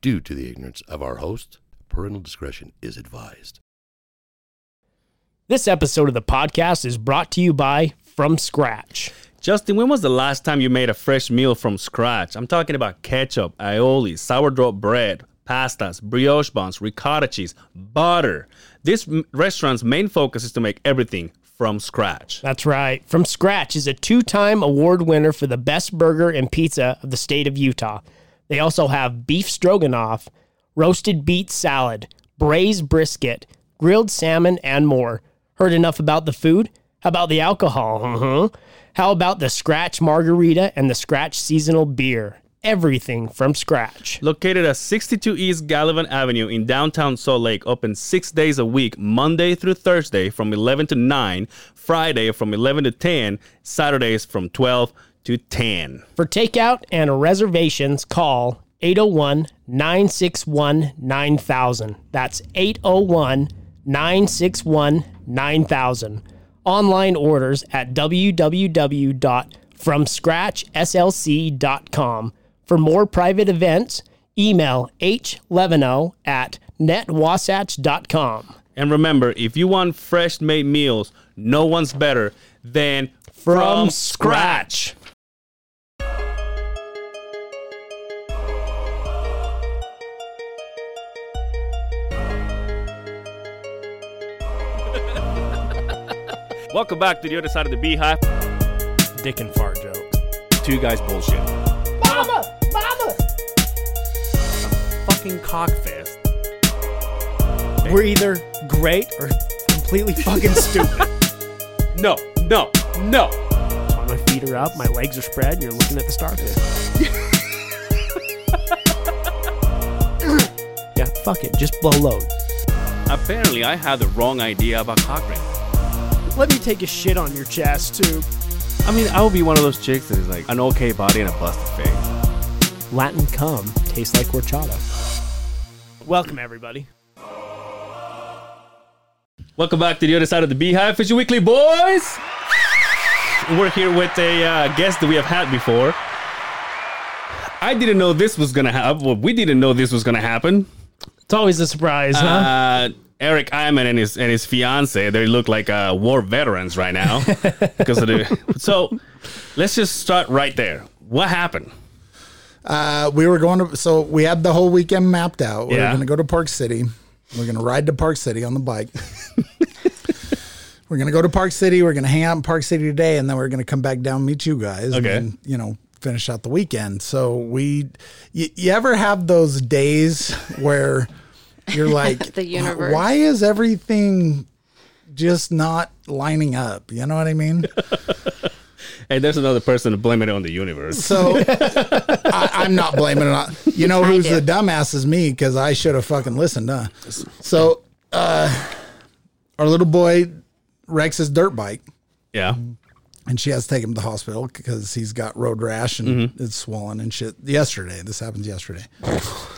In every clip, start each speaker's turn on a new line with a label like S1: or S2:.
S1: due to the ignorance of our host. Parental discretion is advised.
S2: This episode of the podcast is brought to you by From Scratch.
S3: Justin, when was the last time you made a fresh meal from scratch? I'm talking about ketchup, aioli, sourdough bread, pastas, brioche buns, ricotta cheese, butter. This m- restaurant's main focus is to make everything from scratch.
S2: That's right. From Scratch is a two time award winner for the best burger and pizza of the state of Utah. They also have beef stroganoff, roasted beet salad, braised brisket, grilled salmon, and more. Heard enough about the food? How about the alcohol? Uh-huh. How about the Scratch margarita and the Scratch seasonal beer? Everything from scratch.
S3: Located at 62 East Gallivan Avenue in downtown Salt Lake, open six days a week, Monday through Thursday from 11 to 9, Friday from 11 to 10, Saturdays from 12 to 10.
S2: For takeout and reservations, call 801 961 9000. That's 801 961 9000. Online orders at www.fromscratchslc.com. For more private events, email hlevino at netwasatch.com.
S3: And remember, if you want fresh made meals, no one's better than From, scratch. Welcome back to the other side of the beehive.
S2: Dick and fart joke.
S3: Two guys bullshit.
S2: Mama! Mama!
S3: Fucking cockfest.
S2: We're either great or completely fucking stupid.
S3: No, no, no.
S2: My feet are up, my legs are spread, and you're looking at the stars. yeah, fuck it. Just blow load.
S3: Apparently, I had the wrong idea about cock ring.
S2: Let me take a shit on your chest, too.
S3: I mean, I would be one of those chicks that is like an okay body and a busted face.
S2: Latin cum tastes like horchata. Welcome, everybody.
S3: Welcome back to the other side of the beehive. It's your weekly boys. We're here with a uh, guest that we have had before. I didn't know this was gonna happen. Well, we didn't know this was gonna happen.
S2: It's always a surprise, huh?
S3: Uh, Eric Iman and his and his fiance, they look like uh, war veterans right now because of the. So, let's just start right there. What happened?
S4: Uh, we were going to, so we had the whole weekend mapped out. We
S3: Yeah.
S4: were going to go to Park City. We're going to ride to Park City on the bike. we're going to go to Park City. We're going to hang out in Park City today, and then we're going to come back down, meet you guys,
S3: Okay.
S4: and then, you know, finish out the weekend. So we, you, you ever have those days where you're like,
S5: The universe.
S4: why is everything just not lining up? You know what I mean?
S3: Hey, there's another person to blame it on the universe.
S4: So I, I'm not blaming it on. You know who's
S5: do.
S4: the dumbass is me because I should have fucking listened. Huh? So uh, our little boy Rex's dirt bike,
S3: Yeah.
S4: and she has to take him to the hospital because he's got road rash and
S5: Mm-hmm.
S4: it's swollen and shit. Yesterday, this happens yesterday,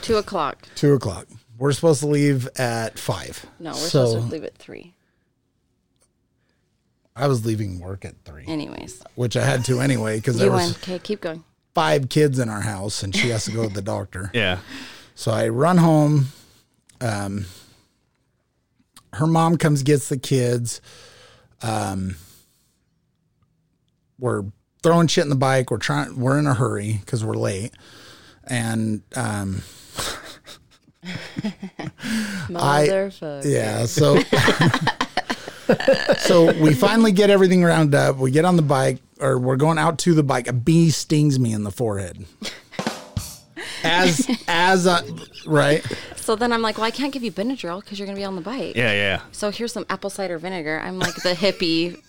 S5: Two o'clock.
S4: two o'clock. We're supposed to leave at five.
S5: No, we're
S4: so
S5: supposed to leave at three.
S4: I was leaving work at three,
S5: Anyways,
S4: which I had to anyway because there
S5: you win.
S4: was
S5: Okay, keep going.
S4: five kids in our house, and she has to go to the doctor.
S3: Yeah.
S4: So I run home. Um, her mom comes gets the kids. Um, we're throwing shit in the bike. We're trying. We're in a hurry because we're late, and um,
S5: Motherfucker.
S4: yeah. So so we finally get everything rounded up. We get on the bike, or we're going out to the bike. A bee stings me in the forehead. As as I, right.
S5: So then I'm like, well, I can't give you Benadryl because you're gonna be on the bike.
S3: Yeah. Yeah.
S5: So here's some apple cider vinegar. I'm like the hippie,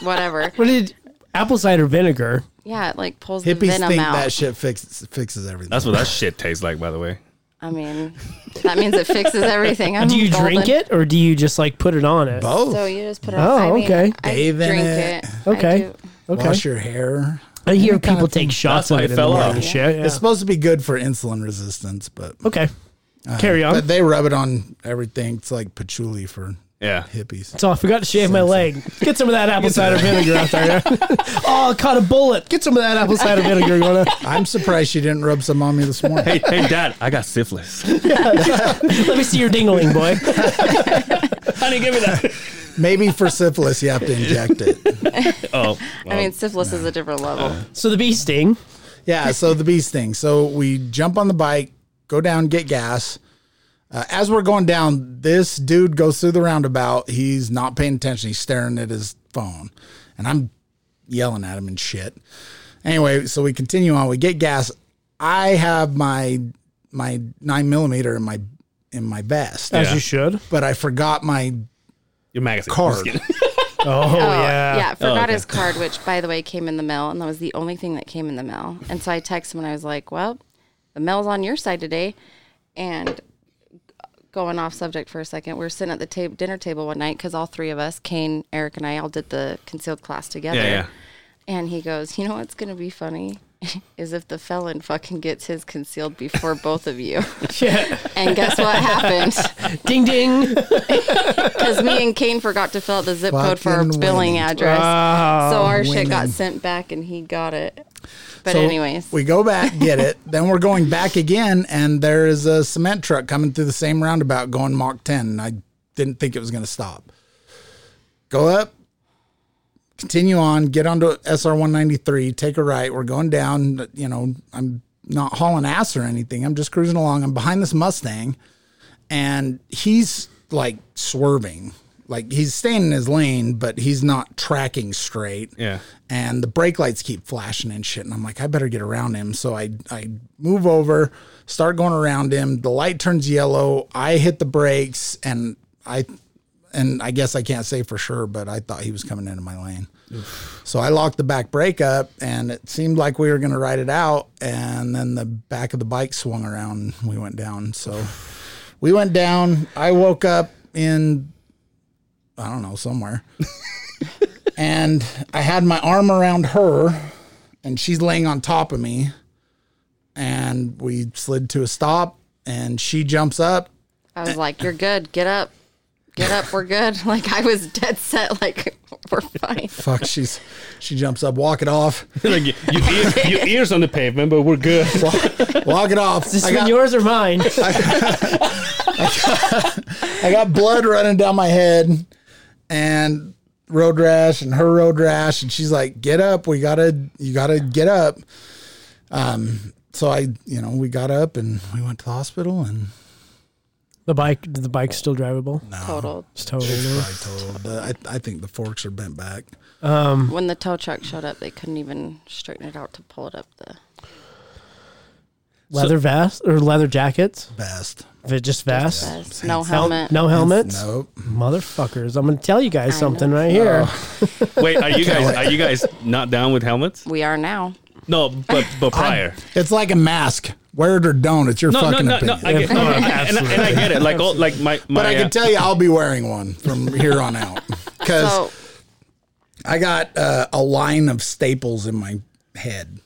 S5: whatever.
S2: What did apple cider vinegar?
S5: Yeah, it like pulls the
S4: Hippies
S5: venom
S4: think
S5: out.
S4: that shit fixes fixes everything.
S3: That's what that shit tastes like, by the way.
S5: I mean, that means it fixes everything. I'm
S2: Do you
S5: golden.
S2: drink it or do you just like put it on it?
S4: both.
S5: So you just put it.
S2: Oh,
S5: I mean,
S2: okay.
S5: I
S4: Bathe in
S5: drink
S4: it.
S5: it.
S2: Okay.
S5: I do.
S2: Okay.
S4: Wash your hair.
S2: I hear
S4: kind
S2: people
S4: of thing.
S2: take shots
S3: That's
S2: of
S3: why
S2: it
S3: it
S2: in the
S3: fell
S2: morning and
S3: off.
S2: shit. yeah.
S4: It's supposed to be good for insulin resistance, but
S2: Okay. Carry on.
S4: but they rub it on everything. It's like patchouli for
S3: Yeah.
S4: Hippies.
S2: So I forgot to shave my leg. Get some of that apple cider vinegar out there. oh, I caught a bullet. Get some of that apple cider vinegar. You wanna-
S4: I'm surprised she didn't rub some on me this morning.
S3: Hey, hey, Dad, I got syphilis.
S2: Let me see your dingling, boy. Honey, give me that.
S4: Maybe for syphilis, you have to inject it.
S3: Oh,
S5: I mean, syphilis is a different level.
S2: So the bee sting.
S4: Yeah. So the beast thing. So we jump on the bike, go down, get gas. Uh, as we're going down, this dude goes through the roundabout. He's not paying attention. He's staring at his phone, and I'm yelling at him and shit. Anyway, so we continue on. We get gas. I have my my nine millimeter in my in my vest,
S2: As you should.
S4: but I forgot my
S3: your magazine.
S4: card.
S2: Oh, yeah.
S3: Oh,
S5: yeah, forgot his card, which by the way came in the mail, and that was the only thing that came in the mail. And so I texted him and I was like, "Well, the mail's on your side today." And going off subject for a second, we were sitting at the ta- dinner table one night because all three of us, Kane, Eric, and I, all did the concealed class together.
S3: Yeah, yeah.
S5: And he goes, "You know what's gonna be funny." Is if the felon fucking gets his concealed before both of you.
S2: Yeah.
S5: And guess what happened?
S2: Ding ding.
S5: Because me and Kane forgot to fill out the zip code for our
S4: Fucking
S5: billing
S4: winning.
S5: address. so our shit got
S4: winning.
S5: sent back and he got it. But,
S4: Oh. So
S5: anyways,
S4: we go back, get it. then we're going back again, and there is a cement truck coming through the same roundabout going Mach 10. I didn't think it was going to stop. Go up, continue on, get onto SR 193, take a right. We're going down. You know, I'm not hauling ass or anything. I'm just cruising along. I'm behind this Mustang, and he's like swerving. Like he's staying in his lane, but he's not tracking straight
S3: Yeah.
S4: and the brake lights keep flashing and shit. And I'm like, I better get around him. So I, I move over, start going around him. The light turns yellow. I hit the brakes and I, and I guess I can't say for sure, but I thought he was coming into my lane. So I locked the back brake up and it seemed like we were going to ride it out. And then the back of the bike swung around and we went down. So we went down. I woke up in, I don't know, somewhere and I had my arm around her, and she's laying on top of me, and we slid to a stop, and she jumps up.
S5: I was like, you're good. Get up. Get up. We're good. Like, I was dead set. Like, we're fine.
S4: Fuck, she's she jumps up. Walk it off.
S3: like you, your, ears, your ears on the pavement, but we're good.
S4: Walk, walk it off.
S2: Is this
S4: I
S2: been
S4: got,
S2: yours or mine?
S4: I got blood running down my head, and road rash, and her road rash, and she's like, "Get up. We gotta. You gotta get up." Um. So I, you know, we got up and we went to the hospital and
S2: the bike. The bike's still drivable.
S5: Total.
S2: It's totally. new.
S4: I told, I, I think the forks are bent back.
S5: When the tow truck showed up, they couldn't even straighten it out to pull it up. The
S2: Leather vest or leather jackets?
S4: Best.
S2: If it just vest.
S5: best. No
S2: Hel-
S5: helmet.
S2: No helmets.
S4: Nope.
S2: Motherfuckers. I'm gonna tell you guys
S5: I
S2: something
S5: know.
S2: right here.
S3: Wait, are you guys are you guys not down with helmets?
S5: We are now.
S3: No, but but prior.
S4: It's like a mask. Wear it or don't. It's your
S3: No, no,
S4: fucking
S3: no, no.
S4: opinion.
S3: I get, no, no, I- and, I-
S2: Absolutely.
S3: and I get it. Like all, like my my.
S4: but I
S3: uh,
S4: can tell you, I'll be wearing one from here on out because
S5: So,
S4: I got uh, a line of staples in my head.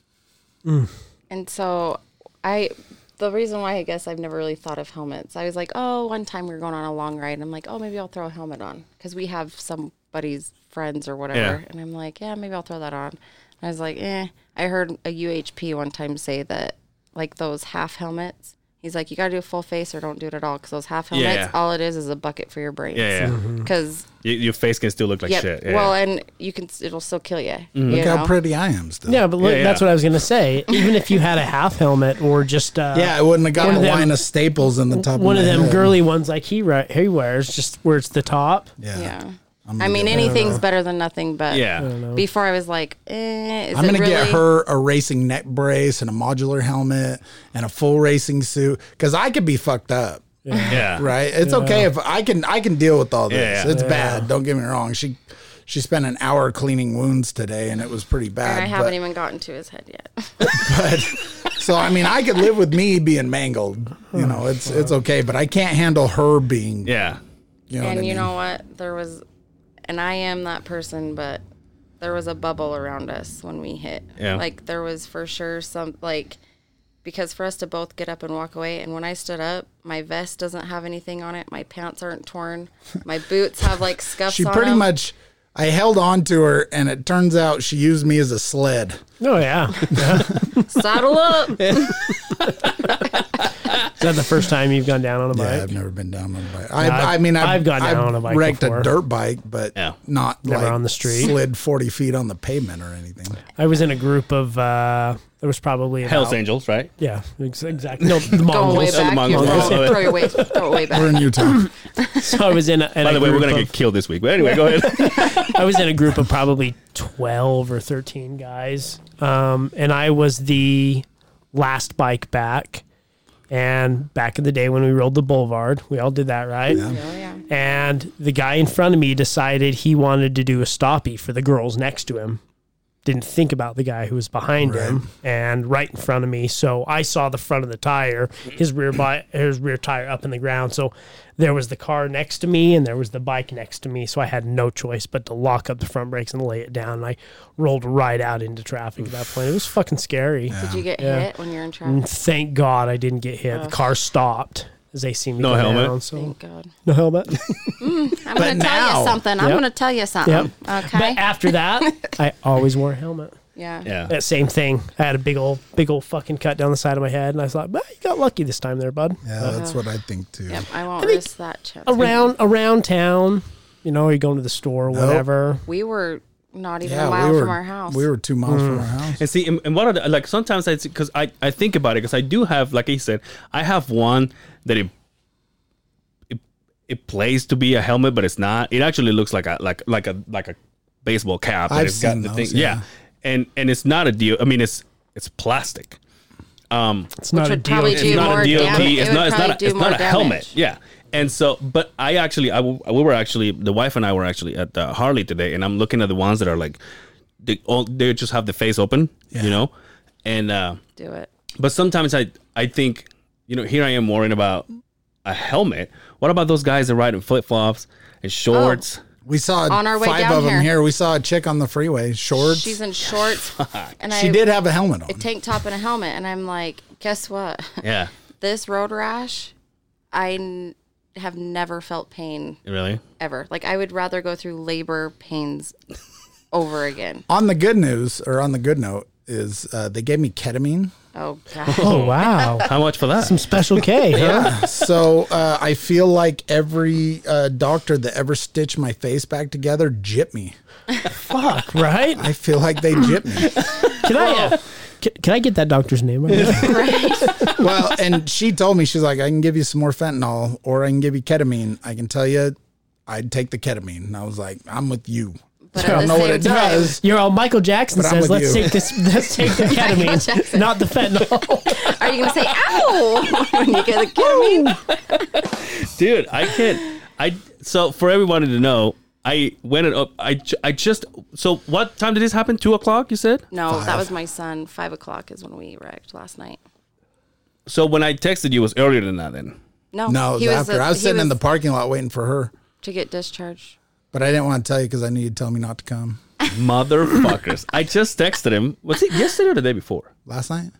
S5: and so I. The reason why I guess I've never really thought of helmets, I was like, oh, one time we were going on a long ride, and I'm like, oh, maybe I'll throw a helmet on because we have somebody's friends or whatever,
S3: Yeah.
S5: and I'm like, yeah, maybe I'll throw that on. And I was like, eh. I heard a UHP one time say that like those half helmets. He's like, you gotta do a full face or don't do it at all because those half helmets,
S3: Yeah.
S5: all it is is a bucket for your brains.
S3: Yeah, yeah.
S4: Mm-hmm.
S5: Because
S3: Y- your face can still look like
S5: yeah,
S3: shit. Yeah. uh,
S5: well, and you can, it'll still kill you. you
S4: Mm-hmm. Look how
S5: know?
S4: pretty I am still.
S2: Yeah, but look,
S3: Yeah, yeah.
S2: that's what I was gonna say. Even if you had a half helmet or just uh,
S4: Yeah, I wouldn't have
S2: One
S4: gotten
S2: of
S4: a
S2: them-
S4: line of staples in the top.
S2: one
S4: of,
S2: of
S4: my
S2: them
S4: head.
S2: girly ones like he re- he wears, just where it's the top.
S4: Yeah.
S5: Yeah.
S4: I'm
S5: I
S4: gonna
S5: mean,
S4: get-
S5: anything's better than nothing, but
S3: yeah.
S5: before I was like, eh, is
S4: I'm
S5: it
S4: gonna
S5: really?
S4: get her a racing neck brace and a modular helmet and a full racing suit because I could be fucked up.
S3: yeah.
S4: right? It's okay if I can I can deal with all this.
S3: Yeah.
S4: It's bad. Don't get me wrong. She she spent an hour cleaning wounds today, and it was pretty bad.
S5: And I haven't
S4: but,
S5: even gotten to his head yet.
S4: but- so I mean, I could live with me being mangled. You know, it's it's okay, but I can't handle her being.
S3: Yeah.
S4: You know what I
S5: and you
S4: mean?
S5: know what? There was, and I am that person, but there was a bubble around us when we hit.
S3: Yeah.
S5: Like there was for sure some like because for us to both get up and walk away, and when I stood up, my vest doesn't have anything on it, my pants aren't torn, my boots have like scuffs.
S4: She
S5: on
S4: pretty
S5: them.
S4: much, I held on to her, and it turns out she used me as a sled.
S2: Oh yeah, is
S5: saddle up.
S2: that the first time you've gone down on a
S4: Yeah,
S2: bike?
S4: I've never been down on a bike. I,
S2: I've-
S4: I, mean, I've,
S2: I've gone down on a bike
S4: wrecked
S2: before.
S4: a dirt bike, but
S3: Yeah.
S4: not
S2: Never
S4: like
S2: on the street.
S4: Slid forty feet on the pavement or anything.
S2: I was in a group of uh, there was probably about,
S3: Hell's Angels, right?
S2: Yeah, ex- exactly. No, the
S5: Going way
S2: Mongols.
S3: Mongols.
S5: back, you
S3: Mongols.
S5: throw, throw your way, throw it way
S4: We're
S5: back.
S4: in Utah.
S2: So I was in. A, in
S3: By
S2: a
S3: the way, we're
S2: group
S3: gonna
S2: of-
S3: get killed this week. But anyway, go ahead.
S2: I was in a group of probably 12 or 13 guys. Um, and I was the last bike back. And back in the day when we rolled the boulevard, we all did that, right?
S5: Oh, yeah.
S2: And the guy in front of me decided he wanted to do a stoppie for the girls next to him. Didn't think about the guy who was behind him and right in front of me. So I saw the front of the tire, his rear bi- his rear tire up in the ground. So there was the car next to me and there was the bike next to me. So I had no choice but to lock up the front brakes and lay it down. And I rolled right out into traffic at that point. It was fucking scary.
S5: Did you get hit when you're in traffic?
S2: And thank God I didn't get hit. The car stopped as they see me
S3: No
S2: go
S3: helmet.
S2: down.
S4: Mm.
S2: So
S5: Thank Oh, God.
S2: no helmet.
S5: I'm going to tell
S4: now-
S5: you something. I'm
S2: Yep.
S5: going to tell you something.
S2: Yep.
S5: Okay.
S2: But after that, I always wore a helmet.
S5: yeah.
S3: Yeah.
S2: That same thing. I had a big old, big old fucking cut down the side of my head, and I thought, "Well, you got lucky this time, there, bud."
S4: Yeah, that's what I think too.
S5: Yep. I won't
S2: I think-
S5: risk that chance.
S2: Around, around town, you know, you're going to the store, or whatever.
S5: we were not even
S4: Yeah,
S5: a mile
S4: we were
S5: from our house.
S4: We were two miles
S2: Hmm.
S4: from our house.
S3: And see, and, and what are the, like sometimes I because I I think about it because I do have like he said I have one that it, it it plays to be a helmet but it's not. It actually looks like a like like a like a baseball cap. but
S4: I've
S3: it's got
S4: seen
S3: the
S4: those,
S3: thing-
S4: yeah.
S3: and and it's not a deal. I mean, it's it's plastic.
S2: It's not
S5: Which
S2: a
S5: would probably
S2: deal.
S5: do
S3: it's not
S5: more
S3: a DOT.
S5: damage.
S3: It's
S5: It
S3: not. It's
S5: would
S3: not.
S5: probably
S3: A,
S5: do
S3: it's not
S5: more
S3: a helmet.
S5: damage.
S3: Yeah. And so, but I actually, I w- we were actually the wife and I were actually at the Harley today, and I'm looking at the ones that are like, they all they just have the face open, you know, and uh,
S5: Do it.
S3: but sometimes I I think, you know, here I am worrying about a helmet. What about those guys that ride in flip flops and shorts?
S4: We saw
S5: On our way
S4: five
S5: down
S4: of them
S5: here.
S4: here. We saw a chick on the freeway, shorts.
S5: She's in shorts, and
S4: she
S5: I
S4: did have a helmet on.
S5: a tank top and a helmet, and I'm like, guess what?
S3: Yeah.
S5: this road rash, I n- have never felt pain
S3: Really?
S5: ever. Like I would rather go through labor pains over again.
S4: on the good news, or on the good note, is uh, they gave me ketamine.
S5: Oh god.
S2: Oh wow,
S3: How much for that?
S2: some special K, huh?
S4: so uh, I feel like every uh, doctor that ever stitched my face back together jipped me.
S2: Fuck, right?
S4: I feel like they jipped me.
S2: Can I? Uh, can, can I get that doctor's name? Right
S4: Well, and she told me she's like, I can give you some more fentanyl, or I can give you ketamine. I can tell you, I'd take the ketamine. And I was like, I'm with you.
S5: But
S4: I
S5: at
S4: don't
S5: the
S4: know what
S5: same
S4: it
S5: time-
S4: does.
S2: You're all Michael Jackson
S4: But
S2: says,
S4: I'm with
S2: "Let's
S4: you."
S2: take this. Let's take the ketamine,
S5: Jackson.
S2: not the fentanyl."
S5: Are you gonna say ow when you get a ketamine?
S3: dude i can't i so for everybody to know i went up i ju- i just so what time did this happen two o'clock you said
S5: No, that was my son. Five o'clock is when we wrecked last night.
S3: so when i texted you it was earlier than that then
S5: No,
S4: No, it was after.
S5: a-
S4: I was
S5: he
S4: sitting in the parking lot waiting for her,
S5: to get discharged.
S4: but I didn't want to tell you because I knew you'd tell me not to come
S3: motherfuckers i just texted him was it yesterday or the day before
S4: last night.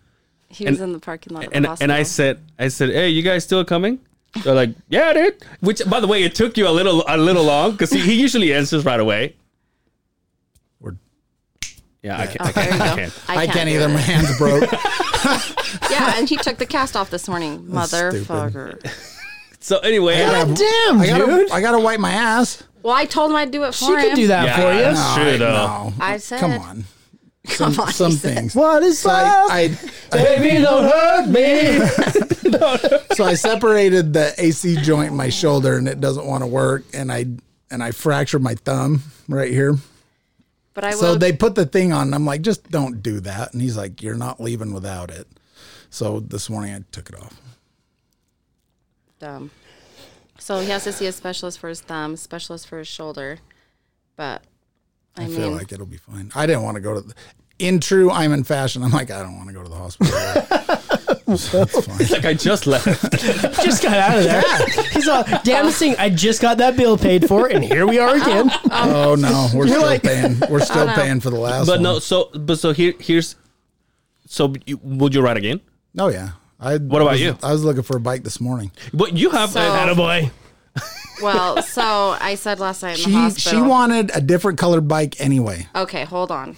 S5: He was in the parking lot. Of
S3: and
S5: the hospital.
S3: and i said i said hey you guys still coming they're like yeah dude which by the way it took you a little a little long because he, he usually answers right away
S4: We're,
S3: yeah i can't
S5: Oh,
S3: i
S5: there you
S3: can't,
S5: go.
S3: I can't.
S4: I, can't
S5: do
S4: either.
S5: it.
S4: My hands broke.
S5: Yeah, and he took the cast off this morning,
S4: stupid.
S5: motherfucker.
S3: so anyway
S4: God
S2: damn,
S4: I gotta,
S2: dude.
S4: I gotta wipe my ass.
S5: Well, I told him I'd do it
S2: She
S5: for him.
S2: could do that
S3: Yeah,
S2: for you.
S3: no. Sure,
S4: I-
S3: though.
S4: no.
S5: I said,
S4: Come on. Some,
S5: Come on,
S4: some
S5: he said.
S4: things.
S2: What is
S4: So I, I,
S2: Baby, don't hurt me.
S4: so I separated the AC joint in my shoulder and it doesn't want to work and I and I fractured my thumb right here.
S5: But I will.
S4: So they put the thing on and I'm like, just don't do that. And he's like, You're not leaving without it. So this morning I took it off.
S5: um, so he has to see a specialist for his thumb, specialist for his shoulder. But I,
S4: I,
S5: mean,
S4: feel like it'll be fine. I didn't want to go to the in true I'm in fashion. I'm like, I don't want to go to the hospital. so it's fine.
S3: like i just left
S2: just got out of there. He's all, damn thing. I just got that bill paid for, and here we are again.
S4: Oh no, we're still paying. We're still paying for the last
S3: but
S4: one.
S3: no so but so here here's so you, would you ride again
S4: Oh yeah. I
S3: What about
S4: was-
S3: you?
S4: I was looking for a bike this morning.
S3: But you have
S5: So-
S3: uh,
S2: Attaboy.
S5: Well, so I said last night in the
S4: She
S5: hospital. Oh,
S4: she wanted a different colored bike anyway.
S5: Okay, hold on.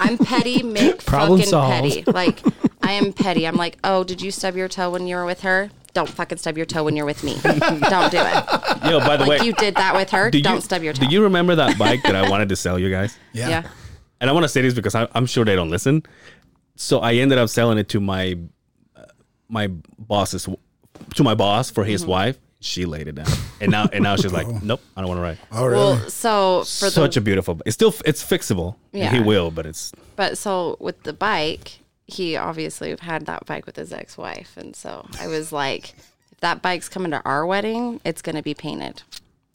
S5: I'm petty, Mick.
S2: Problem
S5: fucking
S2: solved.
S5: petty. Like I am petty. I'm like, oh, did you stub your toe when you were with her? Don't fucking stub your toe when you're with me. Don't do it.
S3: yo. By the
S5: Like
S3: way,
S5: you did that with her.
S3: do
S5: Don't
S3: you-
S5: stub your toe.
S3: Do you remember that bike that I wanted to sell you guys?
S5: yeah.
S3: and I want to say this because I, I'm sure they don't listen. So I ended up selling it to my uh, my boss's to my boss for
S5: Mm-hmm.
S3: his wife. She laid it down, and now and now she's like, nope, I don't want to ride.
S4: Oh really?
S5: Well, so for the
S3: Such a beautiful. It's still it's fixable. Yeah. He
S5: Yeah.
S3: will, but it's
S5: But so with the bike, he obviously had that bike with his ex wife. And so I was like, if that bike's coming to our wedding, it's going to be painted.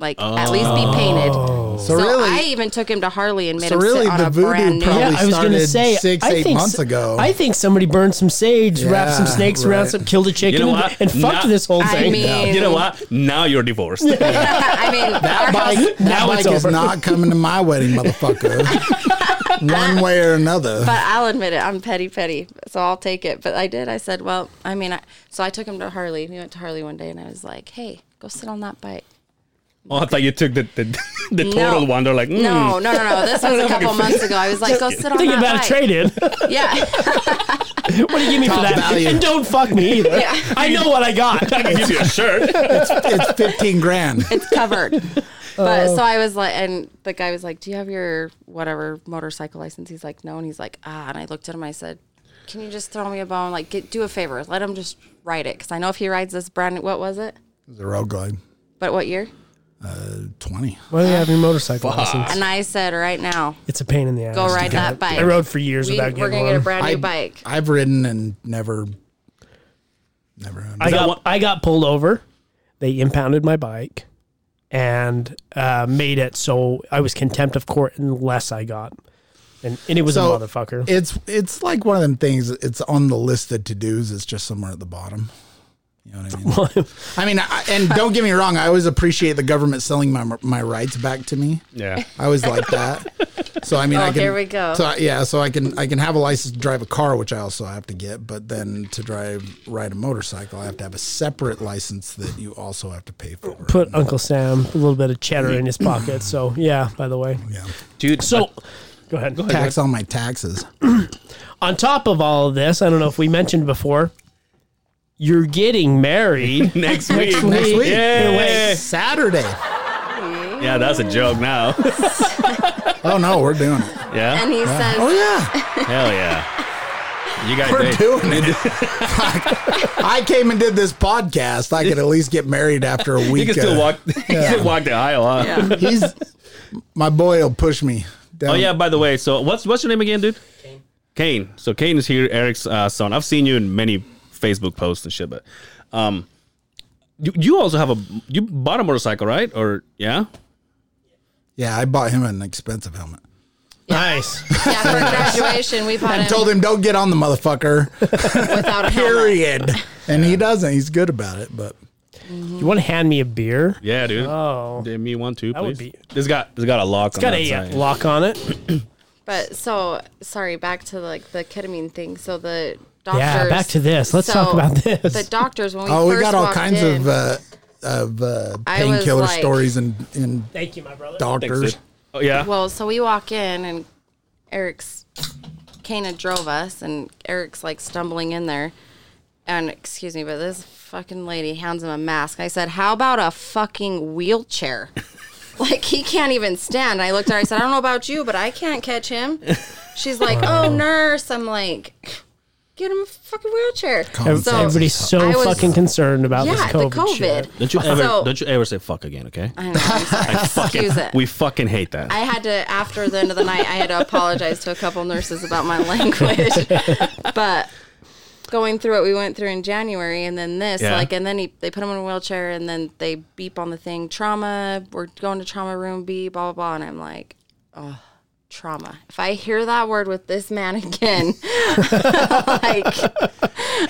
S5: Like, at least be painted. So,
S4: Oh. really-
S5: I even took him to Harley and made
S4: So
S5: him
S4: really
S5: sit on
S4: the
S5: a
S4: voodoo
S5: brand new.
S4: probably-
S2: Yeah, I was gonna
S4: started
S2: say
S4: six,
S2: I
S4: eight
S2: think
S4: months
S2: s-
S4: ago.
S2: I think somebody burned some sage, wrapped some
S4: Yeah,
S2: snakes around
S4: right.
S2: some, killed a chicken,
S3: you know
S2: and-
S3: what
S2: and, fucked
S3: Now-
S2: this whole
S5: I
S2: thing.
S5: mean-
S3: you know what? Now you're divorced.
S5: I mean, our house-
S4: bike, that
S2: now
S4: bike
S2: it's
S4: is
S2: over.
S4: not coming to my wedding, motherfucker. One way or another.
S5: but I'll admit it, I'm petty, petty. So I'll take it. But I did. I said, well, I mean, I, so I took him to Harley. We went to Harley one day and I was like, hey, go sit on that bike.
S3: oh, I thought you took the the, the total one. They're like, mm,
S5: No, no, no, no. This was a couple months ago. I was like, go sit on
S2: Thinking
S5: that
S2: about
S5: bike.
S2: a trade in.
S5: Yeah.
S2: What do you give me for
S4: Top
S2: that?
S4: value.
S2: And don't fuck me either. I know what I got.
S3: I can give you a shirt.
S4: it's fifteen grand.
S5: it's covered. But so I was like, and the guy was like, "Do you have your whatever motorcycle license?" He's like, "No," and he's like, "Ah," and I looked at him. I said, "Can you just throw me a bone? Like, get, do a favor, let him just ride it, because I know if he rides this brand, what was it?
S4: The road glide.
S5: But what year?"
S4: Twenty.
S2: Why do you have your motorcycle license?
S5: And I said, "Right now,
S2: It's a pain in the ass.
S5: go ride that bike.
S2: I rode for years
S5: we,
S2: without
S5: we're
S2: getting
S5: gonna get a
S2: one.
S5: brand new
S4: I-
S5: bike."
S4: I've ridden and never never owned.
S2: I
S3: that
S2: got
S3: one-
S2: I got pulled over. They impounded my bike and uh, made it so I was contempt of court unless I got. And, and it was
S4: So,
S2: a motherfucker.
S4: It's it's like one of them things. It's on the list of to dos. It's just somewhere at the bottom. You know what I mean? I mean, I, and don't get me wrong. I always appreciate the government selling my my rights back to me.
S3: yeah.
S4: I always like that. So I mean,
S5: Oh,
S4: I can,
S5: here we go.
S4: So I- yeah, so I can I can have a license to drive a car, which I also have to get. But then to drive ride a motorcycle, I have to have a separate license that you also have to pay for.
S2: Put Uncle Sam a little bit of cheddar in his pocket. So yeah, by the way.
S4: yeah,
S3: Dude,
S2: So go ahead. Go ahead.
S4: tax on my taxes.
S2: on top of all of this, I don't know if we mentioned before, you're getting married.
S3: next week.
S4: Next week,
S3: Yay.
S4: Saturday.
S3: Yeah, that's a joke now.
S4: Oh no, we're doing it.
S3: yeah.
S5: And he says,
S4: Oh yeah.
S3: Hell yeah. You guys
S4: We're
S3: hey,
S4: doing it. Fuck. I came and did this podcast. I could at least get married after a week.
S3: You can still
S4: uh,
S3: walk. You can still walk the aisle. Huh?
S5: yeah.
S4: He's my boy. Will push me. Down.
S3: Oh yeah. By the way, so what's what's your name again, dude? Kane. Kane. So Kane is here, Eric's uh, son. I've seen you in many Facebook posts and shit, but um, you, you also have a you bought a motorcycle, right? Or yeah.
S4: yeah. I bought him an expensive helmet.
S2: nice.
S5: yeah, for graduation, we bought him
S4: Told him don't get on the motherfucker.
S5: without a helmet.
S4: Period. And he doesn't. He's good about it, but
S2: You want to hand me a beer?
S3: Yeah, dude.
S2: Oh.
S3: Give me one too, please.
S2: would be-
S3: This got this got a lock.
S2: It's got
S3: on
S2: a
S3: that
S2: uh,
S3: side.
S2: lock on it.
S5: But so sorry, back to like the ketamine thing. So the doctors.
S2: Yeah, back to this. Let's talk about this.
S5: The doctors when we
S4: oh,
S5: first
S4: we got all
S5: walked
S4: kinds
S5: in,
S4: of uh, of uh,
S5: I was
S4: painkiller
S5: like-
S4: stories and and
S2: Thank you, my brother.
S4: doctors.
S3: Thanks, dude. Oh yeah.
S5: Well, so we walk in and Eric's Kana drove us, and Eric's like stumbling in there. And excuse me, but this fucking lady hands him a mask. I said, "How about a fucking wheelchair?" like he can't even stand. I looked at her. I said, "I don't know about you, but I can't catch him." She's like, "Oh, nurse." I'm like, "Get him a fucking wheelchair."
S4: Common
S5: So-
S4: sense.
S2: Everybody's so
S5: I was-
S2: fucking concerned about this
S5: yeah,
S2: COVID,
S5: the COVID.
S2: shit.
S3: don't you ever
S5: So-
S3: don't you ever say fuck again, okay?
S5: I know. I'm sorry. Excuse it.
S3: We fucking hate that.
S5: I had to after the end of the night. I had to apologize to a couple nurses about my language, but going through what we went through in January and then this,
S3: Yeah.
S5: like, and then he, they put him in a wheelchair and then they beep on the thing, trauma. We're going to trauma room B, blah blah blah, and I'm like, oh, trauma. If I hear that word with this man again, like,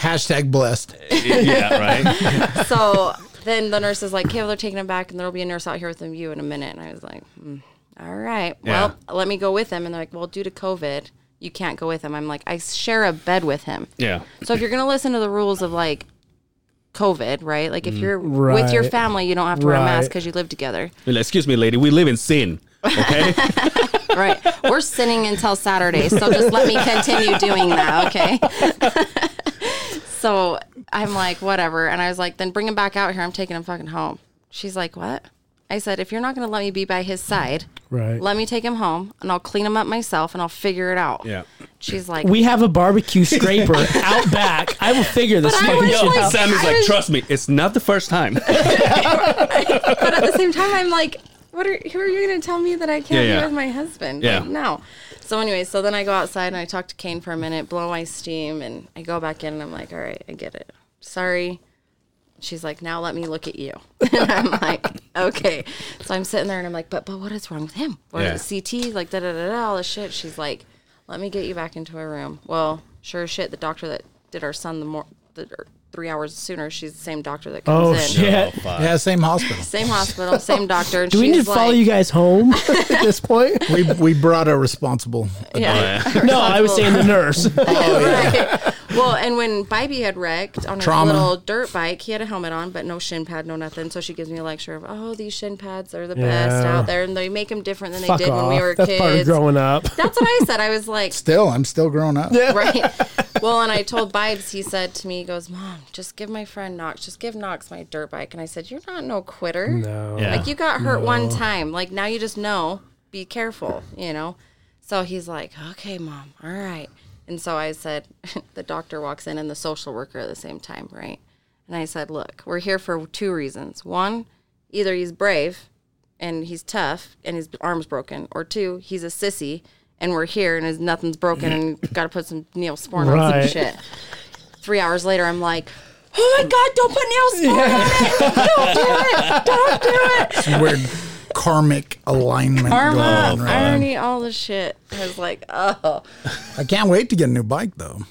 S4: Hashtag blessed.
S3: yeah, right.
S5: so then the nurse is like, okay, well, they're taking him back, and there'll be a nurse out here with you in a minute. And I was like, hmm, all right, well, let me go with them. And they're like, well, due to COVID, you can't go with him. I'm like, I share a bed with him.
S3: Yeah.
S5: So if you're going to listen to the rules of like COVID, right? Like if you're with your
S2: Right.
S5: family, you don't have to wear a mask
S2: Right.
S5: because you live together.
S3: You're like, Excuse me, lady. We live in sin. Okay.
S5: Right. We're sinning until Saturday. So just let me continue doing that. Okay. so I'm like, whatever. And I was like, then bring him back out here. I'm taking him fucking home. She's like, what? I said, if you're not going to let me be by his side,
S2: Right.
S5: let me take him home and I'll clean him up myself and I'll figure it out.
S3: yeah.
S5: She's like,
S2: We have a barbecue scraper out back. I will figure this
S5: But I
S2: fucking
S5: was
S2: shit
S5: like-
S2: out.
S3: Sammy's
S5: I
S3: like,
S5: was-
S3: trust me, it's not the first time.
S5: but at the same time, I'm like, what are who are you going to tell me that I can't
S3: Yeah, yeah.
S5: be with my husband?
S3: Yeah.
S5: Like, no. So anyway, so then I go outside and I talk to Kane for a minute, blow my steam, and I go back in and I'm like, all right, I get it. Sorry. She's like, now let me look at you. and I'm like, okay. So I'm sitting there and I'm like, but but what is wrong with him? What
S3: Yeah.
S5: is CT? Like da da da da all this shit. She's like, let me get you back into a room. Well, sure as shit. The doctor that did our son the more the or three hours sooner, she's the same doctor that comes
S2: Oh
S5: in.
S2: shit!
S4: yeah, same hospital.
S5: Same hospital, same doctor. And
S2: Do we
S5: she's
S2: need to follow
S5: like-
S2: you guys home at this point?
S4: We we brought a responsible.
S5: Yeah.
S2: No, I was saying the nurse. Oh,
S5: Right. Well, and when Bybee had wrecked on his
S4: Trauma.
S5: little dirt bike, he had a helmet on, but no shin pad, no nothing. So she gives me a lecture of, oh, these shin pads are the best
S2: Yeah.
S5: out there, and they make them different than they
S2: Fuck
S5: did
S2: off.
S5: when we were
S2: That's part of
S5: kids.
S2: growing up.
S5: That's what I said. I was like,
S4: Still, I'm still growing up.
S5: right. Well, and I told Bibes, he said to me, he goes, Mom, just give my friend Knox, just give Knox my dirt bike. And I said, You're not no quitter. No.
S3: Yeah.
S5: Like, you got hurt one time. Like, now you just know, be careful, you know? So he's like, Okay, Mom, all right. And so I said, The doctor walks in and the social worker at the same time, right? And I said, Look, we're here for two reasons. One, either he's brave and he's tough and his arm's broken, or two, he's a sissy and we're here and his nothing's broken and got to put some neosporin on
S2: Right.
S5: some shit. Three hours later, I'm like, oh my god, don't put neosporin on it! Don't do it! Don't do it!
S4: It's weird karmic alignment going
S5: Karma,
S4: on right now.
S5: irony, all this shit. I was like, oh,
S4: I can't wait to get a new bike though.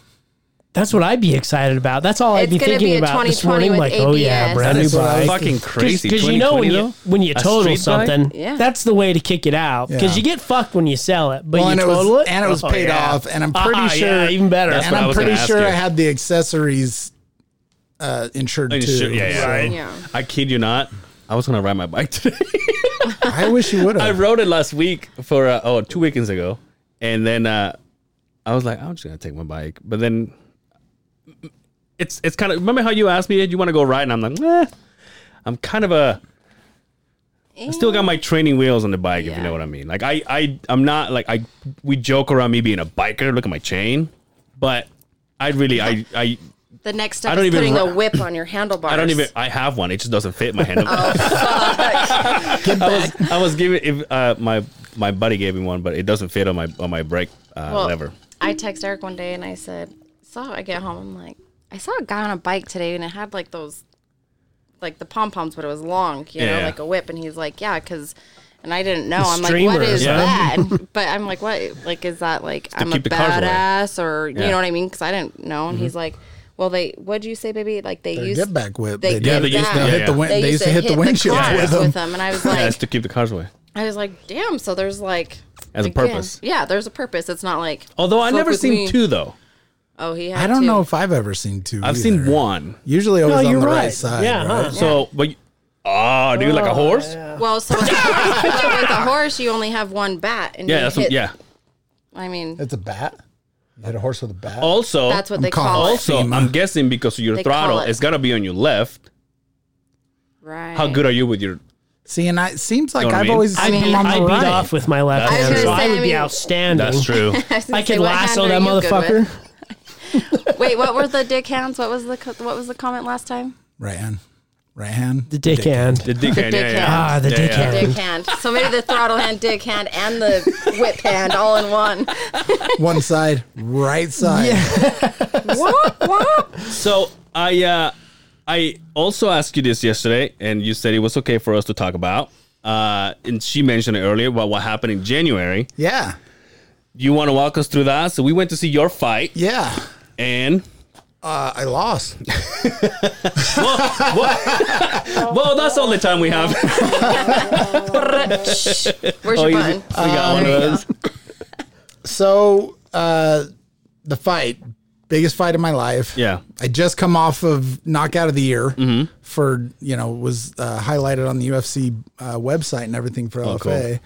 S2: That's what I'd be excited about. That's all I'd
S5: It's
S2: be
S5: gonna
S2: thinking
S5: be a
S2: about this
S5: 2020
S2: morning. Like,
S5: with
S2: oh yeah,
S5: ABS.
S2: brand new
S4: That's what I
S2: bike.
S4: was
S3: Fucking crazy.
S2: because you know when
S3: 2020
S2: you when you
S3: A
S2: total
S3: street bike?
S2: something,
S5: Yeah.
S2: that's the way to kick it out. Because
S4: Yeah.
S2: you get fucked when you sell it, but
S4: Well,
S2: you
S4: and it
S2: total
S4: was-
S2: it,
S4: and it was
S2: Oh,
S4: paid
S2: yeah.
S4: off, and I'm pretty
S2: Ah,
S4: sure-
S2: yeah, even better.
S3: That's
S4: and
S3: what I
S4: I'm
S3: was
S4: pretty
S3: gonna ask
S4: sure
S3: you.
S4: I had the accessories uh, insured
S3: And
S4: too.
S3: shit, Oh, yeah, yeah.
S2: Right.
S5: yeah.
S3: I kid you not. I was gonna ride my bike today.
S4: I wish you would
S3: I
S4: have.
S3: rode it last week for uh, oh two weekends ago, and then uh, I was like, I'm just gonna take my bike. But then it's it's kind of remember how you asked me, do you want to go ride, and I'm like, eh, I'm kind of a. I still got my training wheels on the bike, if you
S5: Yeah.
S3: know what I mean. Like I, I, I'm not like I. We joke around me being a biker. Look at my chain, but I really, I, I,
S5: The next
S3: I
S5: step
S3: don't
S5: is
S3: even
S5: putting
S3: ra-
S5: a whip on your handlebars.
S3: I don't even. I have one. It just doesn't fit my hand.
S5: Oh,
S3: I was, I was giving if uh, my my buddy gave me one, but it doesn't fit on my on my brake uh,
S5: Well,
S3: lever.
S5: I text Eric one day and I said, "So I get home, I'm like, I saw a guy on a bike today and it had like those, like the pom poms, but it was long, you
S3: Yeah,
S5: know,
S3: yeah.
S5: like a whip." And he's like, "Yeah, because." And I didn't know. I'm like,
S2: streamers,
S5: what is
S2: yeah.
S5: that? But I'm like, what? Like, is that like I'm a
S3: keep the cars away.
S5: badass or
S3: Yeah. Mm-hmm.
S5: you know what I mean? Because I didn't know. And he's like, well, they what'd you say, baby? Like they
S4: Their
S5: used
S4: get back whip.
S5: They,
S4: They,
S5: did
S3: yeah, they
S5: that.
S3: used to hit the
S4: win- they used to hit the windshield
S5: cars
S4: with
S5: with,
S4: them.
S5: them. and I was like,
S3: Yeah, it's to keep the cars away.
S5: I was like, damn. So there's like
S3: Has a
S5: again,
S3: purpose.
S5: Yeah, there's a purpose. It's not like
S3: Although I
S5: fuck
S3: never
S5: with
S3: seen
S5: me.
S3: two though.
S5: Oh, he. Had
S4: I don't
S5: two.
S4: know if I've ever seen two.
S3: I've seen
S4: either.
S3: one.
S4: Usually always on
S2: Oh, you're
S4: the right,
S2: right.
S4: side.
S2: Yeah,
S4: right?
S2: huh.
S3: So, but you- oh, dude, like a horse? Yeah,
S5: Well, so with a, horse, but with a horse, you only have one bat, and you
S3: that's
S5: hit,
S3: what, yeah.
S5: I mean,
S4: It's a bat. You hit a horse with a bat.
S3: Also,
S5: that's what they
S4: calling
S5: call it,
S4: also-
S3: so I'm guessing because of your
S5: They call
S3: throttle,
S5: it-
S3: it's got to be on your left.
S5: right?
S3: How good are you with your?
S4: See, and I, it seems like
S3: Know what I
S4: I've
S3: mean?
S4: always
S2: I
S4: seen
S2: beat,
S4: them on the
S2: I beat
S4: right.
S2: off with my left
S3: I was
S2: hand,
S3: gonna
S2: so I
S5: say,
S2: would
S5: I
S2: be
S5: mean-
S2: outstanding.
S3: true.
S2: I could lasso that motherfucker.
S5: Wait, what were the dick hands? What was the co- what was the comment last time?
S4: Right hand. Right hand.
S2: The dick hand.
S3: the dick hand. Yeah,
S5: dick
S3: yeah.
S5: hand.
S2: Ah, the
S3: Yeah,
S2: dick
S3: yeah.
S2: hand.
S5: Dick hand. So maybe the throttle hand, dick hand, and the whip hand all in one.
S4: One side, right side.
S5: What? What?
S3: So I uh, I also asked you this yesterday, and you said it was okay for us to talk about. Uh, and she mentioned it earlier about what happened in January.
S4: Yeah.
S3: You want to walk us through that? So we went to see your fight,
S4: Yeah.
S3: and
S4: Uh, I lost.
S3: well, that's all the time we have.
S5: Shh. Where's your
S3: Oh, you-
S5: button? Um,
S3: we got one of those.
S4: So uh, the fight, biggest fight of my life.
S3: Yeah.
S4: I just come off of knockout of the year for you know was uh, highlighted on the UFC uh, website and everything for LFA.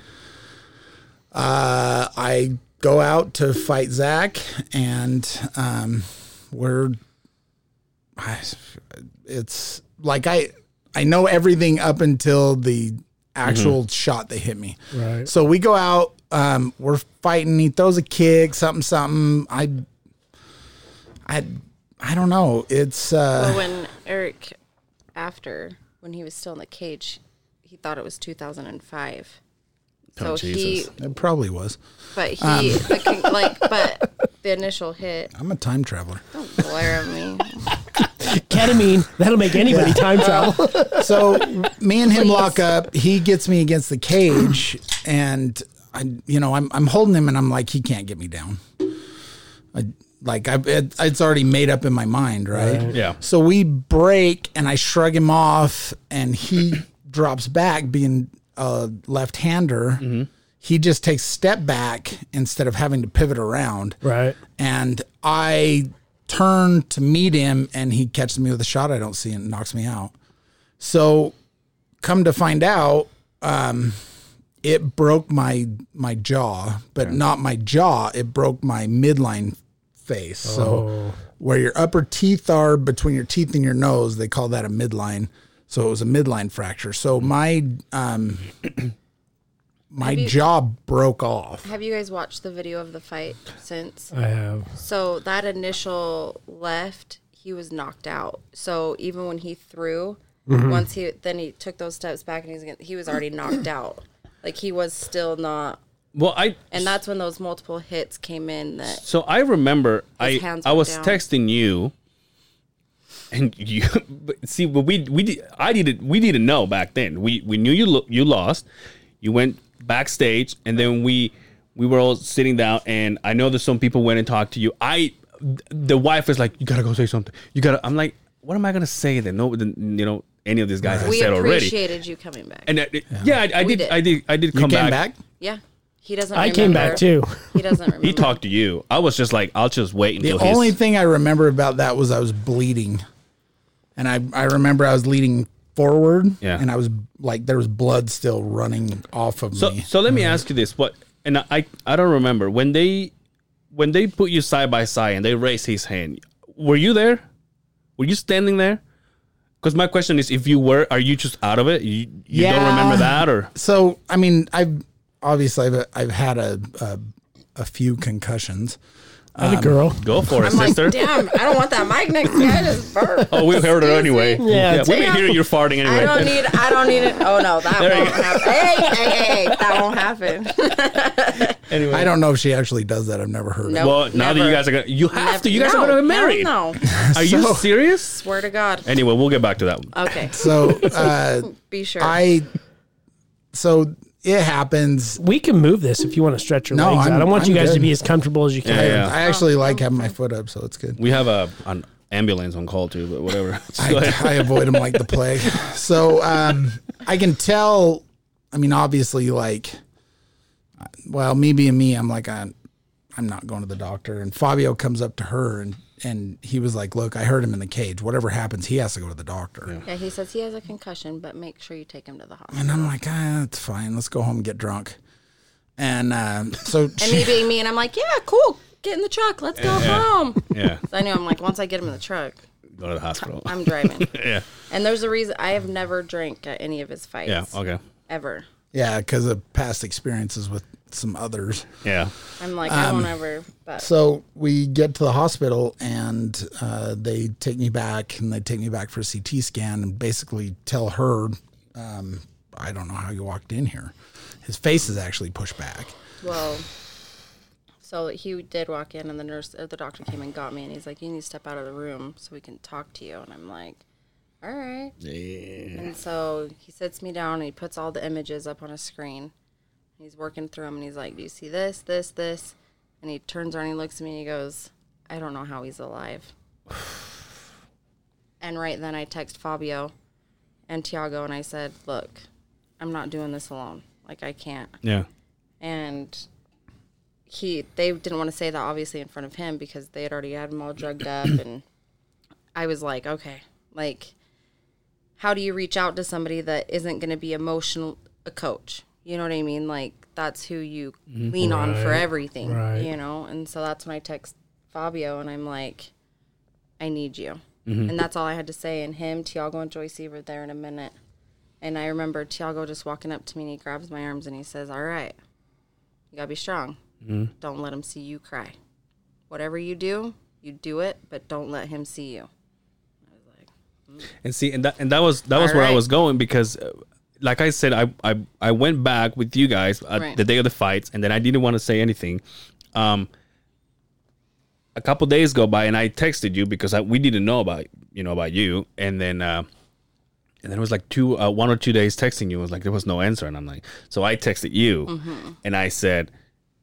S4: Uh, I go out to fight Zach, and um, we're I, it's like I I know everything up until the actual shot that hit me.
S6: Right.
S4: So we go out. Um, we're fighting. He throws a kick, something, something. I, I, I don't know. It's uh,
S5: But when Eric, after when he was still in the cage, he thought it was 2005. So
S3: Oh, Jesus. Um.
S5: he,
S4: it probably was.
S5: but he, the con- like, but the initial hit.
S4: I'm a time traveler.
S5: Don't glare at me.
S2: Ketamine, that'll make anybody time travel.
S4: so me and him lock up. He gets me against the cage, and I, you know, I'm I'm holding him, and I'm like, he can't get me down. I, like I, it, it's already made up in my mind, right?
S3: Yeah.
S4: So we break, and I shrug him off, and he drops back, being a left-hander. He just takes step back instead of having to pivot around
S6: Right.
S4: and I turn to meet him, and he catches me with a shot I don't see and knocks me out. So, come to find out, um, it broke my my jaw, but not my jaw. It broke my midline face. So, where your upper teeth are between your teeth and your nose, they call that a midline. So it was a midline fracture. So my um, my jaw broke off.
S5: Have you guys watched the video of the fight
S3: Uh.
S5: since?
S6: I have.
S5: So that initial left, he was knocked out. So even when he threw,
S3: Mm-hmm.
S5: once he then he took those steps back and he was again- he was already knocked out. Like he was still not,
S3: Well, I
S5: and that's when those multiple hits came in. That
S3: So I remember I
S5: hands
S3: I
S5: went
S3: was
S5: down.
S3: texting you, and you but see, but we we did, I didn't we didn't know back then. We we knew you lo- you lost. You went backstage, and then we we were all sitting down, and I know that some people went and talked to you. I the wife was like, "You gotta go say something. You gotta." I'm like, "What am I gonna say then?" No, then, you know, any of these guys have
S5: we
S3: said already.
S5: appreciated you coming back.
S3: And I, yeah, I, I
S5: We
S3: did,
S5: did.
S3: I did. I did
S4: You
S3: come
S4: came
S3: back.
S4: back?
S5: yeah, he doesn't.
S2: I came back
S5: remember.
S2: too.
S5: He doesn't remember.
S3: He talked to you. I was just like, "I'll just wait
S4: The
S3: until he's
S4: only thing I remember about that was I was bleeding. And I, I remember I was leading forward
S3: Yeah.
S4: and I was like there was blood still running off of
S3: So,
S4: me.
S3: so let me ask you this: What? And I, I don't remember when they, when they put you side by side and they raised his hand. Were you there? Were you standing there? Because my question is, if you were, are you just out of it? You, you don't
S4: Yeah.
S3: remember that, or
S4: So I mean I've obviously I've, I've had a, a a few concussions.
S6: Hey, girl.
S3: go for it,
S5: I'm like,
S3: sister.
S5: damn, I don't want that mic next to me. I just burped.
S3: oh, we heard it
S5: Excuse
S3: anyway.
S5: me.
S3: yeah we been hearing you farting
S5: I
S3: anyway.
S5: don't need. I don't need it. Oh no, that won't happen. Hey, hey, hey, hey, that won't happen.
S3: anyway.
S4: I don't know if she actually does that. I've never heard of it.
S5: No,
S3: well, now that you
S5: never.
S3: guys are gonna, you have to. You guys
S5: no,
S3: are gonna get
S5: no,
S3: married.
S5: No,
S3: Are you serious?
S5: swear to God.
S3: Anyway, we'll get back to that. one.
S5: Okay,
S4: So uh,
S5: be sure.
S4: I so it happens.
S2: We can move this if you want to stretch your
S4: No,
S2: legs out. I
S4: I'm-
S2: want you
S4: I'm
S2: guys to
S4: good.
S2: be as comfortable as you can.
S3: Yeah, yeah.
S4: I actually like having my foot up, so it's good.
S3: We have a an ambulance on call too, but whatever. Go
S4: I,
S3: ahead.
S4: I avoid them like the plague. So um, I can tell. I mean, obviously, like, well, me being me, I'm like, I'm, I'm not going to the doctor. And Fabio comes up to her and and he was like, "Look, I heard him in the cage. Whatever happens, he has to go to the doctor."
S5: yeah, he says he has a concussion, but make sure you take him to the hospital.
S4: And I'm like, "Ah, it's fine. Let's go home and get drunk." And um, so
S5: And me being me, and I'm like, yeah, cool. Get in the truck. Let's go home.
S3: yeah,
S5: So I knew I'm like, once I get him in the truck,
S3: go to the hospital.
S5: I'm driving.
S3: yeah,
S5: and there's a reason I have never drank at any of his fights.
S3: yeah, okay,
S5: Ever.
S4: yeah, because of past experiences with some others.
S3: yeah.
S5: I'm like, I won't ever. But
S4: So we get to the hospital and uh, they take me back and they take me back for a CT scan and basically tell her, um, I don't know how you walked in here. His face is actually pushed back.
S5: Well, so he did walk in, and the nurse, uh, the doctor came and got me, and he's like, "You need to step out of the room so we can talk to you." And I'm like, "All right." And so he sits me down, and he puts all the images up on a screen. He's working through them, and he's like, "Do you see this, this, this?" And he turns around, he looks at me, and he goes, "I don't know how he's alive." and right then, I text Fabio and Tiago, and I said, "Look, I'm not doing this alone. Like, I can't."
S3: Yeah.
S5: and he they didn't want to say that obviously in front of him because they had already had him all drugged up and I was like, okay, like how do you reach out to somebody that isn't going to be emotional a coach? You know what I mean? Like that's who you lean on for everything, you know? And so that's when I text Fabio and I'm like I need you. And that's all I had to say. And him, Tiago, and Joyce were there in a minute. And I remember Tiago just walking up to me and he grabs my arms and he says, All right, you gotta be strong. Don't let him see you cry. Whatever you do, you do it, but don't let him see you.
S3: and see and that and that was that was
S5: All
S3: where I
S5: right.
S3: was going because uh, like I said I I, I went back with you guys at
S5: Right.
S3: the day of the fights and then I didn't want to say anything um a couple days go by and I texted you because I, we didn't know about you know about you and then uh and then it was like two uh, one or two days texting you it was like there was no answer and I'm like so I texted you and I said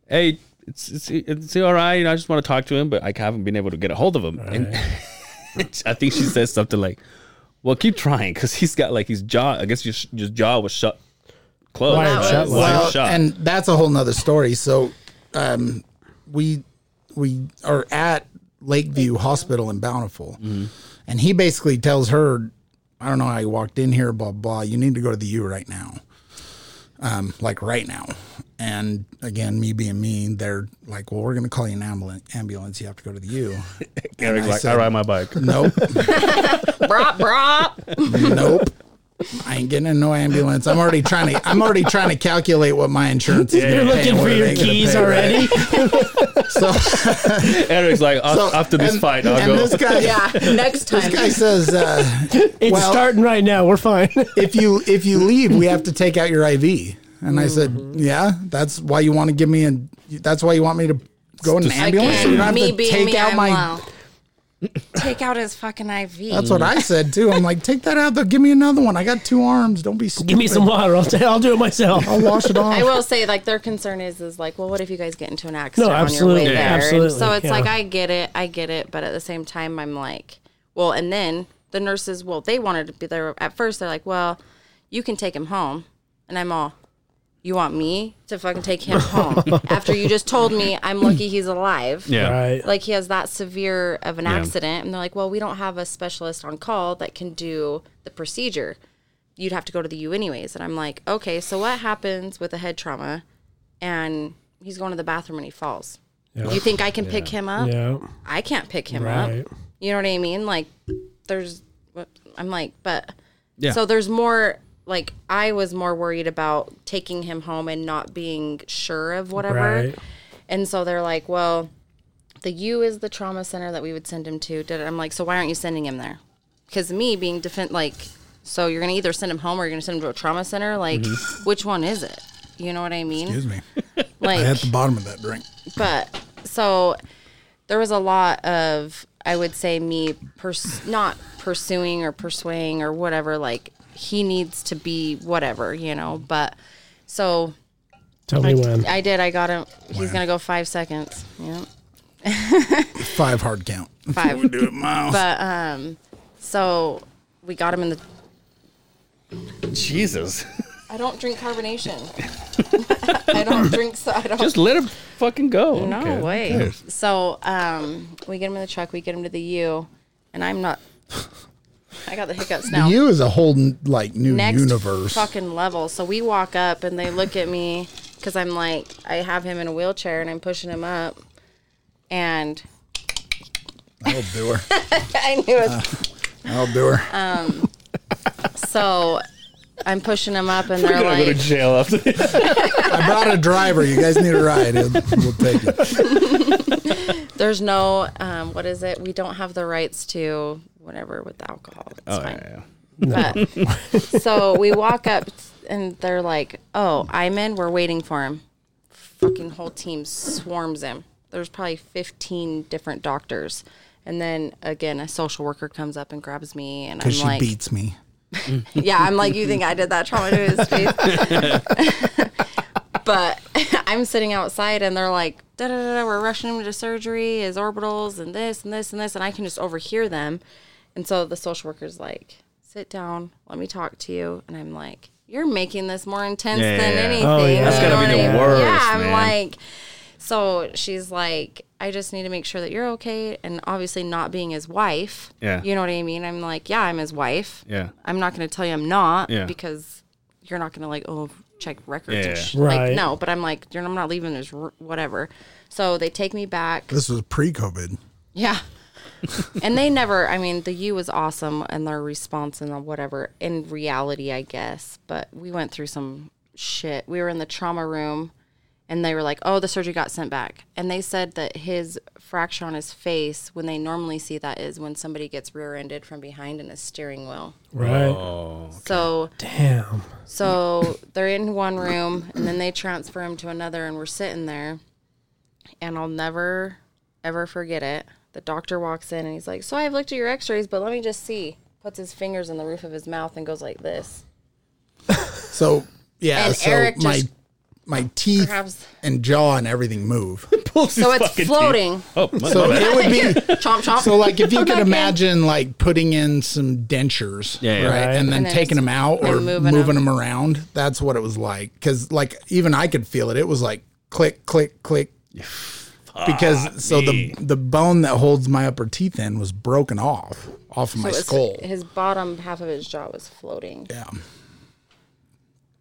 S3: hey it's it's, it's all right you know, I just want to talk to him but I haven't been able to get a hold of him and I think she said something like well, keep trying because he's got like his jaw. I guess your, your jaw was shut closed.
S2: Wired
S3: right?
S2: shut,
S3: Wired
S4: Well,
S3: shut.
S4: and that's a whole nother story. So, um, we we are at Lakeview Hospital in Bountiful, and he basically tells her, "I don't know how you walked in here, blah blah. You need to go to the U right now, um, like right now." And again, me being me, they're like, "Well, we're going to call you an ambulance. Ambulance. You have to go to the U."
S3: Eric's
S4: I
S3: like,
S4: said-
S3: I ride my bike.
S4: nope,
S5: brop, brop.
S4: nope. I ain't getting in no ambulance. I'm already trying to. I'm already trying to calculate what my insurance is.
S2: You're
S4: gonna
S2: looking
S4: pay and
S2: for
S4: what it
S2: your
S4: ain't gonna
S2: keys
S4: pay, right?
S2: already.
S4: So
S3: Eric's like, "Af-
S4: So-
S3: after this
S4: and-
S3: fight, I'll
S4: and
S3: go.
S4: This guy,
S5: Yeah, next time.
S4: this guy says, uh,
S2: It's
S4: Well-
S2: starting right now. We're fine.
S4: if you if you leave, we have to take out your IV. And I said,
S5: Mm-hmm.
S4: yeah, that's why you want to give me and that's why you want me to go in an ambulance. so you don't
S5: Again,
S4: have
S5: me
S4: to
S5: being
S4: take
S5: me,
S4: out
S5: I'm
S4: my.
S5: low. Take out his fucking IV.
S4: That's what
S3: Mm.
S4: I said too. I'm like, take that out. Though. Give me another one. I got two arms. Don't be. Stupid.
S2: Give me some water. I'll, t- I'll do it myself.
S4: I'll wash it off.
S5: I will say, like, their concern is, is like, well, what if you guys get into an accident
S2: Oh. No,
S5: on your way
S2: absolutely,
S5: there?
S2: yeah,
S5: And
S2: absolutely,
S5: so it's like,
S2: yeah.
S5: I get it, I get it, but at the same time, I'm like, well, and then the nurses, well, they wanted to be there at first. They're like, well, you can take him home, and I'm all, you want me to fucking take him home after you just told me I'm lucky he's alive?
S3: Yeah.
S2: Right.
S5: Like he has that severe of an accident, and they're like, well, we don't have a specialist on call that can do the procedure. You'd have to go to the U anyways. And I'm like, okay, so what happens with a head trauma and he's going to the bathroom and he falls? You think I can pick him up?
S2: Yeah.
S5: I can't pick him
S2: Right.
S5: up. You know what I mean? Like, there's, what- I'm like, but,
S3: Yeah.
S5: so there's more, like, I was more worried about taking him home and not being sure of whatever.
S2: Right.
S5: And so they're like, well, the U is the trauma center that we would send him to. Did I'm like, so why aren't you sending him there? Because me being defend like, so you're gonna either send him home or you're gonna send him to a trauma center. Like, which one is it? You know what I mean?
S4: Mm-hmm. Excuse me.
S5: Like,
S4: I had the bottom of that drink.
S5: but so there was a lot of i would say me pers- not pursuing or persuading or whatever like he needs to be whatever you know but so
S2: Tell me when.
S5: i did i got him he's gonna go five seconds yeah
S4: Five hard count.
S5: five
S4: Do it, Miles.
S5: but um so we got him in the
S3: Jesus.
S5: i don't drink carbonation i don't drink so i don't
S3: Just let him fucking go.
S5: No
S3: Okay.
S5: way. So um, we get him in the truck. We get him to the U, and I'm not. I got the hiccups now.
S4: you is a whole n- like new
S5: Next
S4: universe.
S5: fucking level. So we walk up, and they look at me because I'm like, I have him in a wheelchair, and I'm pushing him up, and
S4: I'll do her.
S5: I knew it.
S3: Ah.
S4: I'll do her.
S5: Uh, so I'm pushing him up, and they're
S3: You're gonna go
S5: like,
S3: to jail after this.
S4: I brought a driver. You guys need a ride. We'll take it.
S5: "There's no, um, what is it? We don't have the rights to whatever with the alcohol. It's
S4: Oh,
S5: fine." But so we walk up and they're like, "Oh, I'm in. We're waiting for him." Fucking whole team swarms him. There's probably 15 different doctors. And then again, a social worker comes up and grabs me, and I'm
S4: Because she
S5: like,
S4: beats me.
S5: "Yeah, I'm like, you think I did that trauma to his face?" but I'm sitting outside, and they're like, "Da da da, da, we're rushing him to surgery, his orbitals, and this and this and this," and I can just overhear them. And so the social worker's like, sit down, let me talk to you. And I'm like, you're making this more intense
S3: Yeah,
S5: than
S3: yeah, yeah.
S5: anything.
S3: Oh, yeah. That's
S5: You
S3: gotta be
S5: know what
S3: the
S5: I mean?
S3: worst,
S5: Yeah, I'm
S3: man.
S5: like, So she's like, I just need to make sure that you're okay. And obviously, not being his wife.
S3: Yeah.
S5: You know what I mean? I'm like, yeah, I'm his wife.
S3: Yeah.
S5: I'm not going to tell you I'm not
S3: Yeah.
S5: because you're not going to like, oh, check records
S3: Yeah.
S5: and sh-
S2: Right.
S5: Like, no, but I'm like, you're, I'm not leaving. There's r- whatever. So they take me back.
S4: This was pre-COVID.
S5: Yeah. and they never, I mean, the U was awesome and their response and whatever in reality, I guess. But we went through some shit. We were in the trauma room and they were like, oh, the surgery got sent back. And they said that his fracture on his face, when they normally see that, is when somebody gets rear ended from behind in a steering wheel.
S2: Right.
S4: Oh.
S5: So.
S2: Damn.
S5: So they're in one room and then they transfer him to another, and we're sitting there. And I'll never, ever forget it. The doctor walks in and he's like, So I've looked at your x rays, but let me just see. Puts his fingers in the roof of his mouth and goes like this.
S4: So yeah,
S5: And
S4: so
S5: Eric
S4: my
S5: just
S4: my teeth
S5: grabs-
S4: and jaw and everything move.
S5: So it's floating.
S3: Oh, my
S4: So
S3: so,
S4: it would be
S5: chomp, chomp.
S4: so like if you could
S5: Okay.
S4: imagine like putting in some dentures,
S3: Yeah, yeah.
S4: right,
S2: Right.
S4: and then
S5: And then
S4: taking
S5: just-
S4: them out or
S5: and
S4: moving,
S5: moving
S4: them. around. That's what it was like. Because like even I could feel it. It was like click, click, click. Because so the the bone that holds my upper teeth in was broken off off of my
S5: So it's-
S4: skull.
S5: His bottom half of his jaw was floating.
S4: Yeah.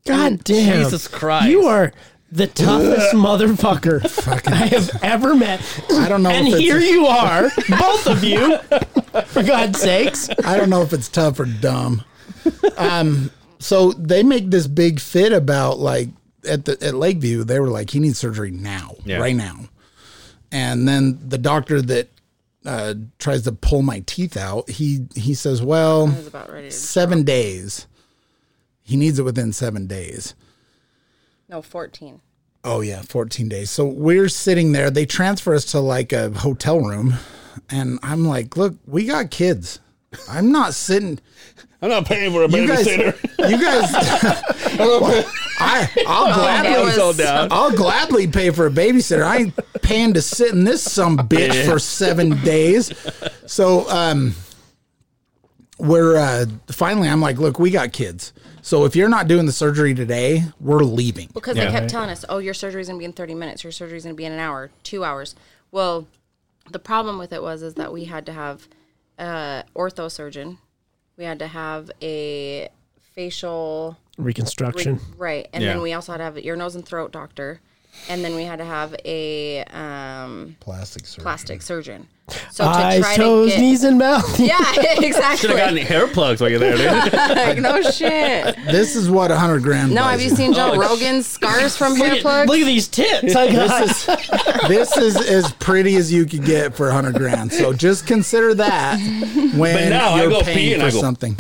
S2: God damn.
S3: Jesus Christ.
S2: You are the toughest motherfucker I have ever met.
S4: I don't know
S2: And
S4: if it's-
S2: here you are, both of you, for God's sakes.
S4: I don't know if it's tough or dumb. Um, so they make this big fit about like at the at Lakeview, they were like, he needs surgery now,
S3: Yeah.
S4: right now. And then the doctor that uh, tries to pull my teeth out, he he says, well,
S5: I was about ready to.
S4: seven days. He needs it within seven days.
S5: No, 14.
S4: Oh yeah, 14 days. So we're sitting there. They transfer us to like a hotel room, and I'm like, look, we got kids. I'm not sitting.
S3: I'm not paying for a
S4: you guys,
S3: babysitter.
S4: you guys, I,
S3: Oh,
S4: I'll
S5: it
S4: gladly,
S5: was-
S3: All down.
S4: I'll gladly pay for a babysitter. I ain't paying to sit in this some bitch for seven days. So, um, we're uh, finally. I'm like, look, we got kids. So if you're not doing the surgery today, we're leaving.
S5: Because
S3: Yeah.
S5: they kept telling us, oh, your surgery's going to be in 30 minutes. Your surgery's going to be in an hour, two hours. Well, the problem with it was is that we had to have a ortho surgeon. We had to have a facial,
S2: Reconstruction.
S5: right. And
S3: Yeah.
S5: then we also had to have an ear, nose, and throat doctor. And then we had to have a um,
S4: Plastic surgery.
S5: plastic surgeon. So to
S2: Eyes,
S5: try
S2: toes,
S5: to get...
S2: knees, and mouth.
S5: Yeah, exactly.
S3: Should have gotten hair plugs while you're there, dude.
S5: like, no shit.
S4: This is what a hundred grand.
S5: No,
S4: buys
S5: have you
S4: you.
S5: seen Joe Rogan's scars from hair plugs?
S2: Look at these tits. I got.
S4: This is this is as pretty as you could get for a hundred grand. So just consider that when
S3: now I
S4: you're
S3: go pee
S4: paying
S3: and
S4: for
S3: I go-
S4: something.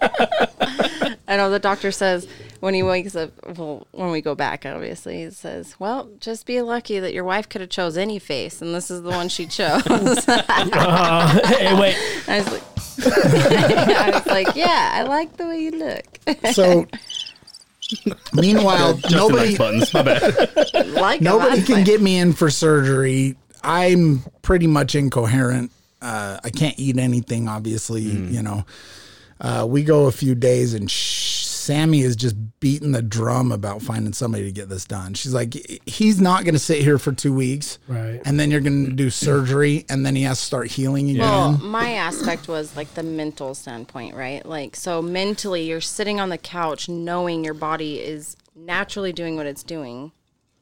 S5: I know the doctor says when he wakes up, well, when we go back, obviously, he says, Well, just be lucky that your wife could have chose any face, and this is the one she chose. I
S2: hey, wait.
S5: was like, I was like, Yeah, I like the way you look.
S4: So meanwhile,
S3: Justin
S4: nobody
S3: likes buttons. My bad.
S5: like
S4: nobody
S5: him,
S4: can get me in for surgery. I'm pretty much incoherent. Uh, I can't eat anything, obviously. You know, uh, we go a few days and sh- Sammy is just beating the drum about finding somebody to get this done. She's like, he's not going to sit here for two weeks,
S2: Right.
S4: And then you're going to do surgery, and then he has to start healing again.
S5: Well, my aspect was like the mental standpoint, right? Like, so mentally, you're sitting on the couch knowing your body is naturally doing what it's doing,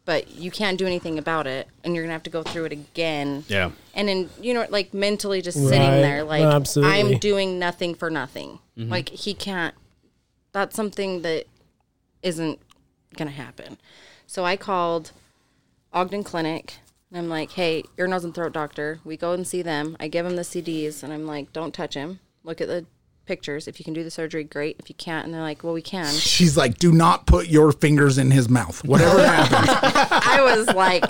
S5: but you can't do anything about it, and you're gonna have to go through it again.
S3: Yeah.
S5: And then, you know, like mentally just
S2: Right.
S5: sitting there, like,
S2: No, absolutely.
S5: I'm doing nothing for nothing. Like, he can't, that's something that isn't gonna happen. So I called Ogden Clinic. And I'm like, hey, ear, nose, and throat doctor. We go and see them. I give him the CDs, and I'm like, don't touch him. Look at the pictures. If you can do the surgery, great. If you can't, and they're like, well, we can.
S4: She's like, do not put your fingers in his mouth. Whatever happens,
S5: I was like,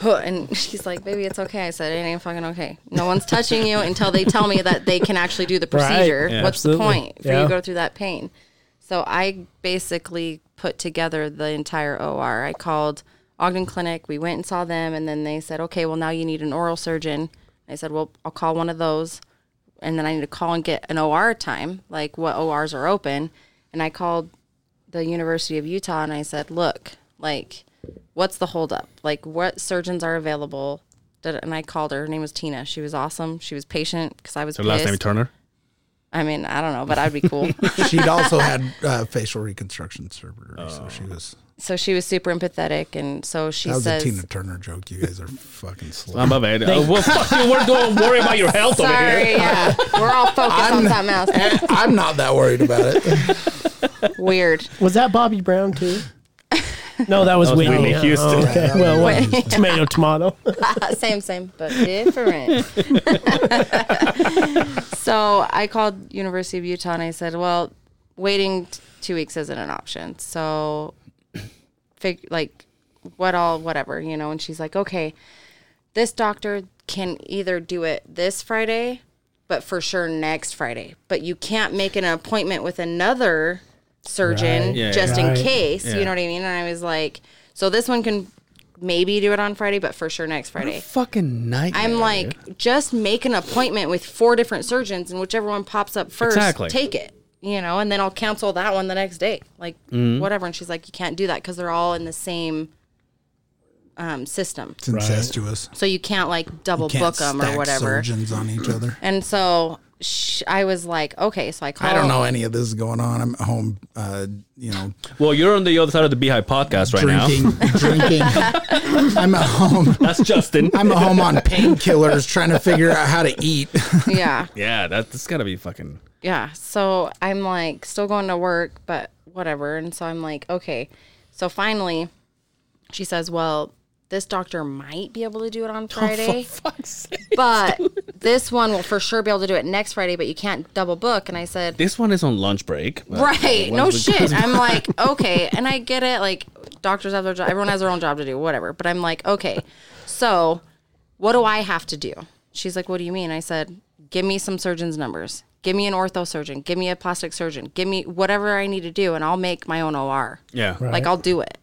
S5: huh, and she's like, baby, it's okay. I said, it ain't fucking okay. No one's touching you until they tell me that they can actually do the procedure.
S2: Yeah,
S5: What's
S2: absolutely.
S5: the point for you
S2: Yeah.
S5: to go through that pain? So I basically put together the entire OR. I called Ogden Clinic. We went and saw them, and then they said, okay, well, now you need an oral surgeon. I said, well, I'll call one of those and then I need to call and get an OR time, like what ORs are open. And I called the University of Utah and I said, look, like what's the holdup? Like, what surgeons are available? Da- da- And I called her. Her name was Tina. She was awesome. She was patient because I was
S3: Her
S5: pissed.
S3: last name Turner.
S5: I mean, I don't know, but I'd be cool.
S4: She'd also had uh, facial reconstruction surgery,
S3: Oh.
S4: so she was.
S5: so she was super empathetic, and so she
S4: That was
S5: says,
S4: a Tina Turner joke. You guys are fucking slow.
S3: I'm above it. Uh, well, fuck you. We're don't worry about your health over here.
S5: "Sorry, yeah, we're all focused on something else."
S4: I'm not that worried about it.
S5: Weird.
S2: Was that Bobby Brown too? No, that was Whitney.
S3: Whitney
S2: Oh,
S3: Houston.
S2: okay. Well, what- tomato, tomato.
S5: same, same, but different. so I called University of Utah and I said, "Well, waiting t- two weeks isn't an option." So, fig- like, what all, whatever, you know. And she's like, "Okay, this doctor can either do it this Friday, but for sure next Friday. But you can't make an appointment with another surgeon
S2: Right.
S3: Yeah,
S5: just
S2: yeah.
S5: in
S2: Right.
S5: case.
S3: Yeah.
S5: You know what I mean?" And I was like, "So this one can." Maybe do it on Friday, but for sure next Friday.
S3: Fucking nightmare.
S5: I'm
S3: dude.
S5: like, just make an appointment with four different surgeons, and whichever one pops up first,
S3: Exactly.
S5: take it. You know, and then I'll cancel that one the next day, like
S4: Mm-hmm.
S5: whatever. And she's like, you can't do that because they're all in the same um, system,
S4: It's incestuous.
S5: so you can't like double
S4: Can't
S5: book them
S4: stack
S5: or whatever.
S4: Surgeons on each other.
S5: And so sh- I was like, okay, so I called.
S4: I don't know any of this is going on. I'm at home, uh, you know,
S3: well, you're on the other side of the Beehive podcast right now.
S4: drinking, drinking. I'm at home.
S3: That's Justin.
S4: I'm at home on painkillers, trying to figure out how to eat.
S5: Yeah,
S3: yeah, that, that's gotta be fucking.
S5: yeah. So I'm like still going to work, but whatever. And so I'm like, okay. So finally, she says, well, this doctor might be able to do it on Friday, but this one will for sure be able to do it next Friday, but you can't double book. And I said,
S3: This one is on lunch break. but- uh,
S5: Right. No
S3: Once we-
S5: shit. I'm like, okay. And I get it. Like, doctors have their job. Everyone has their own job to do, whatever. But I'm like, okay. So, what do I have to do? She's like, what do you mean? I said, give me some surgeon's numbers. Give me an ortho surgeon. Give me a plastic surgeon. Give me whatever I need to do, and I'll make my own OR.
S3: Yeah.
S5: Like, I'll do it.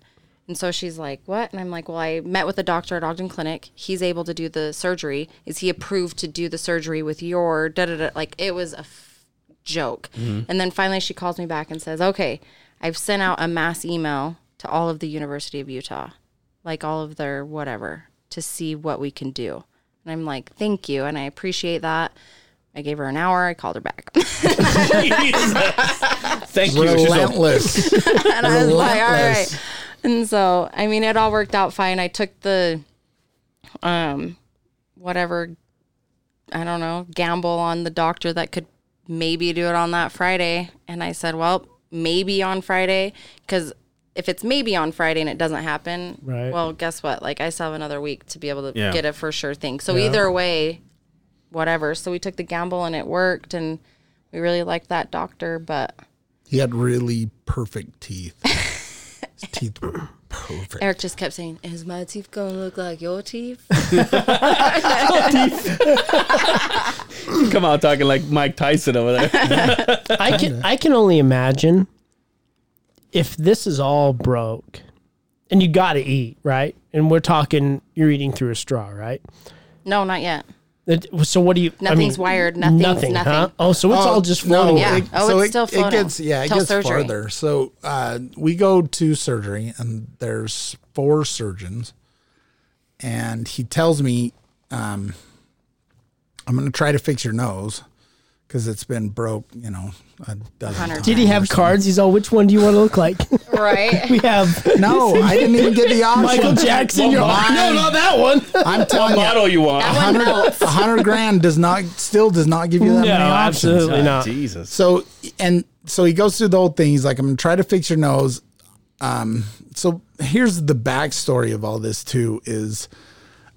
S5: And so she's like, what? And I'm like, well, I met with a doctor at Ogden Clinic. He's able to do the surgery. Is he approved to do the surgery with your da da da? Like, it was a f- joke. And then finally she calls me back and says, okay, I've sent out a mass email to all of the University of Utah, like all of their whatever, to see what we can do. And I'm like, thank you. And I appreciate that. I gave her an hour. I called her back.
S3: Thank you. She's on-
S4: Relentless.
S5: and I was like, all
S4: Relentless.
S5: right. And so, I mean, it all worked out fine. I took the, um, whatever, I don't know, gamble on the doctor that could maybe do it on that Friday. And I said, well, maybe on Friday, because if it's maybe on Friday and it doesn't happen,
S2: Right.
S5: well, guess what? Like, I still have another week to be able to
S3: Yeah.
S5: get a for sure thing. So either way, whatever. So we took the gamble and it worked, and we really liked that doctor, but.
S4: He had really perfect teeth. His teeth were perfect.
S5: Eric just kept saying, "Is my teeth gonna look like your teeth?"
S3: Come out talking like Mike Tyson over there.
S2: I can I can only imagine if this is all broke and you got to eat, right? And we're talking you're eating through a straw, right?
S5: no, not yet.
S2: It- so what do you?
S5: Nothing's wired, nothing's nothing.
S2: Oh, so it's
S4: Oh,
S2: all just
S4: no,
S2: floating.
S5: Yeah.
S4: it-
S5: Oh,
S4: so
S5: it's
S4: it-
S5: still
S4: It
S5: floating
S4: gets yeah, it
S5: till
S4: gets
S5: surgery.
S4: farther. So uh, we go to surgery, and there's four surgeons, and he tells me, um, "I'm going to try to fix your nose because it's been broke, you know, a dozen
S5: Hundred
S4: times."
S2: Did he have cards? He's all, which one do you want to look like?
S5: Right?
S2: we have
S4: No, I didn't even get the option.
S2: Michael Jackson. You're all,
S4: Mine-
S2: no, not that one.
S4: I'm telling you,
S3: Model you want.
S5: That one
S4: hundred
S5: helps.
S4: a hundred grand does not still does not give you that
S2: No,
S4: many options.
S2: absolutely not.
S3: Jesus.
S4: So and so he goes through the whole thing. He's like, I'm gonna try to fix your nose. Um, so here's the backstory of all this too is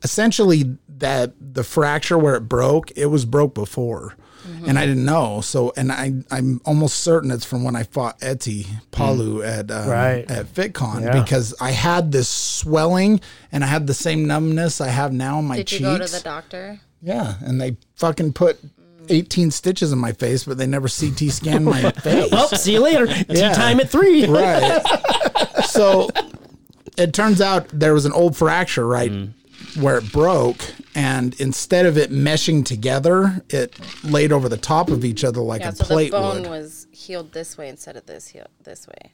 S4: essentially that the fracture where it broke, it was broke before.
S5: Mm-hmm.
S4: And I didn't know. So and I I'm almost certain it's from when I fought Etsy Palu
S5: Mm.
S4: at um,
S2: Right.
S4: at FitCon
S2: Yeah.
S4: because I had this swelling and I had the same numbness I have now in my
S5: Did you
S4: cheeks.
S5: go to the doctor?
S4: Yeah, and they fucking put 18 stitches in my face, but they never CT scanned my face.
S2: Well, see you later.
S4: Yeah.
S2: Tea time at three.
S4: right.
S2: Mm.
S4: So it turns out there was an old fracture right where it broke, and instead of it meshing together, it laid over the top of each other like
S5: Yeah,
S4: a
S5: so the
S4: plate
S5: bone
S4: would.
S5: was healed this way instead of this healed this way.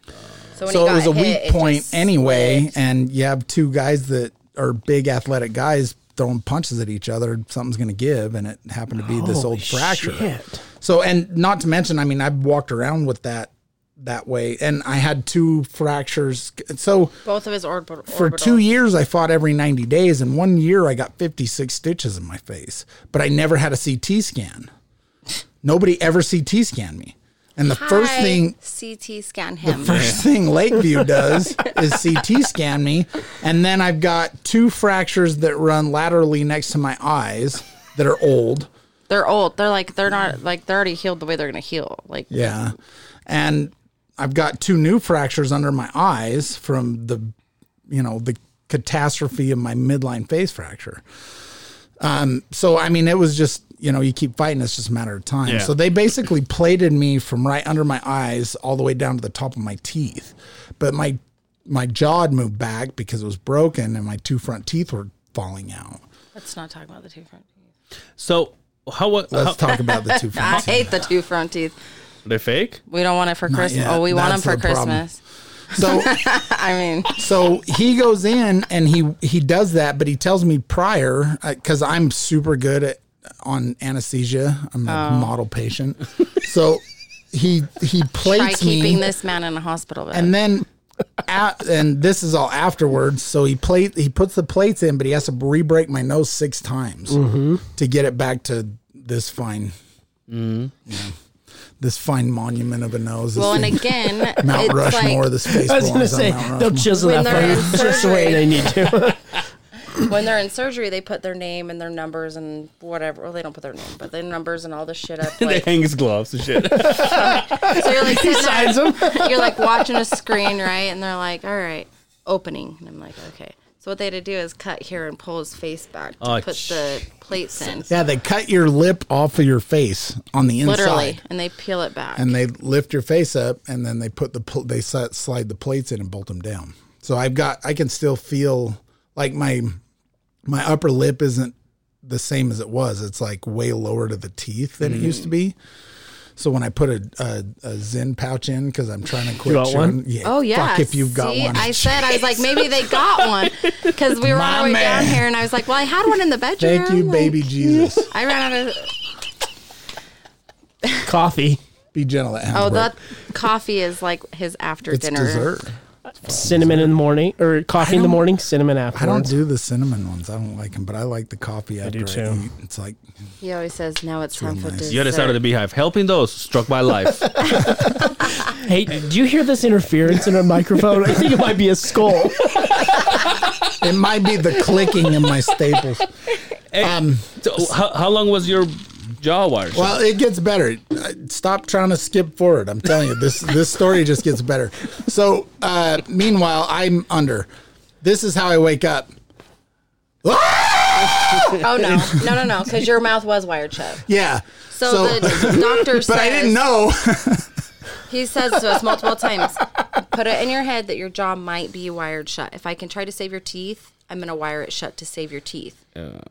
S5: So, when
S4: so
S5: he
S4: it was a
S5: got hit,
S4: weak
S5: it
S4: point
S5: just
S4: anyway,
S5: split.
S4: and you have two guys that are big athletic guys throwing punches at each other. Something's going to give, and it happened to be this old fracture.
S2: Shit.
S4: So, and not to mention, I mean, I've walked around with that that way, and I had two fractures. So
S5: Both of his orbital.
S4: for two years, I fought every 90 days, and one year I got 56 stitches in my face, but I never had a CT scan. Nobody ever CT scanned me. And the first thing
S5: CT scan him.
S4: first thing Lakeview does is CT scan me, and then I've got two fractures that run laterally next to my eyes that are old.
S5: they're old. They're like they're not like they're already healed the way they're gonna heal. Like
S4: Yeah, and I've got two new fractures under my eyes from the, you know, the catastrophe of my midline face fracture. Um, so I mean, it was just you know you keep fighting. It's just a matter of time.
S3: Yeah.
S4: So they basically plated me from right under my eyes all the way down to the top of my teeth, but my my jaw had moved back because it was broken and my two front teeth were falling out.
S5: let's not talk about the two front teeth.
S3: So how was
S4: Let's talk about the two
S5: I
S4: front teeth.
S5: hate the two front teeth.
S3: they fake?
S5: We don't want it for Christmas.
S4: yet.
S5: Oh, we want them
S4: That's
S5: for
S4: the problem.
S5: Christmas.
S4: So
S5: I mean,
S4: so he goes in and he he does that, but he tells me prior because I'm super good at on anesthesia. I'm a model patient, so he he
S5: Oh. try
S4: plates me.
S5: keeping this man in a hospital bed.
S4: and then at, and this is all afterwards so he plate he puts the plates in but he has to re-break my nose six times
S2: Mm-hmm.
S4: to get it back to this fine
S2: Mm.
S4: yeah, this fine monument of a nose this
S5: well, and
S4: thing-
S5: again,
S4: mount
S5: it's
S4: rushmore
S5: like
S4: this face
S2: I was gonna
S4: belongs on
S2: say
S4: Mount
S2: they'll
S4: Rushmore.
S2: chisel
S5: When
S2: that
S5: they're in
S2: for you just the way
S5: surgery.
S2: they need to.
S5: when they're in surgery, they put their name and their numbers and whatever. Well, they don't put their name, but their numbers and all this shit up.
S3: They
S5: Like,
S3: hang his gloves and shit.
S5: so you're like sitting there,
S2: Signs 'em.
S5: you're like watching a screen, right? And they're like, "All right, opening," and I'm like, "Okay." So what they had to do is cut here and pull his face back to
S3: Oh,
S5: put the plates in,
S4: yeah they cut your lip off of your face on the inside
S5: literally, and they peel it back.
S4: and they lift your face up and then they put the pl- they si- slide the plates in and bolt them down so i've got i can still feel like my my upper lip isn't the same as it was it's like way lower to the teeth than it used
S5: Mm.
S4: to be so when i put a a, a zen pouch in because i'm trying to quit
S2: got one?
S4: chewing- yeah
S5: Oh yeah!
S4: fuck if you've got
S5: See,
S4: one
S5: I said I was like maybe they got one because we were on our way down
S4: man.
S5: here, and I was like, "Well, I had one in the bedroom."
S4: thank you
S5: like,
S4: baby jesus
S5: I ran out of
S2: Coffee,
S4: be gentle at
S5: oh
S4: home
S5: that coffee is like his after
S4: it's
S5: dinner
S4: dessert
S2: cinnamon in the morning, or coffee in the morning, cinnamon afterwards.
S4: I don't do the cinnamon ones. I don't like them, but I like the coffee after I,
S2: do too.
S4: eat. It's like
S5: He always says now it's time for dessert.
S3: the other side of the beehive, helping those struck by life.
S2: Hey, do you hear this interference in our microphone? I think it might be a skull.
S4: it might be the clicking in my staples. Um,
S3: so how, how long was your jaw wired? shut?
S4: Well, it gets better. Uh, Stop trying to skip forward. I'm telling you, this this story just gets better. So, uh, meanwhile, I'm under. This is how I wake up.
S5: Oh no, no, no, no, because your mouth was wired shut.
S4: Yeah.
S5: So, the doctor says,
S4: but I didn't know.
S5: He says to us multiple times, put it in your head that your jaw might be wired shut. If I can try to save your teeth, I'm gonna wire it shut to save your teeth.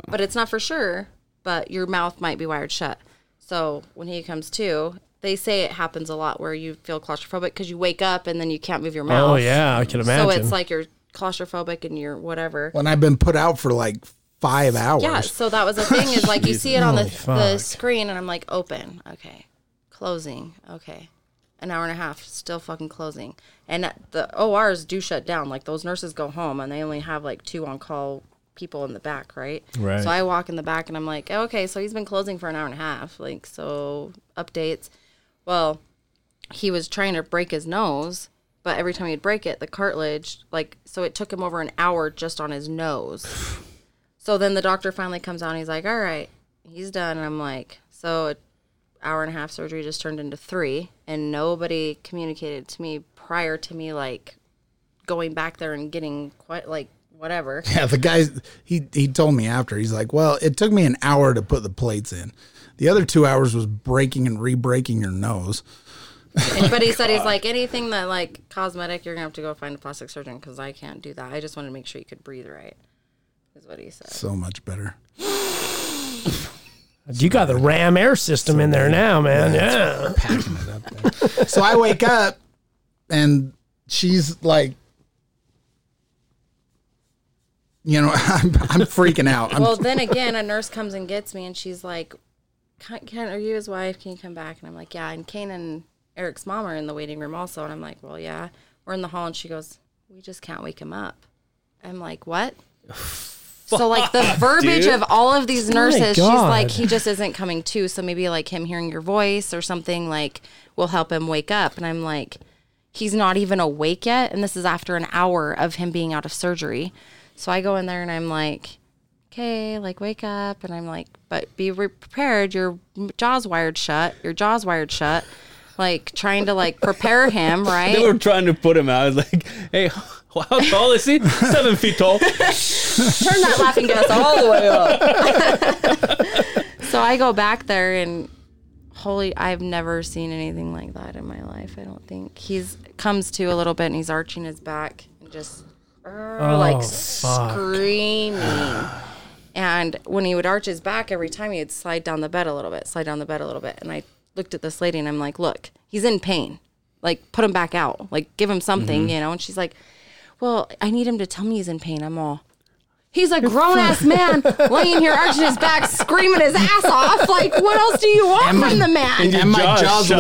S5: But it's not for sure. But your mouth might be wired shut. So when he comes to, they say it happens a lot where you feel claustrophobic because you wake up and then you can't move your mouth.
S2: Oh, yeah, I can
S5: So it's like you're claustrophobic and you're whatever.
S4: when I've been put out for like five hours.
S5: Yeah, so that was the thing is like you see it on the, the screen and I'm like open, okay, closing, okay, an hour and a half, still fucking closing, and the ORs do shut down. Like those nurses go home and they only have like two on call people in the back, right?
S3: Right.
S5: So I walk in the back and I'm like, oh, okay, so he's been closing for an hour and a half, like so updates. Well, he was trying to break his nose. But every time he'd break it, the cartilage, like, so it took him over an hour just on his nose. So then the doctor finally comes out and he's like, "All right, he's done." And I'm like, "So, an hour and a half surgery just turned into three, and nobody communicated to me prior to me like going back there and getting quite like whatever."
S4: Yeah, the guy he he told me after he's like, well, it took me an hour to put the plates in. The other two hours was breaking and re-breaking your nose.
S5: but he said he's like anything that like cosmetic, you're gonna have to go find a plastic surgeon because I can't do that. I just wanted to make sure you could breathe right, is what he said.
S4: So much better.
S2: You got the Ram air system in there now, man. Yeah.
S4: So I wake up and she's like, you know, I'm, I'm freaking out. I'm,
S5: Well, then again, a nurse comes and gets me, and she's like, "Can, can are you his wife? Can you come back?" And I'm like, "Yeah." And Kane and Eric's mom are in the waiting room also, and I'm like, "Well, yeah." We're in the hall, and she goes, "We just can't wake him up." I'm like, "What?" so like the verbiage of all of these nurses, she's
S2: God.
S5: like, "He just isn't coming to." So maybe like him hearing your voice or something like will help him wake up. And I'm like, he's not even awake yet, and this is after an hour of him being out of surgery. So I go in there and I'm like okay, like wake up. And I'm like, but be re- prepared. Your jaw's wired shut. Your jaw's wired shut. Like trying to like prepare him,
S3: They were
S5: right?
S3: trying to put him out. I was like, hey, how tall is he? Seven feet tall.
S5: Turn that laughing gas all the way up. so I go back there and holy, I've never seen anything like that in my life. I don't think he's comes to a little bit and he's arching his back and just er,
S3: Oh,
S5: like screaming. And when he would arch his back every time, he would slide down the bed a little bit, slide down the bed a little bit. And I looked at this lady and I'm like, look, he's in pain. Like, put him back out. Like, give him something, you know? And she's like, well, I need him to tell me he's in pain. I'm all, he's a grown ass man laying here arching his back, screaming his ass off. Like, what else do you want from the man?
S4: and my
S3: Josh,
S4: jaw's
S3: shut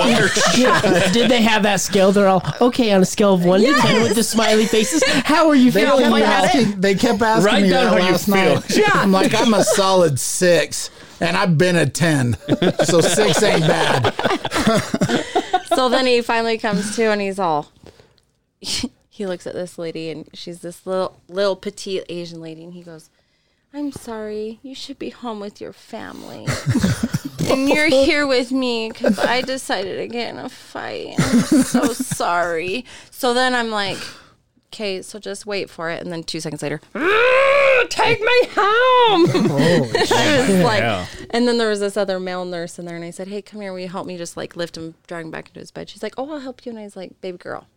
S4: wired.
S2: Did they have that scale? They're all okay on a scale of one to ten with the smiley faces. How are you
S4: They
S2: feeling?
S4: kept
S2: right now?
S4: asking, they kept asking
S3: Write
S4: me
S3: down
S4: that
S3: how you
S4: last
S3: feel.
S4: night. I'm like, I'm a solid six, and I've been a ten, so six ain't bad.
S5: so then he finally comes to and he's all he looks at this lady and she's this little little petite asian lady and he goes i'm sorry you should be home with your family and you're here with me because i decided to get in a fight i'm so sorry so then i'm like okay so just wait for it and then two seconds later "Ah, take me home I was like,
S3: Yeah.
S5: and then there was this other male nurse in there, and I said, "Hey, come here. Will you help me just like lift him, drag him back into his bed?" She's like, "Oh, I'll help you." And I was like, "Baby girl,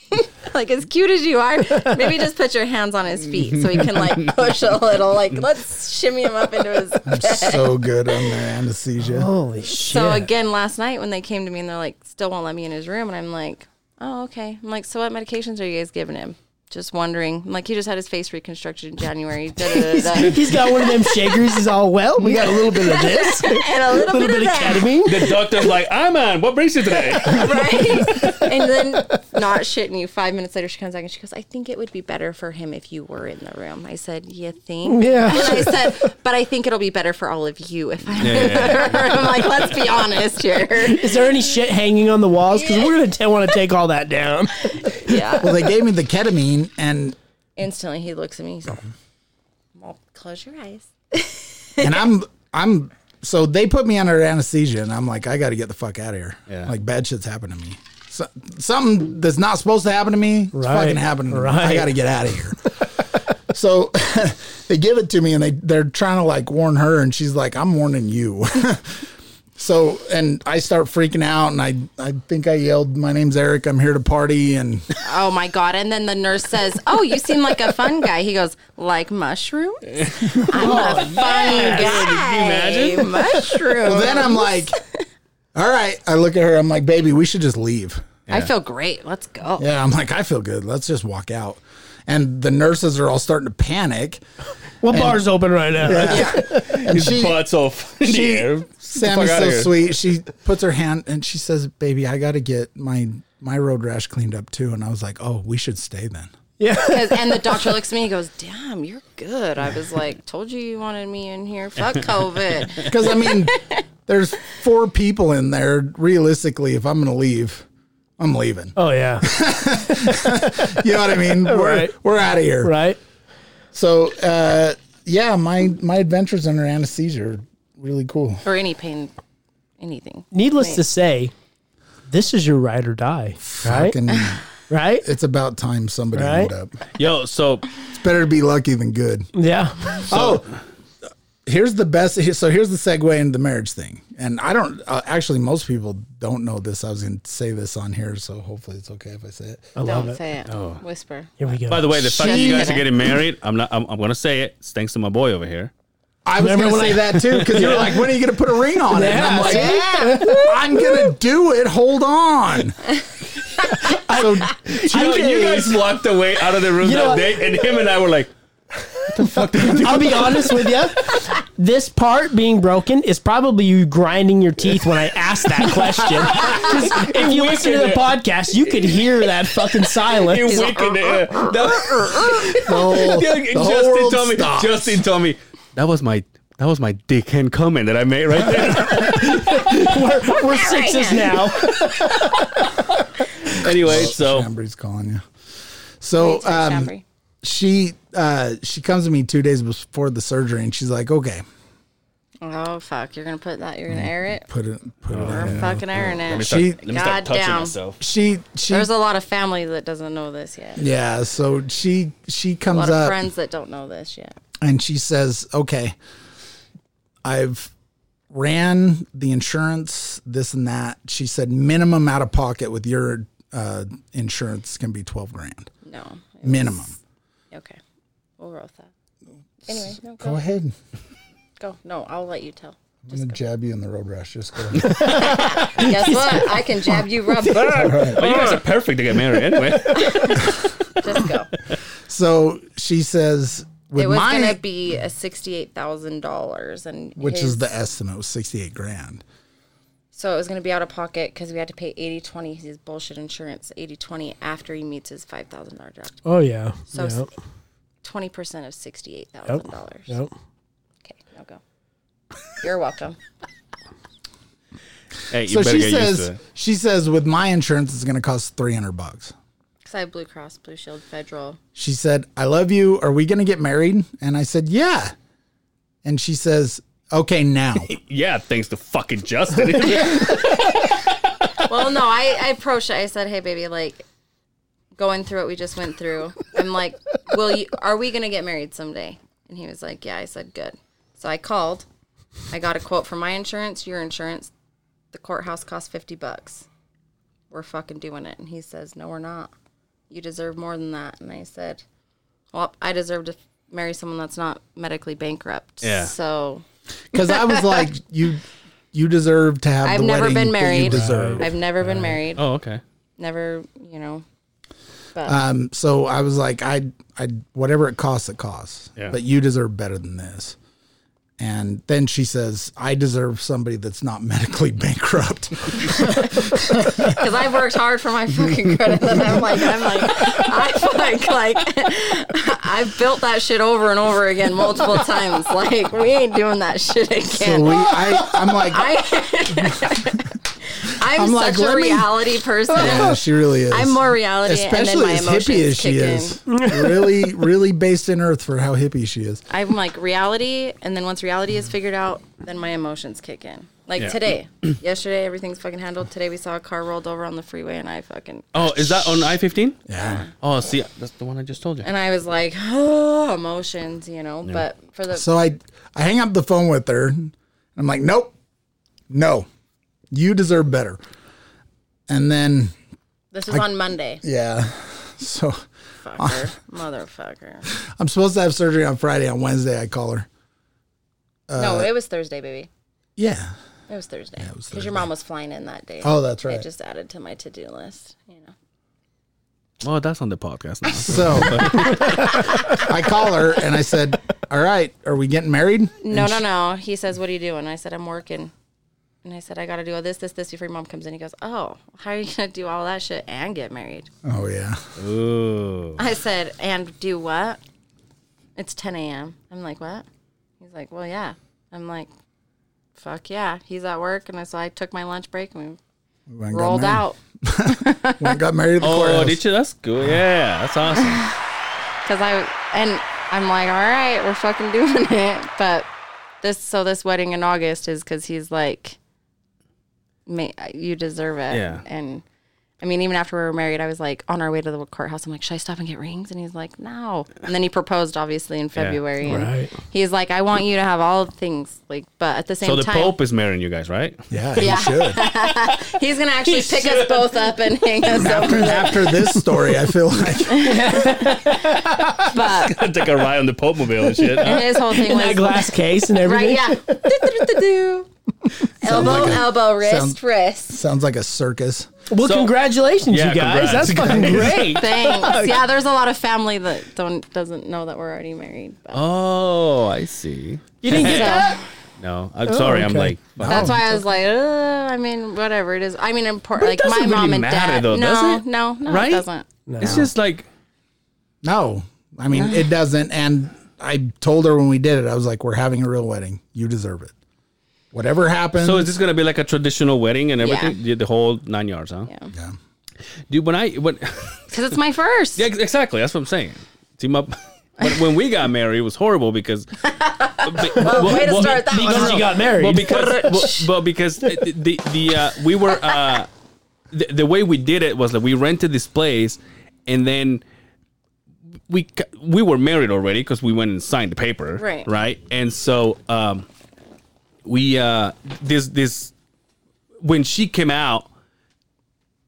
S5: like as cute as you are, maybe just put your hands on his feet so he can like push a little. Like let's shimmy him up into his bed."
S4: So good on their anesthesia.
S2: Holy shit!
S5: So again, last night when they came to me and they're like, "Still won't let me in his room," and I'm like, "Oh, okay." I'm like, "So what medications are you guys giving him?" Just wondering. I'm like, he just had his face reconstructed in January. da, da, da, da.
S2: He's got one of them shakers. He's all well. We got a little bit of this, a
S5: And a little,
S2: little bit of
S5: that.
S2: ketamine.
S3: The doctor's like, I'm on. What brings you today?
S5: right? and then, not shitting you, five minutes later, she comes back and she goes, I think it would be better for him if you were in the room. I said, You think?
S2: Yeah.
S5: And I said, But I think it'll be better for all of you if I'm in the room. Like, let's be honest here.
S2: Is there any shit hanging on the walls? Because we're gonna t- want to take all that down.
S5: Yeah.
S4: Well, they gave me the ketamine, and
S5: Instantly, he looks at me. He's like, well, close your eyes.
S4: and I'm I'm so they put me under anesthesia, and I'm like, I got to get the fuck out of here.
S3: Yeah.
S4: Like bad shit's happened to me. So, something that's not supposed to happen to me, it's
S2: Right,
S4: fucking happened. to me.
S2: right.
S4: I got to get out of here. so they give it to me, and they they're trying to like warn her, and she's like, I'm warning you. So and I start freaking out, and I I think I yelled, "My name's Eric. I'm here to party." And
S5: Oh my God. And then the nurse says, Oh, you seem like a fun guy. He goes, Like mushrooms? I'm a fun guy.
S3: Can you imagine?
S5: Mushrooms.
S4: well, then I'm like, "All right." I look at her. I'm like, "Baby, we should just leave."
S5: I feel great. Let's go.
S4: Yeah, I'm like, I feel good. Let's just walk out. And the nurses are all starting to panic.
S2: What bar's open right now?
S4: And
S3: His
S4: she,
S3: butts off in the air. Get the
S4: Sammy's
S3: fuck outta
S4: so
S3: here.
S4: sweet. She puts her hand and she says, "Baby, I got to get my my road rash cleaned up too." And I was like, "Oh, we should stay then."
S5: Because and the doctor looks at me and goes, "Damn, you're good." I was like, "Told you you wanted me in here. Fuck COVID."
S4: Because I mean, there's four people in there. Realistically, if I'm gonna leave, I'm leaving.
S2: Oh yeah,
S4: You know what I mean? We're
S2: Right.
S4: we're out of here.
S2: right.
S4: So, uh, yeah, my my adventures under anesthesia are really cool.
S5: or any pain, anything.
S2: Needless to say, this is your ride or die, right?
S4: Fucking,
S2: right?
S4: it's about time somebody
S2: Right?
S4: ended up.
S3: Yo, so
S4: Better to be lucky than good.
S2: Yeah.
S4: oh, here's the best. here- So here's the segue into the marriage thing. And I don't uh, actually, most people don't know this. I was going to say this on here, so hopefully it's okay if I say it.
S2: Oh,
S5: Don't say it. Whisper.
S2: Here we go.
S3: by the way, the fact that
S5: Shit.
S3: you guys are getting married, I'm not. I'm, I'm gonna say it. It's thanks to my boy over here.
S4: I was
S2: Remember
S4: going
S2: when
S4: to say
S2: I-
S4: that too because you were like, when are you going to put a ring on it? And I'm
S2: Yeah,
S4: like,
S2: see?
S4: "Ah, I'm going to do it. Hold on. So
S3: You, know, you guys walked away out of the room
S2: You know
S3: that
S2: what?
S3: day, and him and I were like,
S2: I'll be honest with you. This part being broken is probably you grinding your teeth when I asked that question. 'Cause if you listen to the podcast, you could hear that fucking
S3: "You
S2: silence.
S3: wicked!" uh, that-
S4: no, uh, the whole
S3: Justin
S4: world
S3: told me.
S4: stops.
S3: Justin told me that was my that was my dickhead comment that I made right there.
S2: We're, we're sixes now.
S3: anyway, so
S4: Chambry's calling you. So um,
S5: Chambry.
S4: she uh, she comes to me two days before the surgery, and she's like, "Okay,
S5: Oh fuck! You're gonna put that. You're gonna air it.
S4: put it put it."
S5: We're
S4: in."
S5: fucking airing it.
S4: She-
S3: let me start
S5: God
S3: touching
S5: damn.
S3: myself.
S4: She she
S5: There's a lot of family that doesn't know this yet.
S4: yeah. So she she
S5: A
S4: comes
S5: lot of
S4: up
S5: friends that don't know this yet.
S4: and she says, "Okay, I've ran the insurance, this and that." She said, "Minimum out of pocket with your uh, insurance can be twelve grand
S5: No.
S4: minimum."
S5: Okay. We'll roll with that. Anyway, Mm. no, go,
S4: Go ahead.
S5: Go. No, I'll let you tell.
S4: I'm gonna jab you in the road rash. Just go. Ahead.
S5: Guess what? I can jab you, rub.
S3: Oh, you guys are perfect to get married anyway.
S5: Just go.
S4: so she says, "With
S5: It was
S4: my
S5: gonna be a sixty-eight thousand dollars, and
S4: which is
S5: his-
S4: the estimate was 68 grand
S5: so it was gonna be out of pocket because we had to pay 80-20 his bullshit insurance 80-20 after he meets his five thousand dollar deductible.
S2: Oh yeah.
S5: So s- twenty percent of sixty-eight thousand dollars.
S2: Yep.
S5: Okay, now go. You're welcome.
S3: Hey, you
S4: so
S3: better
S4: she
S3: get used to
S4: says
S3: it.
S4: she says with my insurance it's going to cost 300 bucks
S5: Because I have Blue Cross Blue Shield Federal.
S4: she said i love you are we going to get married and i said yeah and she says okay now
S3: Yeah, thanks to fucking Justin.
S5: Well, no, I, I approached it. I said, "Hey, baby, like going through what we just went through. I'm like, will you? Are we gonna get married someday?" And he was like, "Yeah." I said, "Good." So I called. I got a quote from my insurance, your insurance. The courthouse cost fifty bucks. We're fucking doing it. And he says, "No, we're not. You deserve more than that." And I said, "Well, I deserve to." Marry someone that's not medically bankrupt.
S3: Yeah.
S5: So
S4: because i was like you you deserve to have
S5: I've
S4: the
S5: never
S4: wedding
S5: been
S4: that you
S5: married.
S4: deserve
S5: I've never been married.
S3: oh, okay.
S5: Never, you know. But
S4: um so i was like i i whatever it costs it costs
S3: Yeah.
S4: but you deserve better than this and then she says i deserve somebody that's not medically bankrupt
S5: because I've worked hard for my fucking credit. And I'm like, I'm like, I fuck, like, I've built that shit over and over again multiple times. Like, we ain't doing that shit again.
S4: so we i i'm like
S5: I, I'm,
S4: I'm like,
S5: such
S4: let
S5: a
S4: me-
S5: reality person.
S4: Yeah, she really is.
S5: I'm more reality, and
S4: especially
S5: then my
S4: as
S5: emotions
S4: hippie as she
S5: kick
S4: is. really, really based in earth for how hippie she is.
S5: I'm like reality, and then once reality is figured out, then my emotions kick in. Like
S3: Yeah.
S5: today, yesterday everything's fucking handled. Today we saw a car rolled over on the freeway, and I fucking
S3: Oh, is that on I fifteen?
S4: Yeah.
S3: Oh, see, that's the one I just told you.
S5: and I was like, oh, emotions, you know. But for the
S4: So I, I hang up the phone with her. and I'm like, nope, no, you deserve better. And then,
S5: This was on Monday.
S4: yeah. So
S5: Fucker. Motherfucker.
S4: I'm supposed to have surgery on Friday. On Wednesday, I call her.
S5: no, it was Thursday, baby.
S4: Uh, Yeah.
S5: It was Thursday. Because your mom was flying in that day.
S4: Oh, that's
S5: I
S4: right.
S5: just added to my to do list, you know.
S3: Oh, that's on the podcast now.
S4: So I call her and I said, all right, are we getting married?
S5: No, no, no. He says, What are you doing? I said, I'm working. And I said, I gotta do all this, this, this before your mom comes in. He goes, Oh, how are you gonna do all that shit and get married?
S4: Oh, yeah.
S3: Ooh.
S5: I said, And do what? It's ten AM. I'm like, What? He's like, Well yeah. I'm like, Fuck yeah. He's at work and so I took my lunch break and
S4: We went
S5: we
S4: and got
S5: rolled
S4: married.
S5: out.
S4: Went and got married at the
S3: Oh,
S4: courthouse.
S3: did you? That's good. Yeah, that's awesome.
S5: because I and I'm like, all right, we're fucking doing it. But this, so this wedding in August is because he's like, ma- you deserve it.
S3: Yeah.
S5: and I I mean, even after we were married, I was like on our way to the courthouse. I'm like, should I stop and get rings? And he's like, no. And then he proposed, obviously, in February. and
S2: Right.
S5: He's like, I want you to have all things, like, but at the same
S3: So the
S5: time,
S3: Pope is marrying you guys, right?
S4: Yeah, you should.
S5: he's gonna actually pick us both up and hang us up.
S4: after, after this story, I feel like
S5: But
S3: Take a ride on the Pope mobile and shit.
S5: and his whole thing
S2: in that
S5: was
S2: glass case and everything.
S5: right, yeah. Do-do-do-do-do. elbow,
S4: like a-
S5: elbow, wrist,
S4: sounds-
S5: wrist.
S4: sounds like a circus.
S2: Well,
S3: So-
S2: congratulations,
S3: Yeah,
S2: you guys.
S3: congrats,
S2: That's fucking great.
S5: Thanks. Yeah, there's a lot of family that don't doesn't know that we're already married. But.
S3: Oh, I see.
S2: You didn't get
S5: So-
S2: that?
S3: No, I'm sorry. I'm
S2: okay.
S3: like,
S5: That's why I was like, Ugh, I mean, whatever it is. I mean, important.
S3: Oh. it
S5: Like my
S3: doesn't
S5: mom
S3: really
S5: and
S3: matter,
S5: dad.
S3: though,
S5: no,
S3: does it?
S5: no, no,
S3: Right?
S5: it doesn't.
S3: it's just like,
S4: No, I mean it doesn't. And I told her when we did it, I was like, "We're having a real wedding. You deserve it. Whatever happens."
S3: so is this gonna be like a traditional wedding and everything? The- The whole nine yards, huh?
S5: Yeah.
S4: yeah.
S3: Dude, when I when
S5: Because it's my first.
S3: Yeah, ex- exactly. That's what I'm saying. Team up. When, when we got married, it was horrible because. well,
S5: way to start that one.
S2: Because you got married.
S3: Well, because well, well, because the the, the uh, we were uh, the, the way we did it was that we rented this place, and then we c- we were married already because we went and signed the paper,
S5: Right.
S3: Right, and so um, we uh, this this when she came out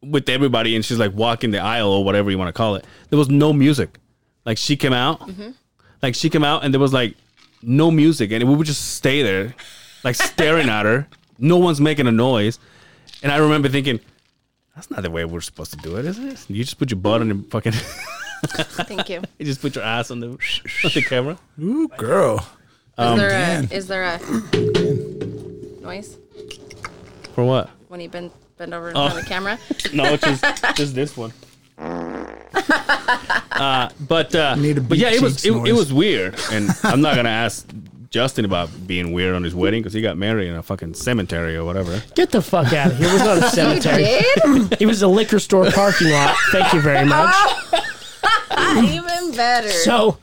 S3: with everybody and she's like walking the aisle or whatever you want to call it there was no music like she came out like she came out and there was like no music and we would just stay there like staring at her no one's making a noise and i remember thinking that's not the way we're supposed to do it is it you just put your butt on your fucking
S5: Thank you.
S3: you just put your ass on the, on the camera
S4: Ooh, girl.
S3: Um,
S5: is there
S4: man.
S5: a is there a noise
S3: for what
S5: when you bend bend over in
S3: Oh.
S5: front of the camera?
S3: no it's just, just this one uh, but uh,
S4: need a
S3: but
S4: beat
S3: yeah, it was
S4: cheeks
S3: it, it
S4: noise.
S3: was weird, and I'm not gonna ask Justin about being weird on his wedding because he got married in a fucking cemetery or whatever.
S2: Get the fuck out of here. We're not a cemetery.
S5: Did
S2: It was a liquor store parking lot. Thank you very much.
S5: even better.
S2: So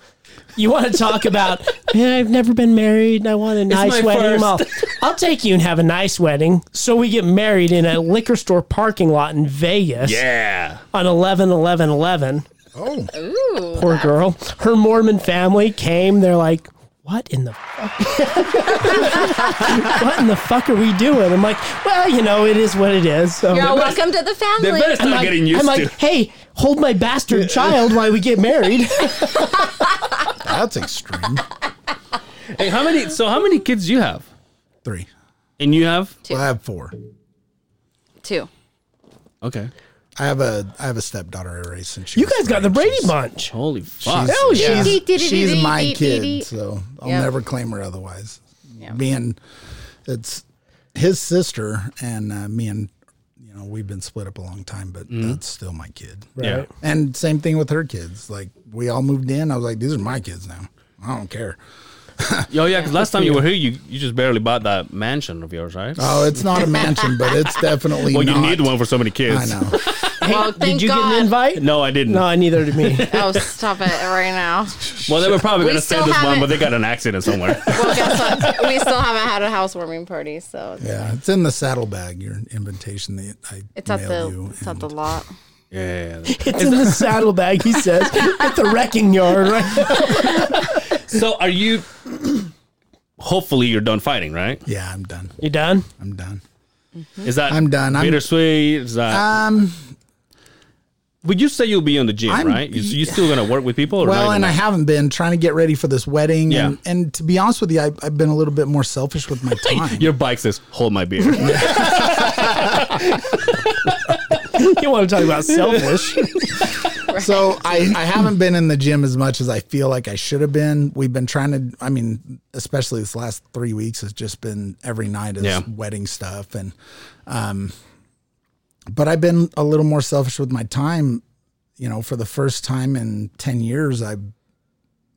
S2: you want to talk about, man, I've never been married and I want a nice
S3: my
S2: wedding.
S3: first."
S2: Well, I'll take you and have a nice wedding. So we get married in a liquor store parking lot in Vegas
S3: Yeah,
S2: on 11 11 11.
S4: Oh,
S5: Ooh,
S2: Poor girl. Her Mormon family came. They're like, what in the fuck? what in the fuck are we doing? I'm like, well, you know, it is what it is. So
S5: you're all welcome to the
S3: they
S5: family.
S3: better start
S2: I'm like-
S3: getting used
S2: I'm like,
S3: to.
S2: hey, hold my bastard child while we get married.
S4: that's extreme.
S3: Hey, how many? So how many kids do you have?
S4: Three.
S3: And you have
S4: Well, I have four.
S5: Two.
S3: okay.
S4: I have a I have a stepdaughter I raised since she
S2: You
S4: was
S2: guys got the
S4: three.
S2: Brady
S4: She's-
S2: Bunch.
S3: Holy fuck!
S4: She's,
S2: Hell yeah.
S4: she's, she's my
S5: Dee-dee-dee-dee-dee-dee.
S4: kid, so I'll
S5: Yep.
S4: never claim her otherwise. Me and it's his sister, and uh, me and you know we've been split up a long time, but
S3: Mm.
S4: that's still my kid.
S3: Yeah.
S2: Right.
S4: And same thing with her kids. Like we all moved in. I was like, these are my kids now. I don't care.
S3: Yo, yeah. Because last time you were here, you, you just barely bought that mansion of yours, right?
S4: Oh, it's not a mansion, but it's definitely.
S3: well, you
S4: not.
S3: need one for so many kids.
S4: I know.
S5: well, thank
S2: Did you
S5: God.
S2: get an invite?
S3: No, I didn't.
S2: No, neither did me.
S5: Oh, stop it right now.
S3: Well, they were probably
S5: We
S3: gonna send
S5: still
S3: this one,
S5: haven't-
S3: but they got an accident somewhere.
S5: Well, guess what? We still haven't had a housewarming party, so
S4: Yeah, it's in the saddlebag. Your invitation that I
S5: it's at
S4: mailed
S5: the
S4: you.
S5: it's at
S4: and-
S5: the lot.
S3: yeah.
S2: It's in the saddlebag, he says, at the wrecking yard, right?
S3: So are you? Hopefully, you're done fighting, right?
S4: yeah, I'm done.
S2: You done?
S4: I'm done.
S3: Is that
S4: I'm done. I'm-
S3: bittersweet? Is
S5: Uh,
S3: that?
S4: Um.
S3: But you say you'll be on the gym,
S4: I'm-
S3: right? You, you still gonna work with people? Or
S4: Well,
S3: not
S4: and I
S3: even?
S4: haven't been trying to get ready for this wedding.
S3: Yeah.
S4: And, and to be honest with you, I, I've been a little bit more selfish with my time.
S3: your bike says "Hold my beer."
S2: You want to talk about selfish?
S4: So I, I haven't been in the gym as much as I feel like I should have been. We've been trying to, I mean, especially this last three weeks has just been every night is
S3: Yeah.
S4: wedding stuff. And, um, but I've been a little more selfish with my time. You know, for the first time in 10 years, I,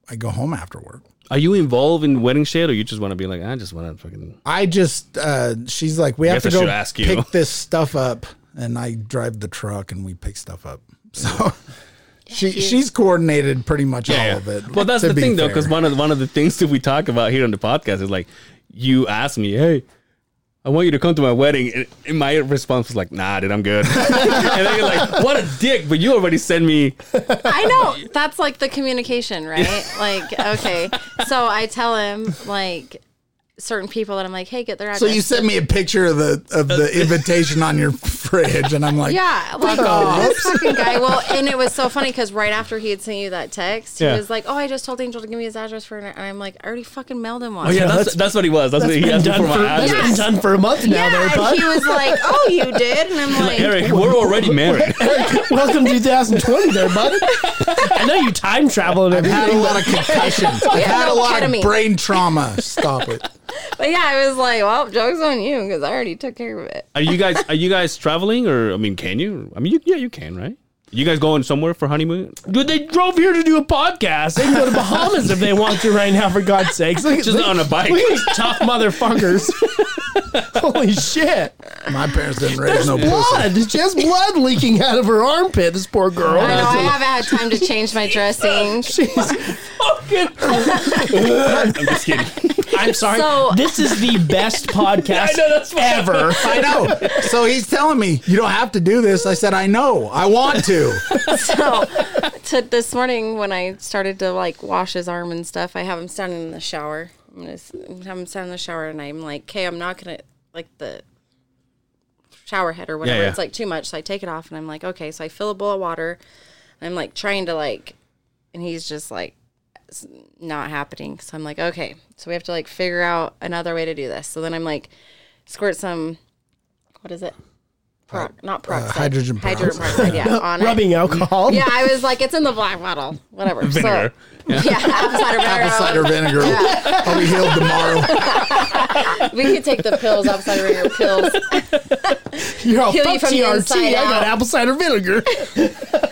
S4: I go home after work.
S3: Are you involved in wedding shit, or you just want to be like, I just want to fucking?
S4: I just uh she's like we have
S3: guess
S4: to
S3: I
S4: go
S3: should ask you.
S4: pick this stuff up and I drive the truck and we pick stuff up. So she she's coordinated pretty much all of it.
S3: Well, that's
S4: to
S3: the
S4: be
S3: thing, though, because
S4: fair.
S3: one of one of the things that we talk about here on the podcast is like, you ask me, hey, I want you to come to my wedding. And, and my response was like, nah, dude, I'm good. and then you're like, what a dick, but you already sent me.
S5: I know. That's like the communication, right? like, okay. So I tell him, like, certain people that I'm like, hey, get their address.
S4: So you sent me a picture of the of the invitation on your fridge, and I'm like,
S5: yeah, like this fucking guy. Well, and it was so funny because right after he had sent you that text, he
S3: Yeah.
S5: was like, "Oh, I just told Angel to give me his address for," an, and I'm like, "I already fucking mailed him one."
S3: Oh, yeah, that's, that's what he was. That's, what he
S2: Been
S3: asked me
S2: done
S3: for
S2: for,
S3: my
S2: that's
S3: address.
S2: been done for a month now,
S5: Yeah,
S2: there,
S5: and
S2: bud.
S5: he was like, "Oh, you did," and I'm like,
S3: Eric, we're already married.
S2: Welcome to 2020, there, bud. I know you time travel and
S4: I've had a
S2: everything.
S4: lot of concussions. I've had a
S5: no
S4: lot of
S5: ketamine.
S4: brain trauma. Stop it.
S5: "But yeah," I was like, "Well, joke's on you because I already took care of it."
S3: Are you guys are you guys traveling or I mean can you? I mean you, yeah you can right? You guys going somewhere for honeymoon?
S2: Dude, they drove here to do a podcast. They can go to Bahamas if they want to right now, for God's sakes. Look, at-
S3: Just
S2: look-
S3: on a bike.
S2: Look at these tough motherfuckers. Holy shit.
S4: My parents didn't raise no pussy.
S2: Blood. She has blood leaking out of her armpit, this poor girl.
S5: I know I haven't had time to change my dressing.
S2: Fucking-
S3: I'm just kidding.
S2: I'm sorry.
S5: So-
S2: this is the best podcast ever.
S4: I know. So he's telling me you don't have to do this. I said I know. I want to.
S5: so to this morning when I started to like wash his arm and stuff, I have him standing in the shower. I'm gonna s- have him stand in the shower, and I'm like, "Okay, I'm not gonna like the shower head or whatever.
S3: yeah.
S5: It's like too much, so I take it off, and I'm like, okay. So I fill a bowl of water, and I'm like trying to like, and he's just like, it's not happening. So I'm like, okay. So we have to like figure out another way to do this. So then I'm like, squirt some, what is it? Proc, not peroxide.
S4: hydrogen
S5: Hydrogen peroxide. Yeah, on it.
S2: Rubbing alcohol.
S5: Yeah, I was like, it's in the black bottle, whatever.
S3: Vinegar.
S5: So, yeah, apple cider vinegar.
S4: apple cider vinegar. I'll be healed tomorrow.
S5: We could take the pills, apple cider vinegar pills.
S2: You're all
S5: Kill you
S2: fuck
S5: from
S2: TRT.
S5: the
S2: I
S5: inside
S2: got
S5: out.
S2: apple cider vinegar.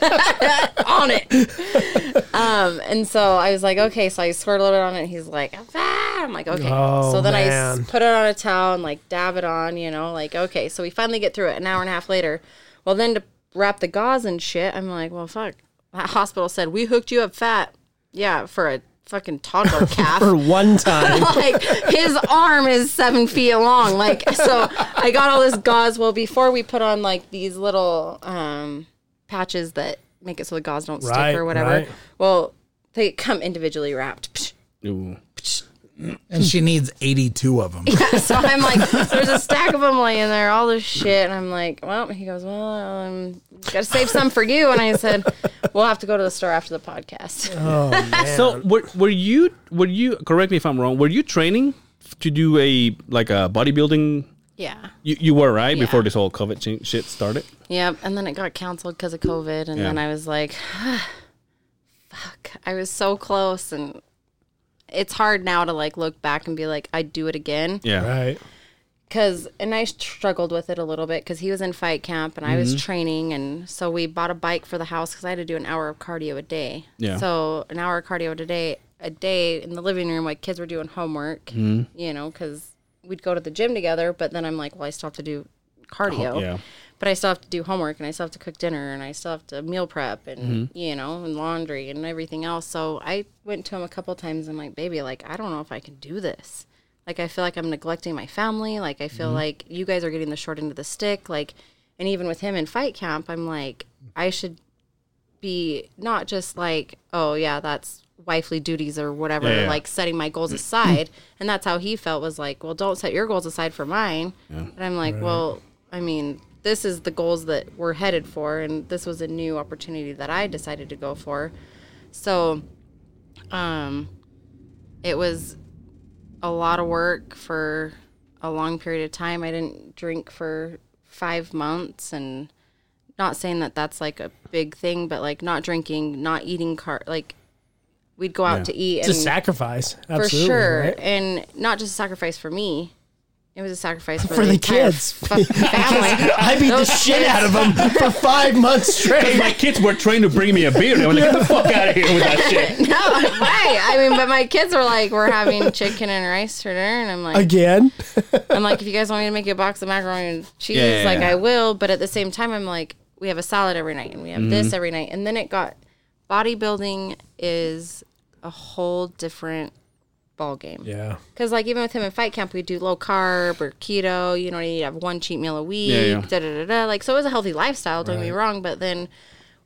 S5: on it. Um, and so I was like, okay, so I squirt a little bit on it. And he's like, ah. I'm like, okay.
S2: Oh,
S5: so then I
S2: man.
S5: s- put it on a towel and like dab it on, you know, like, okay. So we finally get through it an hour and a half later. Well, then to wrap the gauze and shit, I'm like, well, fuck. That hospital said, we hooked you up fat. Yeah, for a fucking toddler calf.
S2: For one time.
S5: like his arm is seven feet long. Like so, I got all this gauze. Well, before we put on like these little um, patches that make it so the gauze don't
S2: Right,
S5: stick or whatever.
S2: right.
S5: Well, they come individually wrapped. Psh.
S3: Ooh.
S4: And she needs 82 of them.
S5: so I'm like, there's a stack of them laying there, all this shit, and I'm like, well, he goes, well, um, gotta save some for you, and I said, we'll have to go to the store after the podcast.
S3: So were, were you were you correct me if I'm wrong? Were you training to do a like a bodybuilding?
S5: yeah.
S3: You, you were right before this whole COVID chin- shit started.
S5: Yep. And then it got canceled because of COVID. And then I was like, fuck, I was so close. And it's hard now to like look back and be like, I'd do it again.
S3: Yeah.
S2: Right.
S5: Cause, and I struggled with it a little bit because he was in fight camp and I
S3: Mm-hmm.
S5: was training. And so we bought a bike for the house because I had to do an hour of cardio a day.
S3: Yeah.
S5: So an hour of cardio a day, a day in the living room, my kids were doing homework,
S3: Mm-hmm.
S5: you know, cause we'd go to the gym together. But then I'm like, well, I still have to do cardio
S3: Yeah.
S5: but I still have to do homework and I still have to cook dinner and I still have to meal prep and you know and laundry and everything else. So I went to him a couple times. I'm like, baby, like I don't know if I can do this. Like I feel like I'm neglecting my family. Like I feel like you guys are getting the short end of the stick. Like, and even with him in fight camp, I'm like, I should be not just like, oh yeah, that's wifely duties or whatever,
S3: Yeah, yeah.
S5: like setting my goals aside. and that's how he felt was like, well, don't set your goals aside for mine. And I'm like, well, I mean, this is the goals that we're headed for, and this was a new opportunity that I decided to go for. So, um, it was a lot of work for a long period of time. I didn't drink for five months and not saying that that's like a big thing, but like not drinking, not eating car, like we'd go out to eat
S2: It's a
S5: and
S2: sacrifice.
S5: for
S2: Absolutely.
S5: sure.
S2: right?
S5: And not just a sacrifice for me. It was a sacrifice
S2: For
S5: for, the,
S2: the
S5: entire
S2: kids.
S5: fucking family.
S2: I beat the shit out of them for five months straight.
S3: My kids were trained to bring me a beer. They were like, "Get the fuck out of here with that shit."
S5: No, why? I mean, but my kids were like, we're having chicken and rice for dinner, and I'm like,
S2: Again,
S5: I'm like, if you guys want me to make you a box of macaroni and cheese,
S3: Yeah, yeah,
S5: like
S3: yeah.
S5: I will. But at the same time, I'm like, we have a salad every night, and we have
S3: Mm-hmm.
S5: this every night, and then it got bodybuilding is a whole different ball game.
S2: Yeah.
S5: Because like even with him in fight camp, we do low carb or keto. You know, you have one cheat meal a week.
S3: yeah.
S5: Da da da da. Like so, it was a healthy lifestyle. Don't get me wrong, but then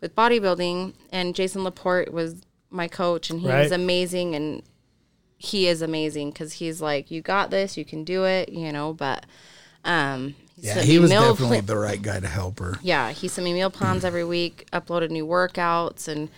S5: with bodybuilding and Jason Laporte was my coach, and he
S2: Right.
S5: was amazing, and he is amazing because he's like, you got this, you can do it. You know, but um, he
S4: Yeah,
S5: sent
S4: he
S5: me
S4: was
S5: meal
S4: definitely
S5: plan-
S4: the right guy to help her.
S5: yeah, he sent me meal plans every week, uploaded new workouts, and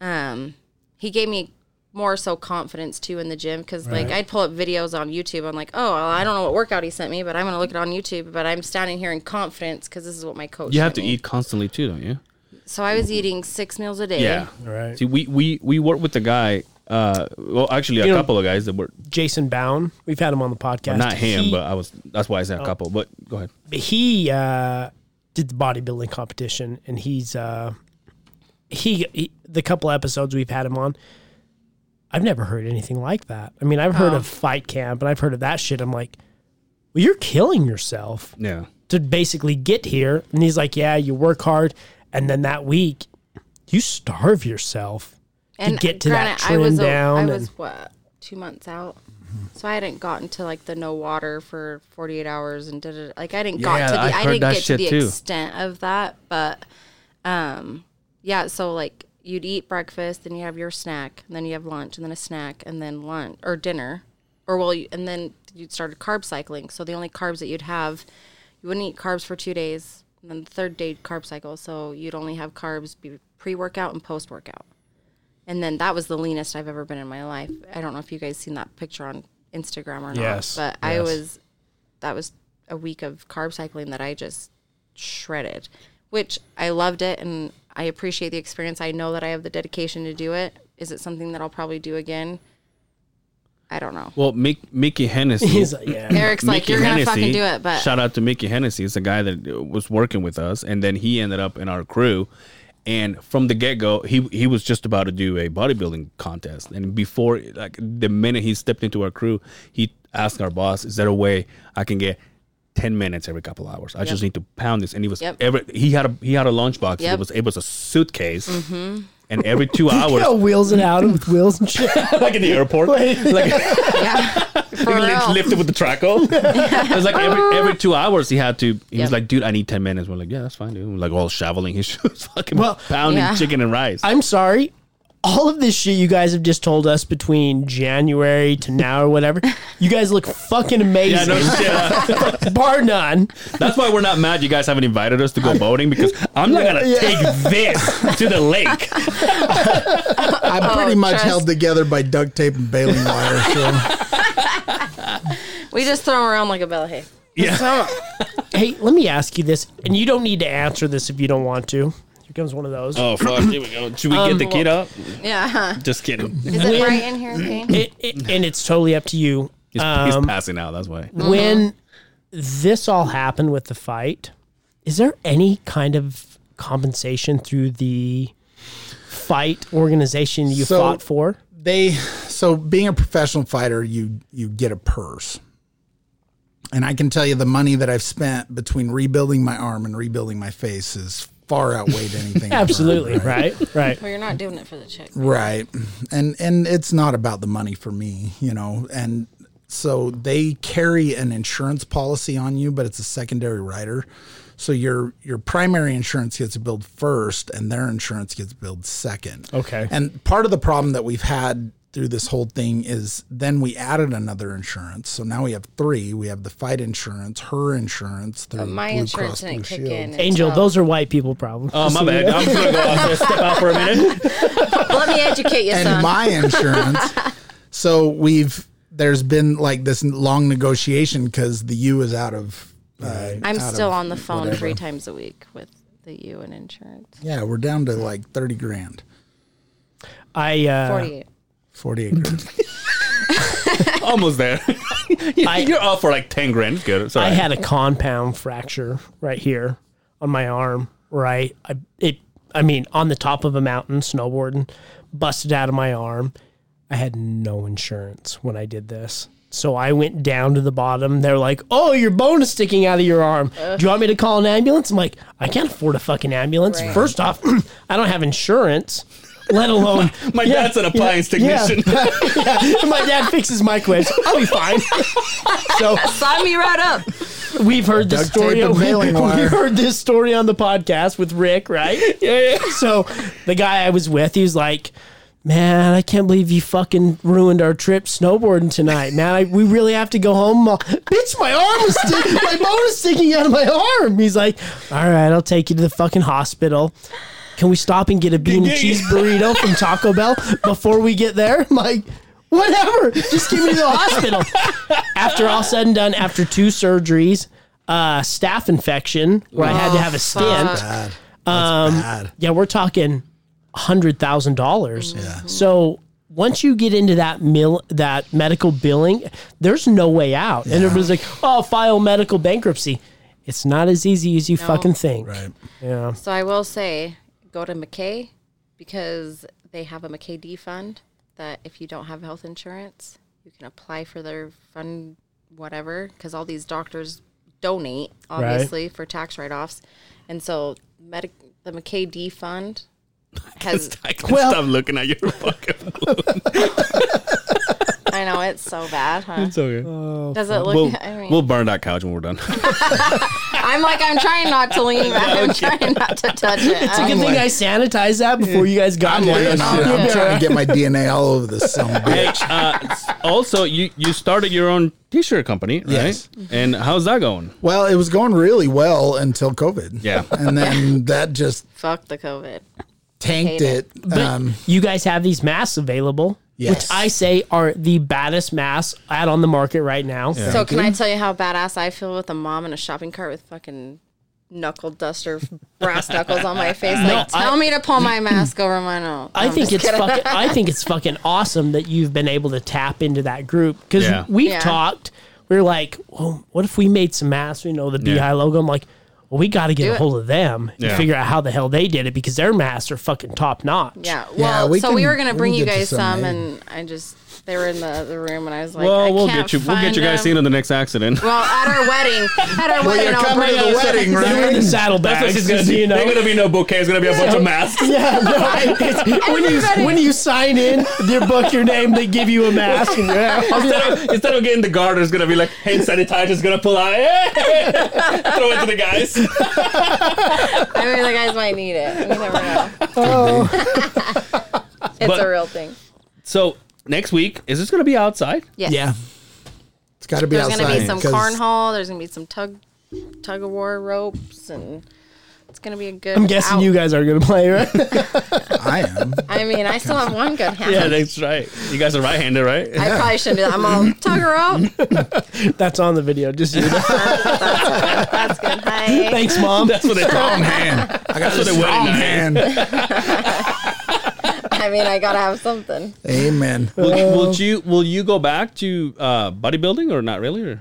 S5: um, he gave me more so confidence too in the gym because like I'd pull up videos on YouTube. I'm like, oh, well, I don't know what workout he sent me, but I'm gonna look it on YouTube. But I'm standing here in confidence because this is what my coach.
S3: You have
S5: sent
S3: to
S5: me.
S3: eat constantly too, don't you?
S5: So I was eating six meals a day.
S3: Yeah.
S2: Right.
S3: See, we we we worked with a guy. Uh, well, actually, a
S2: You know-
S3: couple of guys that were
S2: Jason Bound. We've had him on the podcast.
S3: not him,
S2: He-
S3: but I was. That's why I said a couple. But go ahead.
S2: he uh, did the bodybuilding competition, and he's uh, he, he the couple episodes we've had him on. I've never heard anything like that. I mean, I've heard of fight camp and I've heard of that shit. I'm like, well, you're killing yourself
S3: Yeah.
S2: to basically get here. And he's like, yeah, you work hard, and then that week, you starve yourself.
S5: and
S2: get to that
S5: I was
S2: trim
S5: a- I
S2: down and-
S5: was what two months out. So I hadn't gotten to like the no water for 48 hours and did it like I didn't
S3: Yeah,
S5: got to the
S3: I've
S5: I
S3: heard
S5: didn't
S3: that
S5: get to
S3: shit
S5: the
S3: too.
S5: extent of that, but um yeah, so like you'd eat breakfast, then you have your snack, and then you have lunch, and then a snack, and then lunch or dinner, or well, you, and then you'd start carb cycling. So the only carbs that you'd have, you wouldn't eat carbs for two days, and then the third day carb cycle. So you'd only have carbs be pre-workout and post-workout and then that was the leanest I've ever been in my life. I don't know if you guys seen that picture on Instagram or not,
S2: Yes,
S5: but I
S2: yes.
S5: was that was a week of carb cycling that I just shredded, which I loved it and I appreciate the experience. I know that I have the dedication to do it. Is it something that I'll probably do again? I don't know.
S3: Well, Mick, Mickey Hennessy.
S2: He's like, yeah,
S5: Eric's like,
S3: Mickey
S5: you're gonna
S3: Hennessy,
S5: fucking do it, but
S3: shout out to Mickey Hennessy. It's a guy that uh, was working with us, and then he ended up in our crew. And from the get go, he he was just about to do a bodybuilding contest, and before like the minute he stepped into our crew, he asked our boss, "Is there a way I can get?" 10 minutes every couple hours. I just need to pound this. And he was
S5: Yep.
S3: every he had a he had a lunchbox. It
S5: Yep. Mm-hmm.
S3: was it was a suitcase. And every two hours
S2: yeah, wheels it out with wheels and shit.
S3: like in the airport. like
S5: yeah, for real.
S3: lifted with the traco. It was like every every two hours he had to. He was
S5: Yep.
S3: like, "Dude, I need ten minutes." We're like, "Yeah, that's fine, dude." We're like all shoveling his shoes, fucking pounding
S5: Yeah.
S3: chicken and rice.
S2: I'm sorry. All of this shit you guys have just told us between January to now or whatever, you guys look fucking
S3: yeah,
S2: amazing,
S3: no shit. Uh,
S2: bar none.
S3: That's why we're not mad. You guys haven't invited us to go boating because I'm not gonna take this to the lake.
S4: I'm pretty much
S5: trust-
S4: held together by duct tape and baling wire. So
S5: we just throw 'em around like a belly.
S3: Yeah,
S2: Hey, let me ask you this, and you don't need to answer this if you don't want to. Here comes one of those.
S3: Oh fuck! Here we go. Should we get the kid up?
S5: Yeah,
S3: Just kidding. He's,
S5: is it right in here? Okay.
S2: It, it, and it's totally up to you.
S3: he's
S2: Um,
S3: passing out. That's why.
S2: When this all happened with the fight, is there any kind of compensation through the fight organization you
S4: So-
S2: fought for?
S4: they, so being a professional fighter, you you get a purse, and I can tell you the money that I've spent between rebuilding my arm and rebuilding my face is far outweighed anything. I've earned,
S2: Absolutely, right? Right.
S5: Well, you're not doing it for the chick.
S4: right and and it's not about the money for me you know and so they carry an insurance policy on you but it's a secondary rider so your your primary insurance gets billed first and their insurance gets billed second
S2: Okay.
S4: and part of the problem that we've had through this whole thing is then we added another insurance so now we have three we have the fight insurance her insurance through
S5: Uh, My
S4: Blue Cross
S5: insurance
S4: Blue
S5: didn't kick
S4: Shield.
S5: in.
S2: Angel,
S5: until-
S2: those are white people problems.
S3: Oh my bad. I'm gonna go out there, step out for a minute.
S5: Let me educate you,
S4: and
S5: son.
S4: my insurance. so we've there's been like this long negotiation because the U is out of. Uh,
S5: I'm
S4: out
S5: still
S4: of
S5: on the phone
S4: whatever.
S5: three times a week with the U and insurance.
S4: Yeah, we're down to like thirty grand,
S2: I uh,
S5: 48.
S4: forty eight grand.
S3: Almost there. Yeah,
S2: I-
S3: you're off for like ten grand. Good. It's all
S2: I
S3: right.
S2: had a compound fracture right here on my arm. Right, I it. I mean, on the top of a mountain snowboarding, busted out of my arm. I had no insurance when I did this. So I went down to the bottom. They're like, "Oh, your bone is sticking out of your arm. Do you want me to call an ambulance?" I'm like, "I can't afford a fucking ambulance. First off, I don't have insurance. let alone
S3: My dad's an appliance technician.
S2: Yeah. Yeah. My dad fixes microwaves. I'll be fine. so
S5: Sign me right up.
S2: we've heard this
S4: Duct tape
S2: story.
S4: and mailing
S2: We
S4: wire.
S2: heard this story on the podcast with Rick, right? Yeah, yeah. So the guy I was with, he was like, "Man, I can't believe you fucking ruined our trip snowboarding tonight. Man, I, we really have to go home. Uh, Bitch, my arm was stick- my bone is sticking out of my arm." He's like, "All right, I'll take you to the fucking hospital." Can we stop and get a bean and cheese burrito from Taco Bell before we get there? I'm like, whatever. Just give me to the hospital. after all said and done, after two surgeries, uh, staph infection, where I had to have
S4: Oh,
S2: a
S5: fuck.
S2: stent.
S4: Bad. That's
S5: Um,
S4: bad.
S2: Yeah, we're talking hundred thousand dollars. So once you get into that mill that medical billing, there's no way out. And everybody's like, oh, file medical bankruptcy. It's not as easy as you fucking think.
S4: Right.
S5: So I will say, go to McKay because they have a McKay D fund that if you don't have health insurance, you can apply for their fund, whatever. Because all these doctors donate, obviously, for tax write offs, and so medic the McKay D fund has.
S3: I can
S2: Well-
S3: stop looking at your fucking.
S5: I know it's so bad, huh?
S3: It's okay.
S5: Does it look?
S3: we'll,
S5: I mean,
S3: we'll burn that couch when we're done.
S5: I'm like I'm trying not to lean back. I'm trying not to touch it.
S2: It's a good thing I sanitized that before you guys got
S4: I'm,
S2: here.
S4: laying on it. I'm trying to get my DNA all over this son of a
S3: Hey,
S4: bitch.
S3: uh, s- also, you you started your own T-shirt company, right? Mm-hmm.
S4: Yes.
S3: And how's that going?
S4: Well, it was going really well until COVID.
S3: Yeah.
S4: And then that just
S5: Fuck the COVID.
S4: tanked
S5: Hate
S4: it.
S2: But
S4: Um,
S2: you guys have these masks available,
S4: Yes.
S2: which I say are the baddest masks out on the market right now.
S5: So can I tell you how badass I feel with a mom in a shopping cart with fucking knuckle duster, brass knuckles on my face? Like, tell me to pull my mask over my nose.
S2: I
S5: I'm
S2: think it's
S5: just kidding.
S2: fucking. I think it's fucking awesome that you've been able to tap into that group because
S3: Yeah.
S2: we've
S5: Yeah.
S2: talked. We're like, well, what if we made some masks? You know, the BI logo. I'm like, well, we got to get
S5: Do
S2: a
S5: it.
S2: hold of them and
S3: Yeah.
S2: figure out how the hell they did it because their masks are fucking top notch.
S5: Yeah. Well,
S4: Yeah, we
S5: so
S4: can-
S5: we were gonna
S4: we
S5: bring
S4: can
S5: you
S4: get to
S5: guys
S4: some
S5: some,
S4: later.
S5: and I just they were in the other room, and I was like, I
S3: well, we'll
S5: can't
S3: get you. We'll get
S5: find
S3: you guys
S5: them.
S3: seen on the next accident.
S5: Well, at our wedding, at our
S4: well,
S5: wedding,
S4: you're
S5: I'll
S4: coming
S5: bring
S4: to the
S5: you-
S4: wedding,
S2: They were in
S4: right?
S2: the saddlebags. you know,
S3: There's gonna be no bouquet. It's gonna be a bunch of masks.
S2: Yeah, no, it's, when you when you sign in, they book your name, they give you a mask. And yeah,
S3: Instead of, instead of getting the garter, it's gonna be like hand sanitizer's gonna pull out, hey! throw it to the guys.
S5: I mean, the guys might need it. You never know. it's
S3: But-
S5: a real thing.
S3: So next week is this gonna be outside?
S5: Yes.
S4: Yeah. It's got to be
S5: There's
S4: outside.
S5: gonna be some
S4: 'cause
S5: cornhole. There's gonna be some tug, tug of war ropes, and it's gonna be a good.
S2: I'm guessing you guys are gonna play, right?
S4: I am.
S5: I mean, I still have one good hand.
S3: Yeah, that's right. You guys are right-handed, right?
S5: I probably shouldn't do that. I'm all tug her up.
S2: That's on the video. Just so you know.
S5: That's good. Hi.
S2: thanks, mom.
S3: That's what they
S4: Strong
S3: call.
S4: hand. I got
S3: That's what
S4: a
S3: they wear
S4: strong
S3: tonight.
S4: hand.
S5: I mean, I gotta have something.
S4: Amen.
S3: Will, will you will you go back to uh, bodybuilding or not really? Or?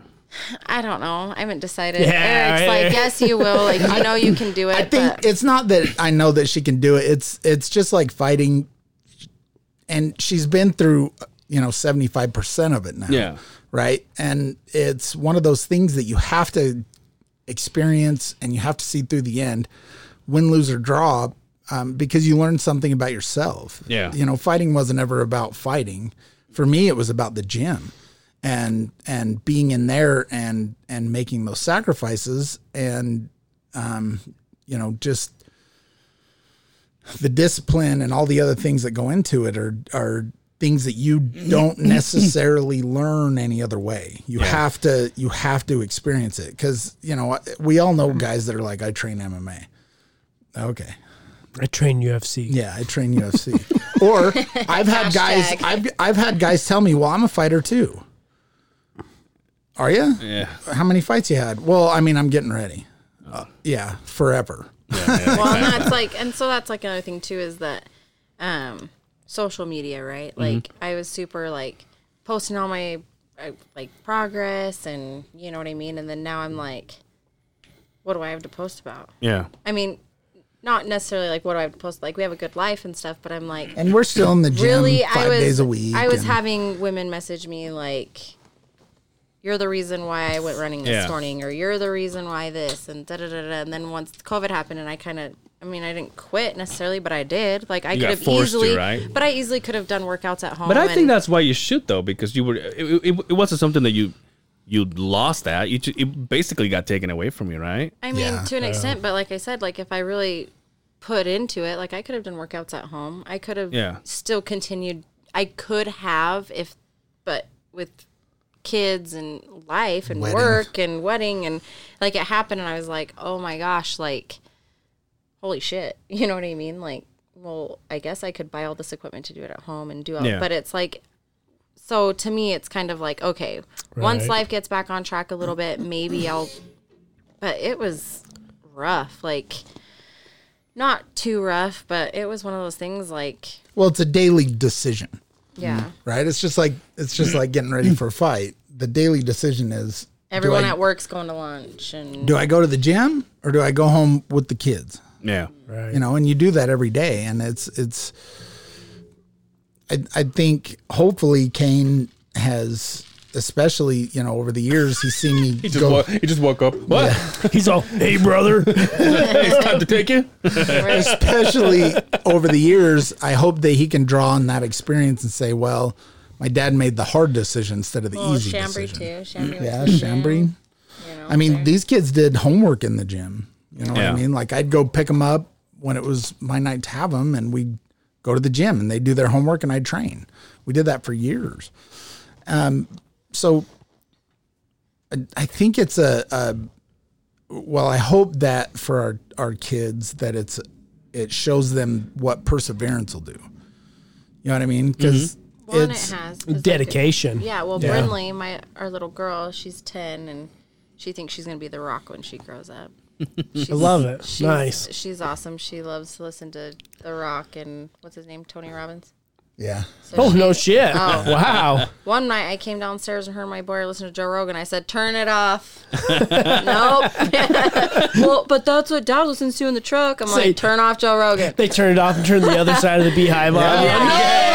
S5: I don't know. I haven't decided.
S2: Yeah,
S5: Eric's
S2: right.
S5: like, yes, you will. Like, you know, you can do it.
S4: I think
S5: but
S4: it's not that I know that she can do it. It's it's just like fighting, and she's been through you know seventy five percent of it now.
S3: Yeah.
S4: right. And it's one of those things that you have to experience and you have to see through the end, win, lose or draw, um, because you learn something about yourself.
S3: Yeah.
S4: you know, fighting wasn't ever about fighting. For me, it was about the gym. And and being in there and and making those sacrifices and um, you know just the discipline and all the other things that go into it are are things that you don't necessarily learn any other way. You have to you have to experience it cuz you know we all know guys that are like I train MMA. Okay.
S2: I train UFC.
S4: Yeah, I train UFC. or I've had guys
S5: Hashtag.
S4: I've I've had guys tell me, "Well, I'm a fighter too." Are you?
S3: Yeah.
S4: How many fights you had? Well, I mean, I'm getting ready.
S5: Oh.
S4: Uh, yeah, forever.
S5: well, and that's like, and so that's like another thing too is that, um, social media, right? Like, I was super like posting all my uh, like progress, and you know what I mean. And then now I'm like, what do I have to post about?
S3: Yeah.
S5: I mean, not necessarily like what do I have to post. Like, we have a good life and stuff, but I'm like,
S4: And we're still in the gym
S5: really
S4: five
S5: I was
S4: days a week.
S5: I was
S4: and-
S5: having women message me like you're the reason why I went running this
S3: Yeah.
S5: morning or you're the reason why this and da da da da and then once COVID happened and I kind of I I mean, I didn't quit necessarily, but I did. Like I
S3: You got
S5: could have
S3: forced to,
S5: easily,
S3: right?
S5: but I easily could have done workouts at home.
S3: But I think
S5: and-
S3: that's why you should though, because you were it, it, it wasn't something that you you lost at. You ju- it basically got taken away from you, right?
S5: I mean,
S4: Yeah. uh,
S5: to an extent, but like I said, like if I really put into it, like I could have done workouts at home. I could have
S3: Yeah.
S5: still continued. I could have if, but with kids and life and
S4: Wedding.
S5: work and wedding and like it happened and I was like, "Oh my gosh, like holy shit." You know what I mean? Like, well, I guess I could buy all this equipment to do it at home and do all,
S3: Yeah.
S5: but it's like so to me it's kind of like, okay, once
S2: Right.
S5: life gets back on track a little bit, maybe I'll but it was rough like not too rough but it was one of those things like
S4: Well, it's a daily decision.
S5: yeah
S4: right? It's just like it's just like getting ready for a fight. The daily decision is
S5: everyone
S4: do I,
S5: at work's going to lunch and
S4: do I go to the gym or do I go home with the kids?
S3: Yeah.
S2: Right.
S4: You know, and you do that every day, and it's it's. I I think hopefully Kane has, especially you know over the years, he's seen me
S3: He just
S4: go.
S3: woke, he just woke up. What?
S2: He's all, hey, brother.
S3: it's time to take it.
S4: especially over the years, I hope that he can draw on that experience and say, well. My dad made the hard decision instead of the
S5: well,
S4: easy
S5: chambry
S4: decision.
S5: too chambry
S4: Yeah,
S5: was
S4: Chambry.
S5: you know,
S4: I mean, these kids did homework in the gym. You know
S3: Yeah.
S4: what I mean? Like I'd go pick them up when it was my night to have them, and we'd go to the gym and they'd do their homework and I'd train. We did that for years. Um, so I, I think it's a, a well, I hope that for our, our kids that it's it shows them what perseverance will do. You know what I mean? Because
S5: well, and
S4: it's
S5: it has 'cause, like,
S2: Dedication.
S5: yeah well brinley my our little girl she's 10 and she thinks she's going to be the rock when she grows up She's-
S2: love it.
S5: she's-
S2: Nice.
S5: she's awesome she loves to listen to the rock and what's his name tony robbins
S4: yeah.
S5: So
S2: Oh,
S5: she-
S2: no shit. Wow.
S5: One night I came downstairs and heard my boy listen to Joe Rogan. I said, "Turn it off." nope. well, but that's what Dad listens to in the truck. I'm
S2: Say-
S5: like, "Turn off Joe Rogan."
S2: They turn it off and turn the other side of the beehive on.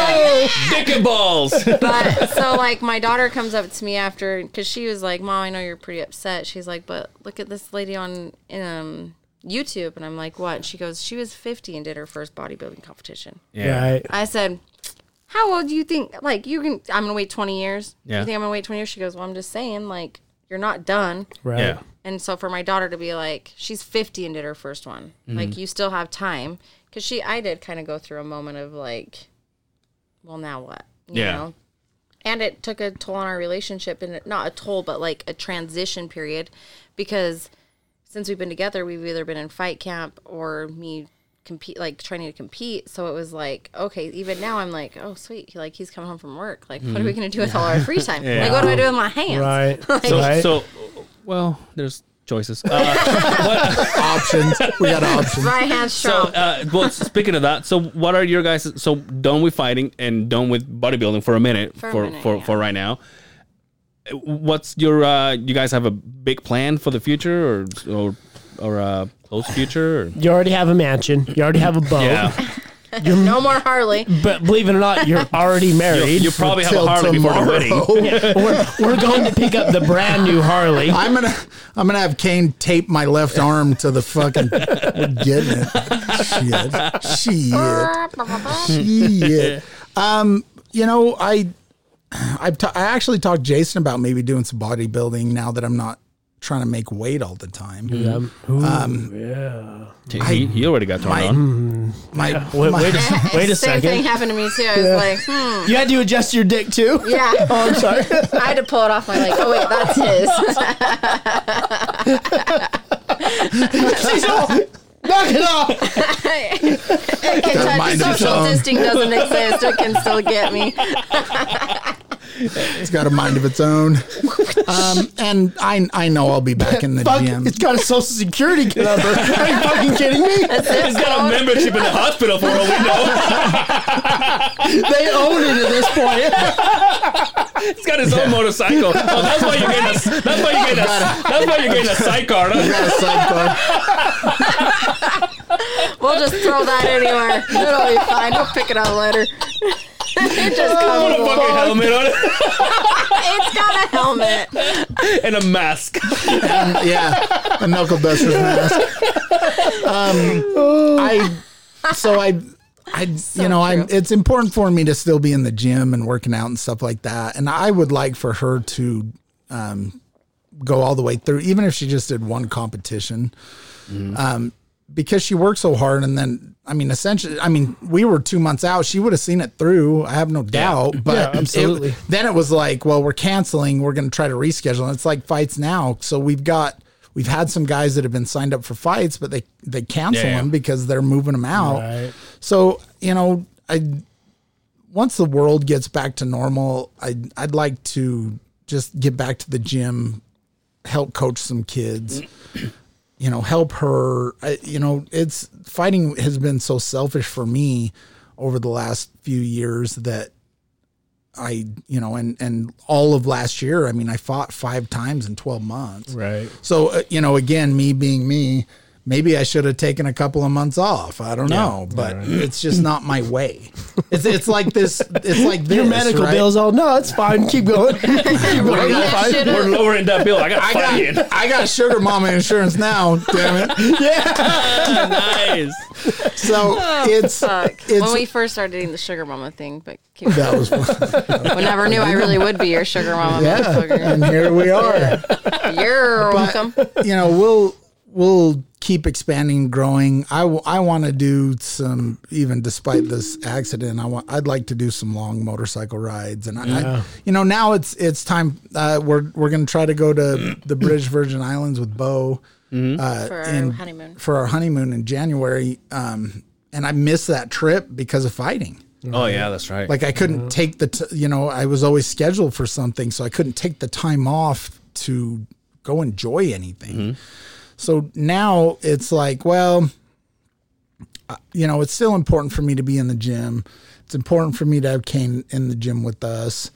S3: Dick balls.
S5: But so like my daughter comes up to me after because she was like, "Mom, I know you're pretty upset." She's like, "But look at this lady on um, YouTube," and I'm like, "What?" And she goes, "She was 50 and did her first bodybuilding competition."
S3: Yeah.
S2: Right.
S5: I said, "How old do you think? Like, you can? I'm gonna wait 20 years.
S3: Yeah.
S5: You think I'm gonna wait 20 years?" She goes, "Well, I'm just saying, like, you're not done."
S2: Right.
S3: Yeah.
S5: And so for my daughter to be like, she's 50 and did her first one.
S3: Mm-hmm.
S5: Like, you still have time. Cause she, I did kind of go through a moment of like, well, now what? You
S3: Yeah.
S5: Know? And it took a toll on our relationship and it- not a toll, but like a transition period because since we've been together, we've either been in fight camp or me compete, like trying to compete. So it was like, okay, even now I'm like, oh, sweet. Like, he's coming home from work. Like, what are
S3: Mm-hmm.
S5: we going to do with all our free time? Like, what do I do with my hands?
S2: Right.
S3: So,
S2: right.
S3: so, well, there's choices. Uh,
S4: options. We got options.
S5: My hands
S3: so,
S5: strong.
S3: uh, well, speaking of that, so what are your guys? So, done with fighting and done with bodybuilding for a minute for
S5: a
S3: for
S5: minute,
S3: for,
S5: yeah.
S3: right now. What's your? uh You guys have a big plan for the future, or or or uh, close future? Or?
S2: you already have a mansion. You already have a boat.
S3: Yeah,
S5: no more Harley.
S2: But believe it or not, you're already
S3: you,
S2: married.
S3: you probably have a
S4: Till
S3: Harley before the wedding.
S4: tomorrow.
S2: we're, we're going to pick up the brand new Harley.
S4: I'm gonna I'm gonna have Kane tape my left arm to the fucking we're getting it. Shit. Shit. Shit. Um, you know, I I've ta- I actually talked to Jason about maybe doing some bodybuilding now that I'm not trying to make weight all the time.
S3: Um, He, he already got turned on.
S4: My,
S2: Wait,
S4: my
S2: wait, a, wait a
S5: Same
S2: second.
S5: thing happened to me too. I was like, hmm,
S2: You had to adjust your dick too.
S5: yeah.
S2: Oh, I'm sorry.
S5: I had to pull it off my leg. Oh wait, that's his.
S2: She's all, knock it off.
S5: Kentucky
S4: mind its
S5: social
S4: own.
S5: distancing doesn't exist. It can still get me.
S4: it's got a mind of its own. Um, and I I know I'll be back in the
S2: Fuck,
S4: gym.
S2: it's got a social security number. Are you fucking kidding me?
S3: He's got a membership in the hospital for all we know.
S2: They own it at this point.
S3: He's got his own motorcycle. Oh, that's why you get a. That's why you get a. That's why you get a sidecar. huh?
S5: We'll just throw that anywhere. It'll be fine. We'll pick it up later. It just comes
S3: Put a fucking helmet on it
S5: It's got a helmet.
S3: and a mask.
S4: yeah, a knuckle duster's mask. Um, I so I I you know I it's important for me to still be in the gym and working out and stuff like that, and I would like for her to um, go all the way through, even if she just did one competition. Um, because she worked so hard, and then I mean, essentially, I mean, we were two months out. She would have seen it through. I have no doubt. But
S2: Yeah,
S4: it-
S2: absolutely.
S4: then it was like, well, we're canceling. We're going to try to reschedule. And it's like fights now. So we've got we've had some guys that have been signed up for fights, but they they cancel
S3: Yeah.
S4: them because they're moving them out.
S2: Right.
S4: So you know, I once the world gets back to normal, I would I'd like to just get back to the gym, help coach some kids. You know, help her. I, you know, it's fighting has been so selfish for me over the last few years that I, you know, and and all of last year, I mean, I fought five times in 12 months.
S2: Right.
S4: So, uh, you know, again, me being me, maybe I should have taken a couple of months off. I don't know, but it's just not my way. It's it's like this it's like this,
S2: Your medical
S4: right?
S2: bills. Oh no, it's fine. Keep going.
S5: Yeah,
S2: Fine.
S5: should've-
S3: We're lowering that bill. Oh, I got
S4: I
S3: five in.
S4: got I got sugar mama insurance now, damn it.
S3: nice.
S4: So, it's
S5: Oh, Fuck.
S4: it's
S5: when we first started doing the sugar mama thing, but keep
S4: that was
S5: we never knew I really would be your sugar mama.
S4: yeah.
S5: motherfucker.
S4: And here we are.
S5: You're welcome.
S4: you know we'll we'll keep expanding growing I want to do some even despite this accident i want i'd like to do some long motorcycle rides and I, I you know now it's it's time uh we're we're gonna try to go to the british virgin islands with bo uh
S5: For our
S4: in-
S5: honeymoon.
S4: for our honeymoon in january um and i missed that trip because of fighting
S3: Oh yeah, that's right.
S4: like I couldn't take the t- you know I was always scheduled for something, so I couldn't take the time off to go enjoy anything.
S3: Mm-hmm.
S4: So now it's like, well, uh, you know, it's still important for me to be in the gym. It's important for me to have Kane in the gym with us.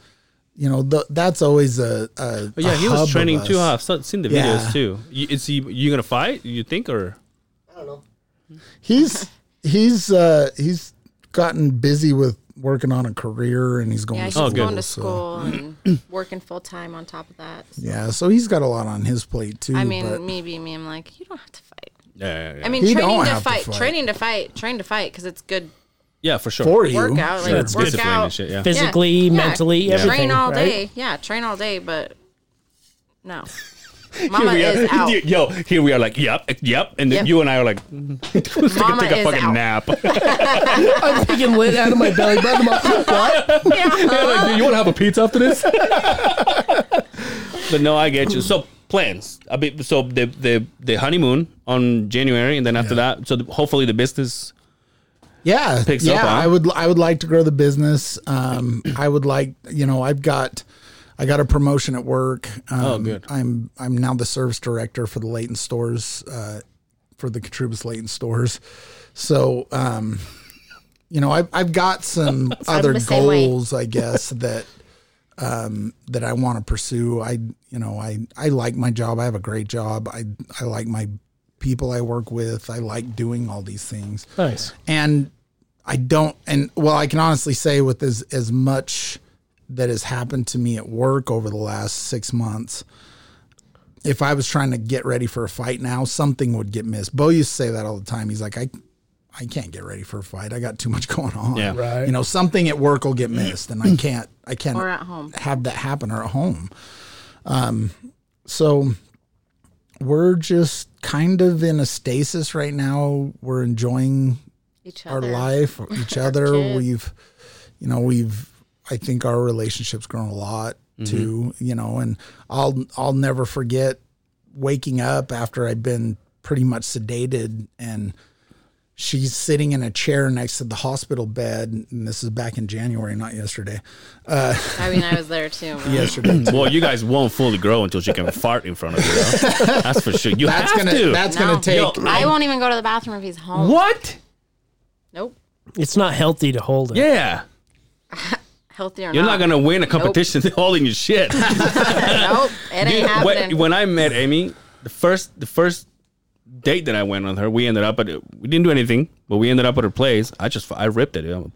S4: You know, the, that's always a, a
S3: But Oh, yeah,
S4: a
S3: he
S4: hub
S3: was
S4: of
S3: training too.
S4: us.
S3: I've se- seen the
S4: Yeah.
S3: videos too. You, is he you gonna fight? You think or?
S4: He's he's uh he's gotten busy with working on a career and he's going to
S5: Yeah, he's
S3: Mm. Oh,
S4: school.
S3: good. uh,
S5: going to
S4: so-
S5: school and working full time on top of that. So,
S4: Yeah, so he's got a lot on his plate too.
S5: I mean,
S4: but-
S5: me being me, I'm like, you don't have to fight.
S3: Yeah, Mm, yeah, yeah.
S5: I mean,
S4: He
S5: training
S4: don't
S5: to
S4: have to
S5: fight,
S4: fight.
S5: training to fight, train to fight because it's good
S3: yeah, for sure.
S4: for you.
S5: workout. Like,
S3: It's good
S5: workout.
S3: and shit. Yeah.
S5: Yeah.
S2: Physically,
S5: Yeah.
S2: mentally, everything.
S5: Train all
S2: right?
S5: day. Yeah, train all day, but no. Mama
S3: Here we
S5: is
S3: are.
S5: out.
S3: Yo, here we are. Like, yep, yep, and then
S5: Yep.
S3: you and I are like, mm,
S5: Mama
S3: take a
S5: is
S3: fucking
S5: out.
S3: nap.
S2: I'm taking lint out of my belly button. I'm like, what?
S5: Yeah.
S3: like, "Do you want to have a pizza after this? but no, I get you. So plans. I mean, so the the the honeymoon on January, and then after that, so the, hopefully the business.
S4: yeah
S3: picks
S4: yeah
S3: up on.
S4: i would i would like to grow the business um i would like you know i've got i got a promotion at work um, oh
S3: good.
S4: i'm i'm now the service director for the leighton stores uh for the Catrubas leighton stores so um you know i've, I've got some other
S5: the same way.
S4: goals i guess that um, that I want to pursue. I, you know, I, I like my job. I have a great job. I, I like my people I work with. I like doing all these things.
S2: Nice.
S4: And I don't, and well, I can honestly say with as, as much that has happened to me at work over the last six months, if I was trying to get ready for a fight now, something would get missed. Bo used to say that all the time. He's like, I, I can't get ready for a fight. I got too much going on.
S3: Yeah.
S2: Right.
S4: You know, something at work will get missed, and I can't. I can't
S5: Or at home.
S4: have that happen or at home. Um, so we're just kind of in a stasis right now. We're enjoying
S5: Each
S4: our
S5: other.
S4: life, each other.
S5: kids.
S4: We've, you know, we've. I think our relationship's grown a lot too. You know, and I'll I'll never forget waking up after I'd been pretty much sedated and she's sitting in a chair next to the hospital bed and this is back in January not yesterday
S5: I mean, I was there too. but-
S4: yesterday
S3: Well, you guys won't fully grow until she can fart in front of you. though. That's for sure. You
S4: That's
S3: have
S4: gonna
S3: to.
S4: that's
S5: No.
S4: gonna take
S3: Yo,
S5: I won't even go to the bathroom if he's home.
S3: what?
S5: Nope.
S2: It's not healthy to hold it.
S3: Yeah,
S5: Healthy or
S3: you're
S5: not.
S4: Ah.
S3: not gonna win a competition holding your shit.
S5: nope. It ain't
S3: when,
S5: happening.
S3: when I met Amy, the first the first date that I went with her, we ended up at we didn't do anything, but we ended up at her place. I just I ripped it. I'm-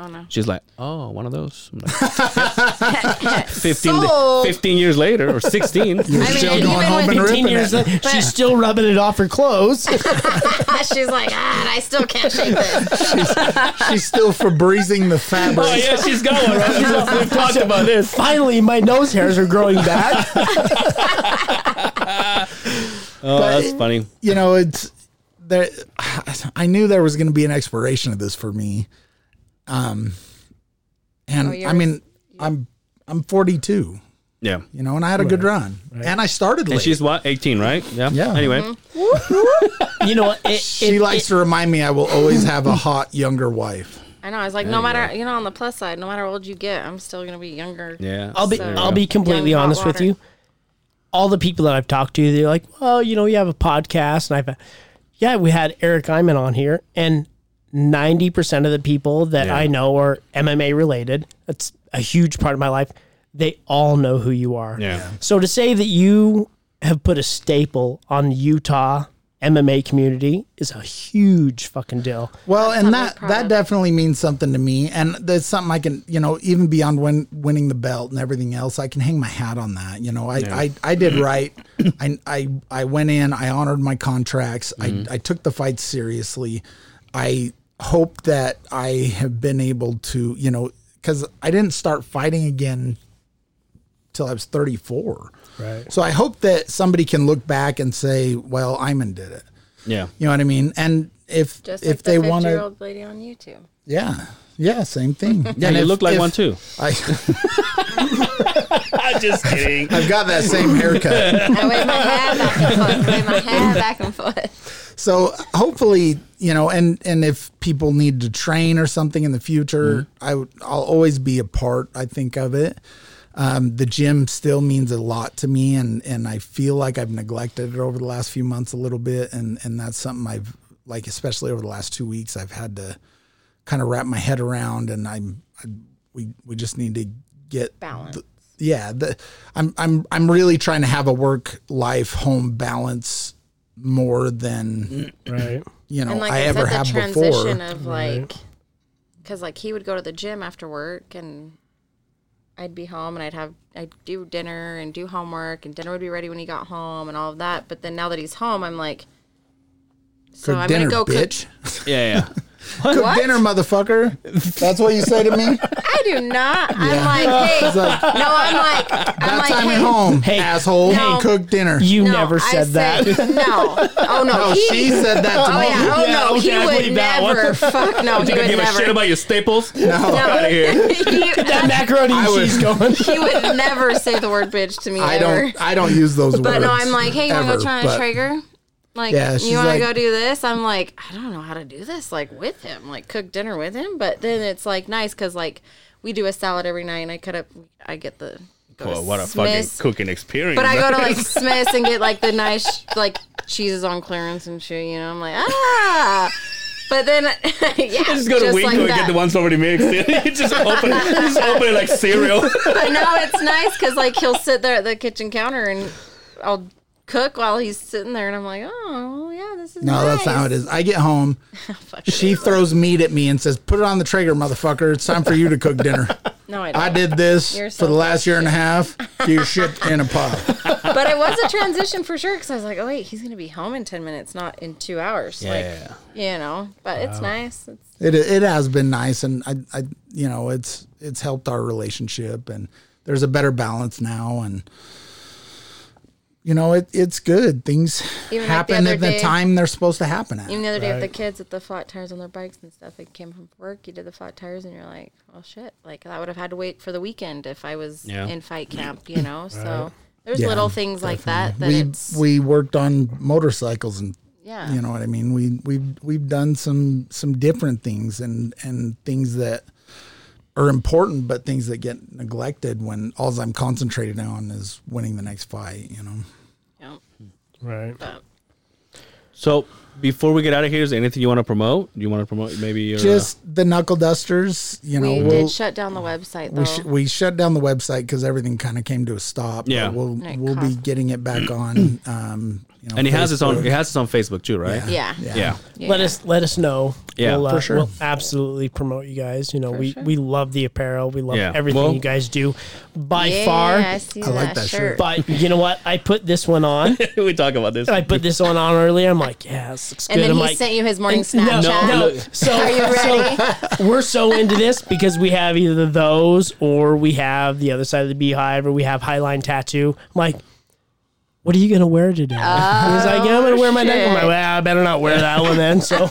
S5: Oh no.
S3: She's like, oh, one of those. I'm like, 15, 15 years later or 16.
S5: I mean,
S4: Still
S5: even
S4: going home
S5: with
S4: and ripping
S2: 15 years
S4: it.
S2: later, she's still rubbing it off her clothes.
S5: she's like, ah, I still can't shake this.
S4: She's still Febrezing the fabric.
S3: oh, yeah, she's got one, right? She's- We've talked about this.
S2: Finally, my nose hairs are growing back.
S3: Oh, that's funny.
S4: you know, it's there. I knew there was going to be an exploration of this for me. Um,
S5: Oh,
S4: and I
S5: yours-
S4: mean, I'm I'm 42,
S3: Yeah.
S4: you know, and I had a good run, and I started
S3: And
S4: late.
S3: she's what, 18, right? Yeah.
S4: Yeah.
S3: Anyway,
S5: Mm-hmm.
S2: You know what? It,
S4: she
S2: it-
S4: likes to remind me I will always have a hot younger wife.
S5: I know. I was like, no matter, you know, on the plus side, no matter how old you get, I'm still gonna be younger.
S3: yeah.
S2: I'll be
S5: So-
S2: I'll be completely
S5: Young hot
S2: honest with
S5: water.
S2: you. All the people that I've talked to, they're like, "Well, you know, you have a podcast," and I've, yeah, we had Eric Iman on here, and ninety percent of the people that
S3: Yeah.
S2: I know are MMA related. That's a huge part of my life. They all know who you are.
S3: Yeah.
S2: So to say that you have put a staple on Utah MMA community is a huge fucking deal.
S4: Well, and that
S5: proud
S4: that
S5: of.
S4: definitely means something to me, and that's something I can, you know, even beyond win, winning the belt and everything else, I can hang my hat on that. You know, I I, I did right. I, I I went in. I honored my contracts. I I took the fight seriously. I hope that I have been able to, you know, because I didn't start fighting again till I was 34. Right. So I hope that somebody can look back and say, "Well, Iman did it."
S3: Yeah.
S4: You know what I mean? And if
S5: Just
S4: if
S5: like
S4: they
S5: the 50
S4: want
S5: year
S4: to
S5: old lady on YouTube.
S4: yeah. Yeah, same thing.
S3: Yeah,
S4: And
S3: you
S4: if-
S3: look like
S4: if-
S3: one too.
S4: I,
S3: I'm just kidding.
S4: I've got that same haircut.
S5: I wave my hair back and forth. Wave my hair back and forth.
S4: so hopefully, you know, and and if people need to train or something in the future, I would, I'll always be a part. I think of it. Um, the gym still means a lot to me, and and I feel like I've neglected it over the last few months a little bit, and and that's something I've like, especially over the last two weeks, I've had to kind of wrap my head around, and I'm I, we we just need to get
S5: Balance.
S4: yeah the, i'm i'm i'm really trying to have a work life home balance more than
S2: Right.
S4: you know
S5: and like
S4: i,
S5: I,
S4: ever
S5: said,
S4: have
S5: the
S4: before
S5: transition of like, because like he would go to the gym after work, and I'd be home, and I'd have I'd do dinner and do homework, and dinner would be ready when he got home, and all of that. But then now that he's home, I'm like, so
S4: for
S5: I'm
S4: dinner
S5: gonna go
S4: bitch
S3: Yeah, yeah.
S4: cook
S5: What?
S4: dinner motherfucker that's what you say to me
S5: cook. I do not. I'm like, hey,
S4: like-
S5: no, I'm like, I'm like,
S4: i'm
S5: hey,
S4: at home
S2: Hey,
S4: asshole
S5: no.
S4: cook dinner
S2: You
S5: no,
S2: never
S5: I
S2: said that.
S5: say- no. Oh no.
S4: oh
S5: he,
S4: she said that to
S5: Oh
S4: me
S5: yeah. Oh
S2: Yeah,
S5: no.
S2: okay, I
S5: he would
S2: believe that one.
S5: never. Fuck no. He
S3: You
S5: would
S3: give
S5: never.
S3: a shit about your staples?
S5: no.
S3: outta here.
S5: He-
S2: That macaroni and
S5: Oh,
S4: I would-
S2: cheese going.
S5: he would never say the word bitch to me
S4: i
S5: ever.
S4: don't i don't use those words
S5: but no, I'm like, hey, you want to
S4: ever,
S5: go try
S4: but-
S5: on a Traeger? Like,
S4: Yeah, she's
S5: you want
S4: like-
S5: to go do this? I'm like, I don't know how to do this, like with him, like cook dinner with him. But then it's like nice because like we do a salad every night, and I cut up, I get the. go to
S3: Well, what a
S5: Smith's.
S3: fucking cooking experience.
S5: But I go to like Smith's and get like the nice like cheeses on clearance and shit. You know, I'm like ah. But then yeah,
S3: just go to Winco and get the ones already mixed. you just open it, just open it like cereal.
S5: But now it's nice because like he'll sit there at the kitchen counter and I'll cook while he's sitting there, and I'm like, oh well, yeah, this is
S4: no, that's not how it is. I get home. she throws meat at me and says, "Put it on the Traeger, motherfucker. It's time for you to cook dinner."
S5: No, I don't.
S4: I did this
S5: You're
S4: for
S5: so
S4: the last year and a half. Do your shit in a pot.
S5: But it was a transition for sure because I was like, oh wait, he's gonna be home in ten minutes, not in two hours.
S3: Yeah.
S5: Like, you know. But it's nice. It's,
S4: It it has been nice, and I I you know it's it's helped our relationship, and there's a better balance now, and you know it it's good. Things
S5: Even like the
S4: happen
S5: other
S4: at the
S5: day-
S4: time they're supposed to happen at.
S5: even the other day with the kids with the flat tires on their bikes and stuff, they came home from work. You did the flat tires, and you're like, well, shit. Like I would have had to wait for the weekend if I was
S3: Yeah.
S5: in fight camp. You know. So there's
S4: Yeah,
S5: little things like that that
S4: we
S5: it's
S4: we worked on motorcycles and
S5: yeah.
S4: you know what I mean. We we've we've done some some different things and and things that are important, but things that get neglected when all I'm concentrated on is winning the next fight. You know.
S5: yeah.
S2: Right.
S5: But
S3: So before we get out of here, is there anything you want to promote? You want to promote maybe your,
S4: just the knuckle dusters. You know,
S5: we
S4: we
S5: did
S4: will
S5: shut down the website though.
S4: we, sh- we shut down the website because everything kind of came to a stop. but
S3: Yeah.
S4: we'll
S5: And it
S4: we'll be
S5: cost-
S4: getting it back on. Um, you you know,
S3: uh, And he has his own.
S4: Facebook.
S3: He has his own Facebook too, right?
S5: Yeah.
S3: Yeah.
S2: Let us let us know.
S3: Yeah,
S2: we'll, uh,
S4: for sure.
S2: We'll absolutely promote you guys. You know, we we love the apparel. We love
S3: Yeah.
S2: everything
S3: Well-
S2: you guys do. By
S5: Yeah, I,
S2: far,
S5: see
S4: I like
S5: that,
S4: that shirt.
S5: shirt.
S2: but you know what? I put this one on.
S3: we talk about this.
S2: I put this one on earlier. I'm like, yeah, this looks
S5: And
S2: good.
S5: then
S2: I'm
S5: he
S2: like,
S5: sent you his morning
S2: no,
S5: Snapchat.
S2: no. So,
S5: Are you ready?
S2: so we're so into this because we have either those or we have the other side of the beehive or we have Highline tattoo. I'm like, what are you gonna wear today? He's like, yeah, I'm gonna wear my neck. I'm like,
S5: Oh, shit.
S2: well, I better not wear that one then. So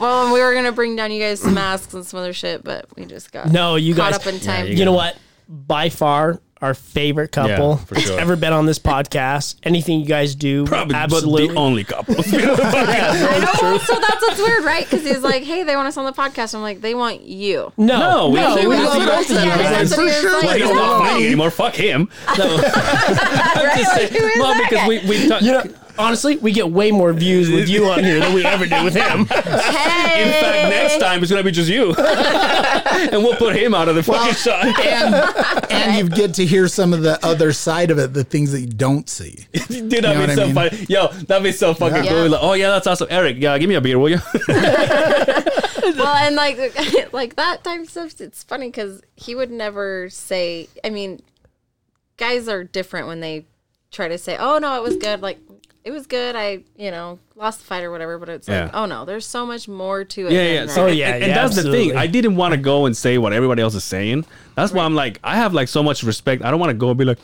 S5: well, and we were gonna bring down you guys some masks and some other shit, but we just got
S2: no, you
S5: caught
S2: guys,
S5: up in time.
S2: you know what? By far, our favorite couple
S3: for
S2: that's
S3: sure.
S2: ever been on this podcast. Anything you guys do,
S3: Probably,
S2: absolutely.
S3: but the only couple.
S5: I know. Oh, So that's what's weird, right? Because he's like, "Hey, they want us on the podcast." I'm like, "They want you."
S2: no,
S3: No, we-
S2: no,
S3: they-
S2: we,
S3: we-
S2: love
S3: we-
S2: both of you
S5: Yeah,
S2: guys.
S5: that's what he was
S4: sure.
S5: like,
S3: He's
S5: "No."
S3: not fighting anymore. Fuck him.
S5: Right? Like, who is
S3: Well,
S5: that
S3: because
S5: guy?
S3: we we talk,
S2: You know, honestly, we get way more views with you on here than we ever do with him.
S5: hey.
S3: In fact, next time it's gonna be just you, and we'll put him out of the fucking shot.
S4: and, and you get to hear some of the other side of it, the things that you don't see.
S3: Dude, that'd
S4: know what
S3: be
S4: I
S3: so
S4: mean?
S3: funny. Yo, that'd be so fucking
S5: Yeah.
S3: cool. Like, oh yeah, that's awesome. Eric, yeah, give me a beer, will you?
S5: well, and like like that type of stuff. It's funny because he would never say. I mean, guys are different when they try to say, "Oh no, it was good." Like it was good. I you know lost the fight or whatever. But it's like,
S3: Yeah.
S5: "Oh no, there's so much more to it."
S3: yeah,
S5: than
S3: yeah.
S5: that."
S3: So,
S2: Oh, yeah,
S3: and, and
S2: yeah,
S3: that's the
S2: absolutely.
S3: thing. I didn't want to go and say what everybody else is saying. That's why I'm like, I have like so much respect. I don't want to go and be like,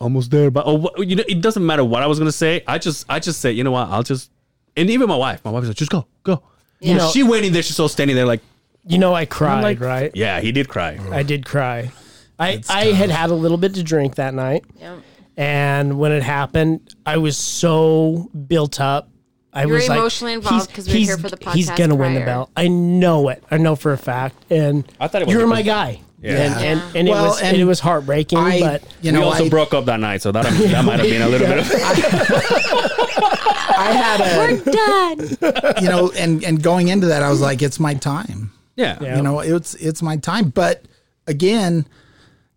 S3: almost there, but oh, what, you know, it doesn't matter what I was gonna say. I just, I just say, you know what? I'll just, and even my wife, my wife was like, just go, go.
S2: You
S4: Oh.
S2: know-
S3: she went in there. She's all standing there, like,
S2: You know, I cried,
S3: like-
S2: right?
S3: yeah, he did cry.
S2: I did cry. I, I had had a little bit to drink that night.
S5: Yeah.
S2: And when it happened, I was so built up. I
S5: were
S2: was like,
S5: emotionally involved
S2: he's-
S5: 'cause we were here
S2: he's-
S5: for the
S2: He's
S5: podcast
S2: gonna win the
S5: prior.
S2: belt. I know it. I know for a fact. And
S3: I thought it was
S2: you were my
S3: because-
S2: guy. And,
S3: Yeah.
S2: and, and
S4: Well,
S2: it was and
S4: and
S2: it was heartbreaking.
S4: I,
S2: but
S4: you know,
S3: we also
S4: I,
S3: broke up that night, so that that might have been a little bit of.
S4: I had a,
S5: Done.
S4: you know, and and going into that, I was like, it's my time.
S3: Yeah,
S2: Yeah.
S4: You know, it's it's my time. But again,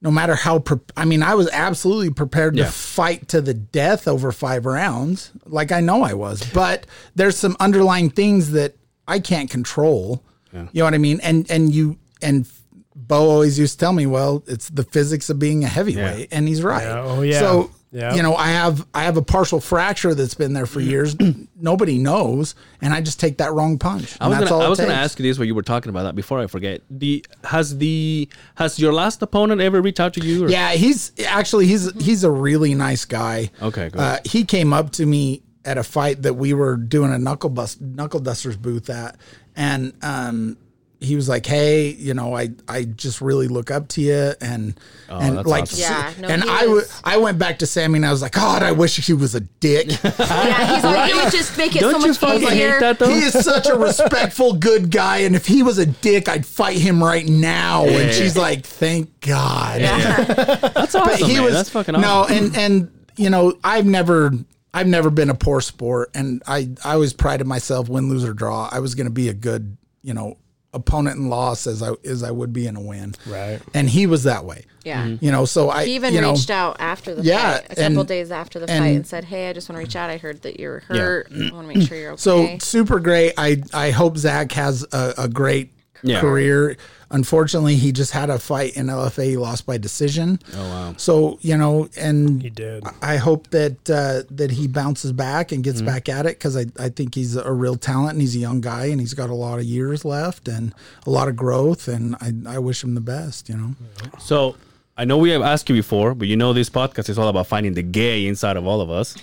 S4: no matter how, pre- I mean, I was absolutely prepared
S3: Yeah.
S4: to fight to the death over five rounds, like I know I was. But there's some underlying things that I can't control. You know what I mean? And and you and Bo always used to tell me, well, it's the physics of being a heavyweight, and he's right.
S2: oh, yeah.
S4: So
S2: Yeah.
S4: you know, I have I have a partial fracture that's been there for years. Nobody knows, and I just take that wrong punch.
S3: I was gonna, I was gonna ask you this when you were talking about that before I forget. The has the has your last opponent ever reached out to you? Or?
S4: Yeah, he's actually he's he's a really nice guy.
S3: Okay, good.
S4: Uh, he came up to me at a fight that we were doing a knuckle bust knuckle dusters booth at, and um, he was like, "Hey, you know, I I just really look up to you," and and
S3: Oh, that's
S4: like,
S3: awesome.
S5: Yeah, no,
S4: and
S5: he
S4: I w-
S5: was-
S4: I went back to Sammy and I was like, "God, I wish he was a dick."
S5: Yeah, he's like, it would just make it
S3: Don't
S5: so
S3: you
S5: much
S3: fucking
S5: easier.
S3: hate that though?
S4: he is such a respectful, good guy, and if he was a dick, I'd fight him right now. And she's like, "Thank God."
S3: That's awesome.
S4: he
S3: man.
S4: was
S3: that's fucking
S4: no,
S3: awesome.
S4: and and you know, I've never. I've never been a poor sport, and I, I always prided myself win, lose or draw. I was going to be a good, you know, opponent in loss as I as I would be in a win.
S2: Right.
S4: And he was that way.
S3: Mm-hmm.
S5: Yeah.
S4: You know, so I
S5: He even
S4: you know,
S5: reached out after the
S4: Yeah,
S5: fight, a couple
S4: and-
S5: days after the
S4: and- Mm.
S5: fight, and said, "Hey, I just want to reach out. I heard that you're hurt. I want to make sure you're okay."
S4: So super great. I I hope Zach has a, a great
S3: Yeah.
S4: career. Unfortunately, he just had a fight in LFA. He lost by decision. Oh wow. So you know, and
S2: he did.
S4: I hope that uh, that he bounces back and gets back at it because I, I think he's a real talent and he's a young guy and he's got a lot of years left and a lot of growth and I, I wish him the best. You know.
S3: So I know we have asked you before, but you know this podcast is all about finding the gay inside of all of us.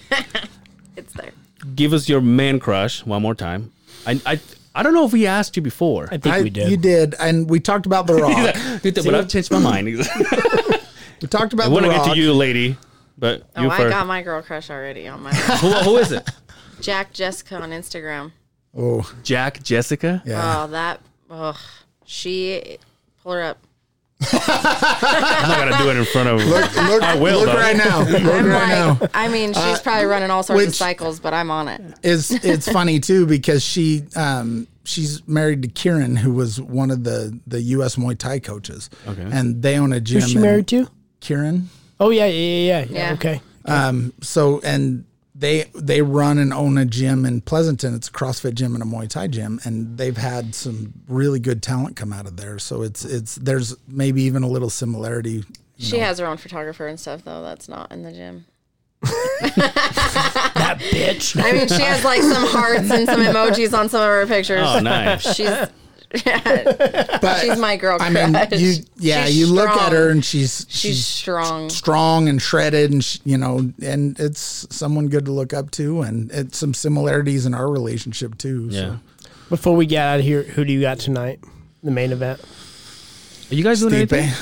S5: it's there.
S3: Give us your man crush one more time. I I, I don't know if we asked you before.
S2: I think
S4: I-
S2: we did.
S4: You did, and we talked about the rock.
S3: Dude, but I've changed my mind.
S4: we talked
S3: I
S4: about
S3: want to
S4: the
S3: get
S4: rock.
S3: to you, lady. But
S5: Oh,
S3: you
S5: I
S3: first.
S5: got my girl crush already on my
S3: who, who is it?
S5: Jack Jessica on Instagram.
S4: Oh,
S3: Jack Jessica.
S4: yeah.
S5: Oh, that. Ugh. She pull her up.
S3: I'm not gonna do it in front of.
S4: look
S3: I will,
S4: look
S3: though.
S4: right now. Look right
S5: I'm
S4: now.
S5: like, I mean, she's probably running all sorts of
S4: Uh, which-
S5: cycles, but I'm on it.
S4: is it's funny too because she um she's married to Kieran who was one of the the US Muay Thai coaches. Okay. And they own a gym.
S2: Who's she
S4: in
S2: married to?
S4: Kieran.
S2: Oh yeah, yeah, yeah, yeah. yeah.
S5: Yeah.
S2: Okay.
S4: So and they they run and own a gym in Pleasanton. It's a CrossFit gym and a Muay Thai gym, and they've had some really good talent come out of there. So it's it's there's maybe even a little similarity.
S5: She has her own photographer and stuff though. That's not in the gym.
S2: That bitch.
S5: I mean, she has like some hearts and some emojis on some of her pictures.
S3: Oh, nice.
S5: She's
S4: But
S5: she's my girl
S4: I
S5: crush.
S4: mean, you yeah,
S5: She's
S4: you look at
S5: strong.
S4: her and she's
S5: She's strong.
S4: strong and shredded and sh- you know and it's someone good to look up to and it's some similarities in our relationship too
S3: Yeah.
S4: so
S2: Before we get out of here, who do you got tonight? The main event.
S3: Are you guys doing
S4: Deep,
S3: anything?
S4: eh?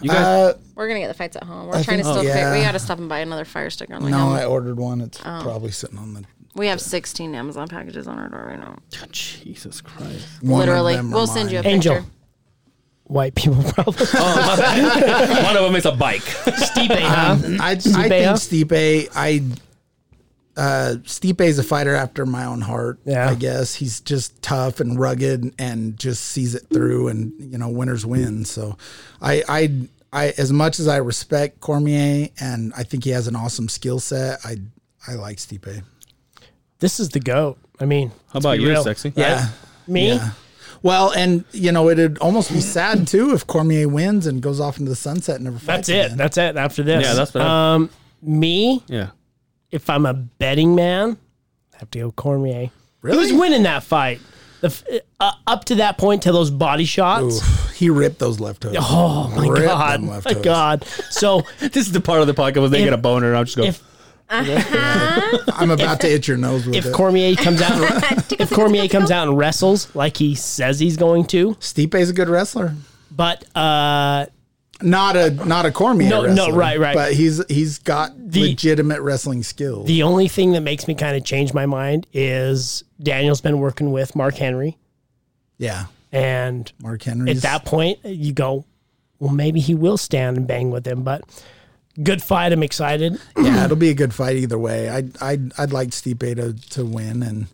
S3: You guys,
S4: Uh,
S5: We're gonna get the fights at home. We're
S4: I
S5: trying
S4: think-
S5: to still.
S4: oh,
S5: fi- we
S4: yeah.
S5: gotta stop and buy another fire stick on the
S4: no
S5: no,
S4: i ordered one it's
S5: Oh.
S4: probably sitting on the
S5: We have 16 Amazon packages on our door right now.
S3: Jesus Christ.
S4: one of
S5: Literally,
S4: them are
S5: we'll send you a
S4: mine.
S2: Angel.
S5: picture.
S2: White people problem.
S3: Oh, my bad. One of them is a bike.
S2: Stipe, huh?
S4: I, I
S2: huh?
S4: think Stipe. I uh, Stipe is a fighter after my own heart.
S2: Yeah.
S4: I guess he's just tough and rugged and just sees it through. And you know, winners win. So, I I I as much as I respect Cormier and I think he has an awesome skill set. I I like Stipe.
S2: This is the goat. I mean,
S3: How about you,
S2: real.
S3: sexy?
S4: Yeah.
S2: me.
S4: Yeah. Well, and you know, it'd almost be sad too if Cormier wins and goes off into the sunset and never
S2: That's
S4: fights.
S2: it.
S4: again.
S2: That's it. After this,
S3: Yeah, that's what I-
S2: um, me.
S3: Yeah.
S2: If I'm a betting man, I have to go Cormier. He was
S4: Really?
S2: winning that fight. The f- uh, up to that point, till those body shots.
S4: Oof, he ripped those left hooks.
S2: Oh my
S4: Ripped
S2: god!
S4: them
S2: My
S4: left hooks.
S2: god! So
S3: This is the part of the podcast where they
S2: If-
S3: get a boner. I'm just going.
S2: if
S4: I'm about to hit your nose with
S2: if
S4: it.
S2: Cormier comes out, and, if Cormier comes out and wrestles like he says he's going to,
S4: Stipe's a good wrestler.
S2: but uh,
S4: Not a not a Cormier.
S2: No, no,
S4: wrestler,
S2: right, right.
S4: But he's he's got legitimate wrestling skills.
S2: the only thing that makes me kind of change my mind is Daniel's been working with Mark Henry,
S4: yeah,
S2: and
S4: Mark
S2: at
S4: Henry's
S2: that point you go, well, maybe he will stand and bang with him. But good fight. I'm excited.
S4: Yeah, it'll be a good fight either way. I would I'd, I'd like Stipe to, to win, and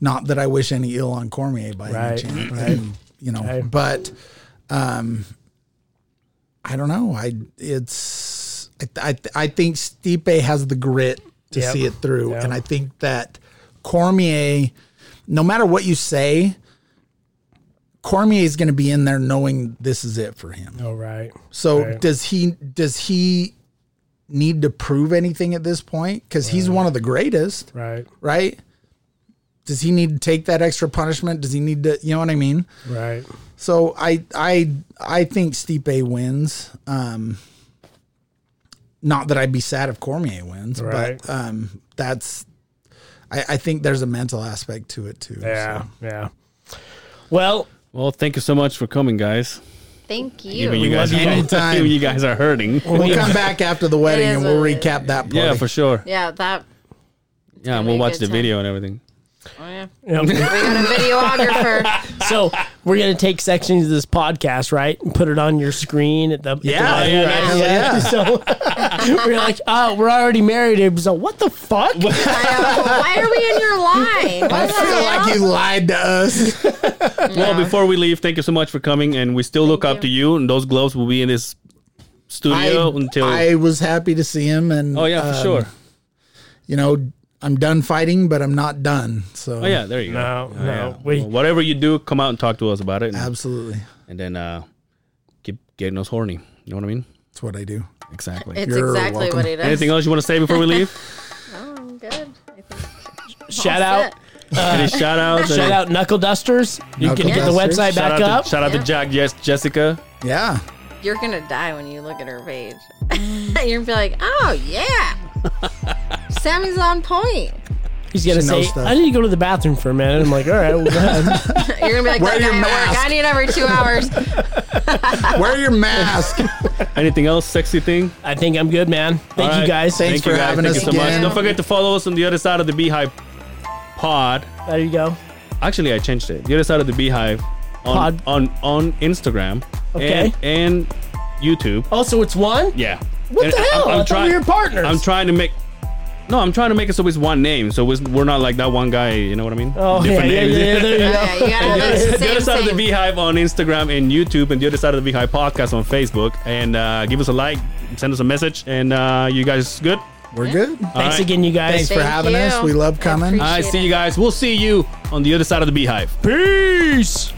S4: not that I wish any ill on Cormier by
S2: Right,
S4: any chance. And, you know,
S2: Right.
S4: but um, I don't know. I it's I I, I think Stipe has the grit to
S2: Yep.
S4: see it through,
S2: Yeah.
S4: and I think that Cormier, no matter what you say. Cormier is going to be in there knowing this is it for him.
S2: All right.
S4: So
S2: Right.
S4: does he does he need to prove anything at this point? Because he's one of the greatest,
S2: Right.
S4: right? Does he need to take that extra punishment? Does he need to you know what I mean?
S2: Right.
S4: So I I I think Stipe wins. Um not that I'd be sad if Cormier wins,
S2: Right.
S4: but um that's I, I think there's a mental aspect to it too.
S2: Yeah. Yeah. Well,
S3: well, thank you so much for coming, guys.
S5: Thank you.
S3: Even you guys,
S2: love you.
S4: Anytime.
S3: even you guys are hurting.
S4: So. We'll come back after the wedding
S5: is
S4: and we'll
S5: what it
S4: recap that part.
S3: Yeah, for sure.
S5: yeah, that.
S3: Yeah, and
S5: be
S3: we'll
S5: a
S3: watch
S5: good
S3: the
S5: time.
S3: video and everything.
S5: Oh yeah, we
S2: you know,
S5: got a videographer.
S2: So we're gonna take sections of this podcast, right, and put it on your screen at the at the
S3: Yeah,
S2: bottom,
S3: yeah,
S2: right?
S4: yeah, yeah.
S2: So we're like, oh, we're already married. It was like, what the fuck?
S5: I know. Why are we in your line? Why
S4: I feel like you lied to us.
S3: Well, before we leave, thank you so much for coming, and we still look up to you. And those gloves will be in this studio until.
S4: I was happy to see him, and
S3: oh yeah, for
S4: um,
S3: sure.
S4: You know, I'm done fighting, but I'm not done. So
S3: Oh yeah, there you go.
S2: No,
S3: Oh,
S2: no, we-
S3: Well, whatever you do, come out and talk to us about it, and,
S4: absolutely,
S3: and then uh, keep getting us horny. You know what I mean?
S4: that's what I do.
S3: Exactly.
S5: It's
S4: You're
S5: exactly
S4: welcome.
S5: what he does.
S3: Anything else you want to say before we leave?
S5: Oh, I'm good. I think
S2: shout
S5: that's
S2: out,
S5: it.
S3: Any shout outs?
S2: shout out, knuckle dusters. You
S4: Knuckle
S2: can get the
S4: Dusters.
S2: website back up.
S3: To, shout out to
S5: Yeah.
S3: Jack, yes, Jessica.
S4: Yeah,
S5: You're gonna die when you look at her page. You're gonna be like, oh yeah, Sammy's on point.
S2: He's gonna
S4: She
S2: say,
S4: knows stuff.
S2: I need to go to the bathroom for a minute. I'm like, all right, well, go ahead.
S5: You're gonna be like,
S4: Wear
S5: that
S4: your
S5: guy at work.
S4: mask.
S5: I need every two hours.
S4: wear your mask.
S3: Anything else? Sexy thing?
S2: I think I'm good, man. Thank you
S3: right.
S2: guys.
S4: Thanks
S3: Thank you
S4: for
S3: guys.
S4: having
S3: Thank
S4: us
S3: you so much.
S4: again.
S3: Don't forget to follow us on the other side of the Beehive Pod.
S2: There you go.
S3: Actually, I changed it. The other side of the Beehive on
S2: Pod.
S3: on, on Instagram
S2: Okay.
S3: and, and YouTube.
S2: Oh, so it's one.
S3: Yeah.
S2: What
S3: And
S2: the hell? I thought
S3: trying-
S2: we were partners.
S3: I'm trying to make. No, I'm trying to make it so it's one name, so it's, we're not like that one guy. You know what I mean?
S2: Oh yeah,
S3: Different
S2: yeah,
S3: names.
S2: yeah, there you go.
S5: Yeah, you gotta
S3: the
S5: have
S3: other,
S5: those
S3: the
S5: same,
S3: other side of the
S5: same.
S3: Beehive on Instagram and YouTube, and the other side of the Beehive podcast on Facebook. And uh, give us a like, send us a message, and uh, you guys good?
S4: We're good.
S2: Thanks
S3: right.
S2: again, you guys.
S4: Thanks for
S5: Thank
S4: having
S5: you.
S4: us. We love
S5: I
S4: coming.
S5: appreciate
S3: All right,
S5: it.
S3: see you guys. We'll see you on the other side of the beehive.
S2: Peace.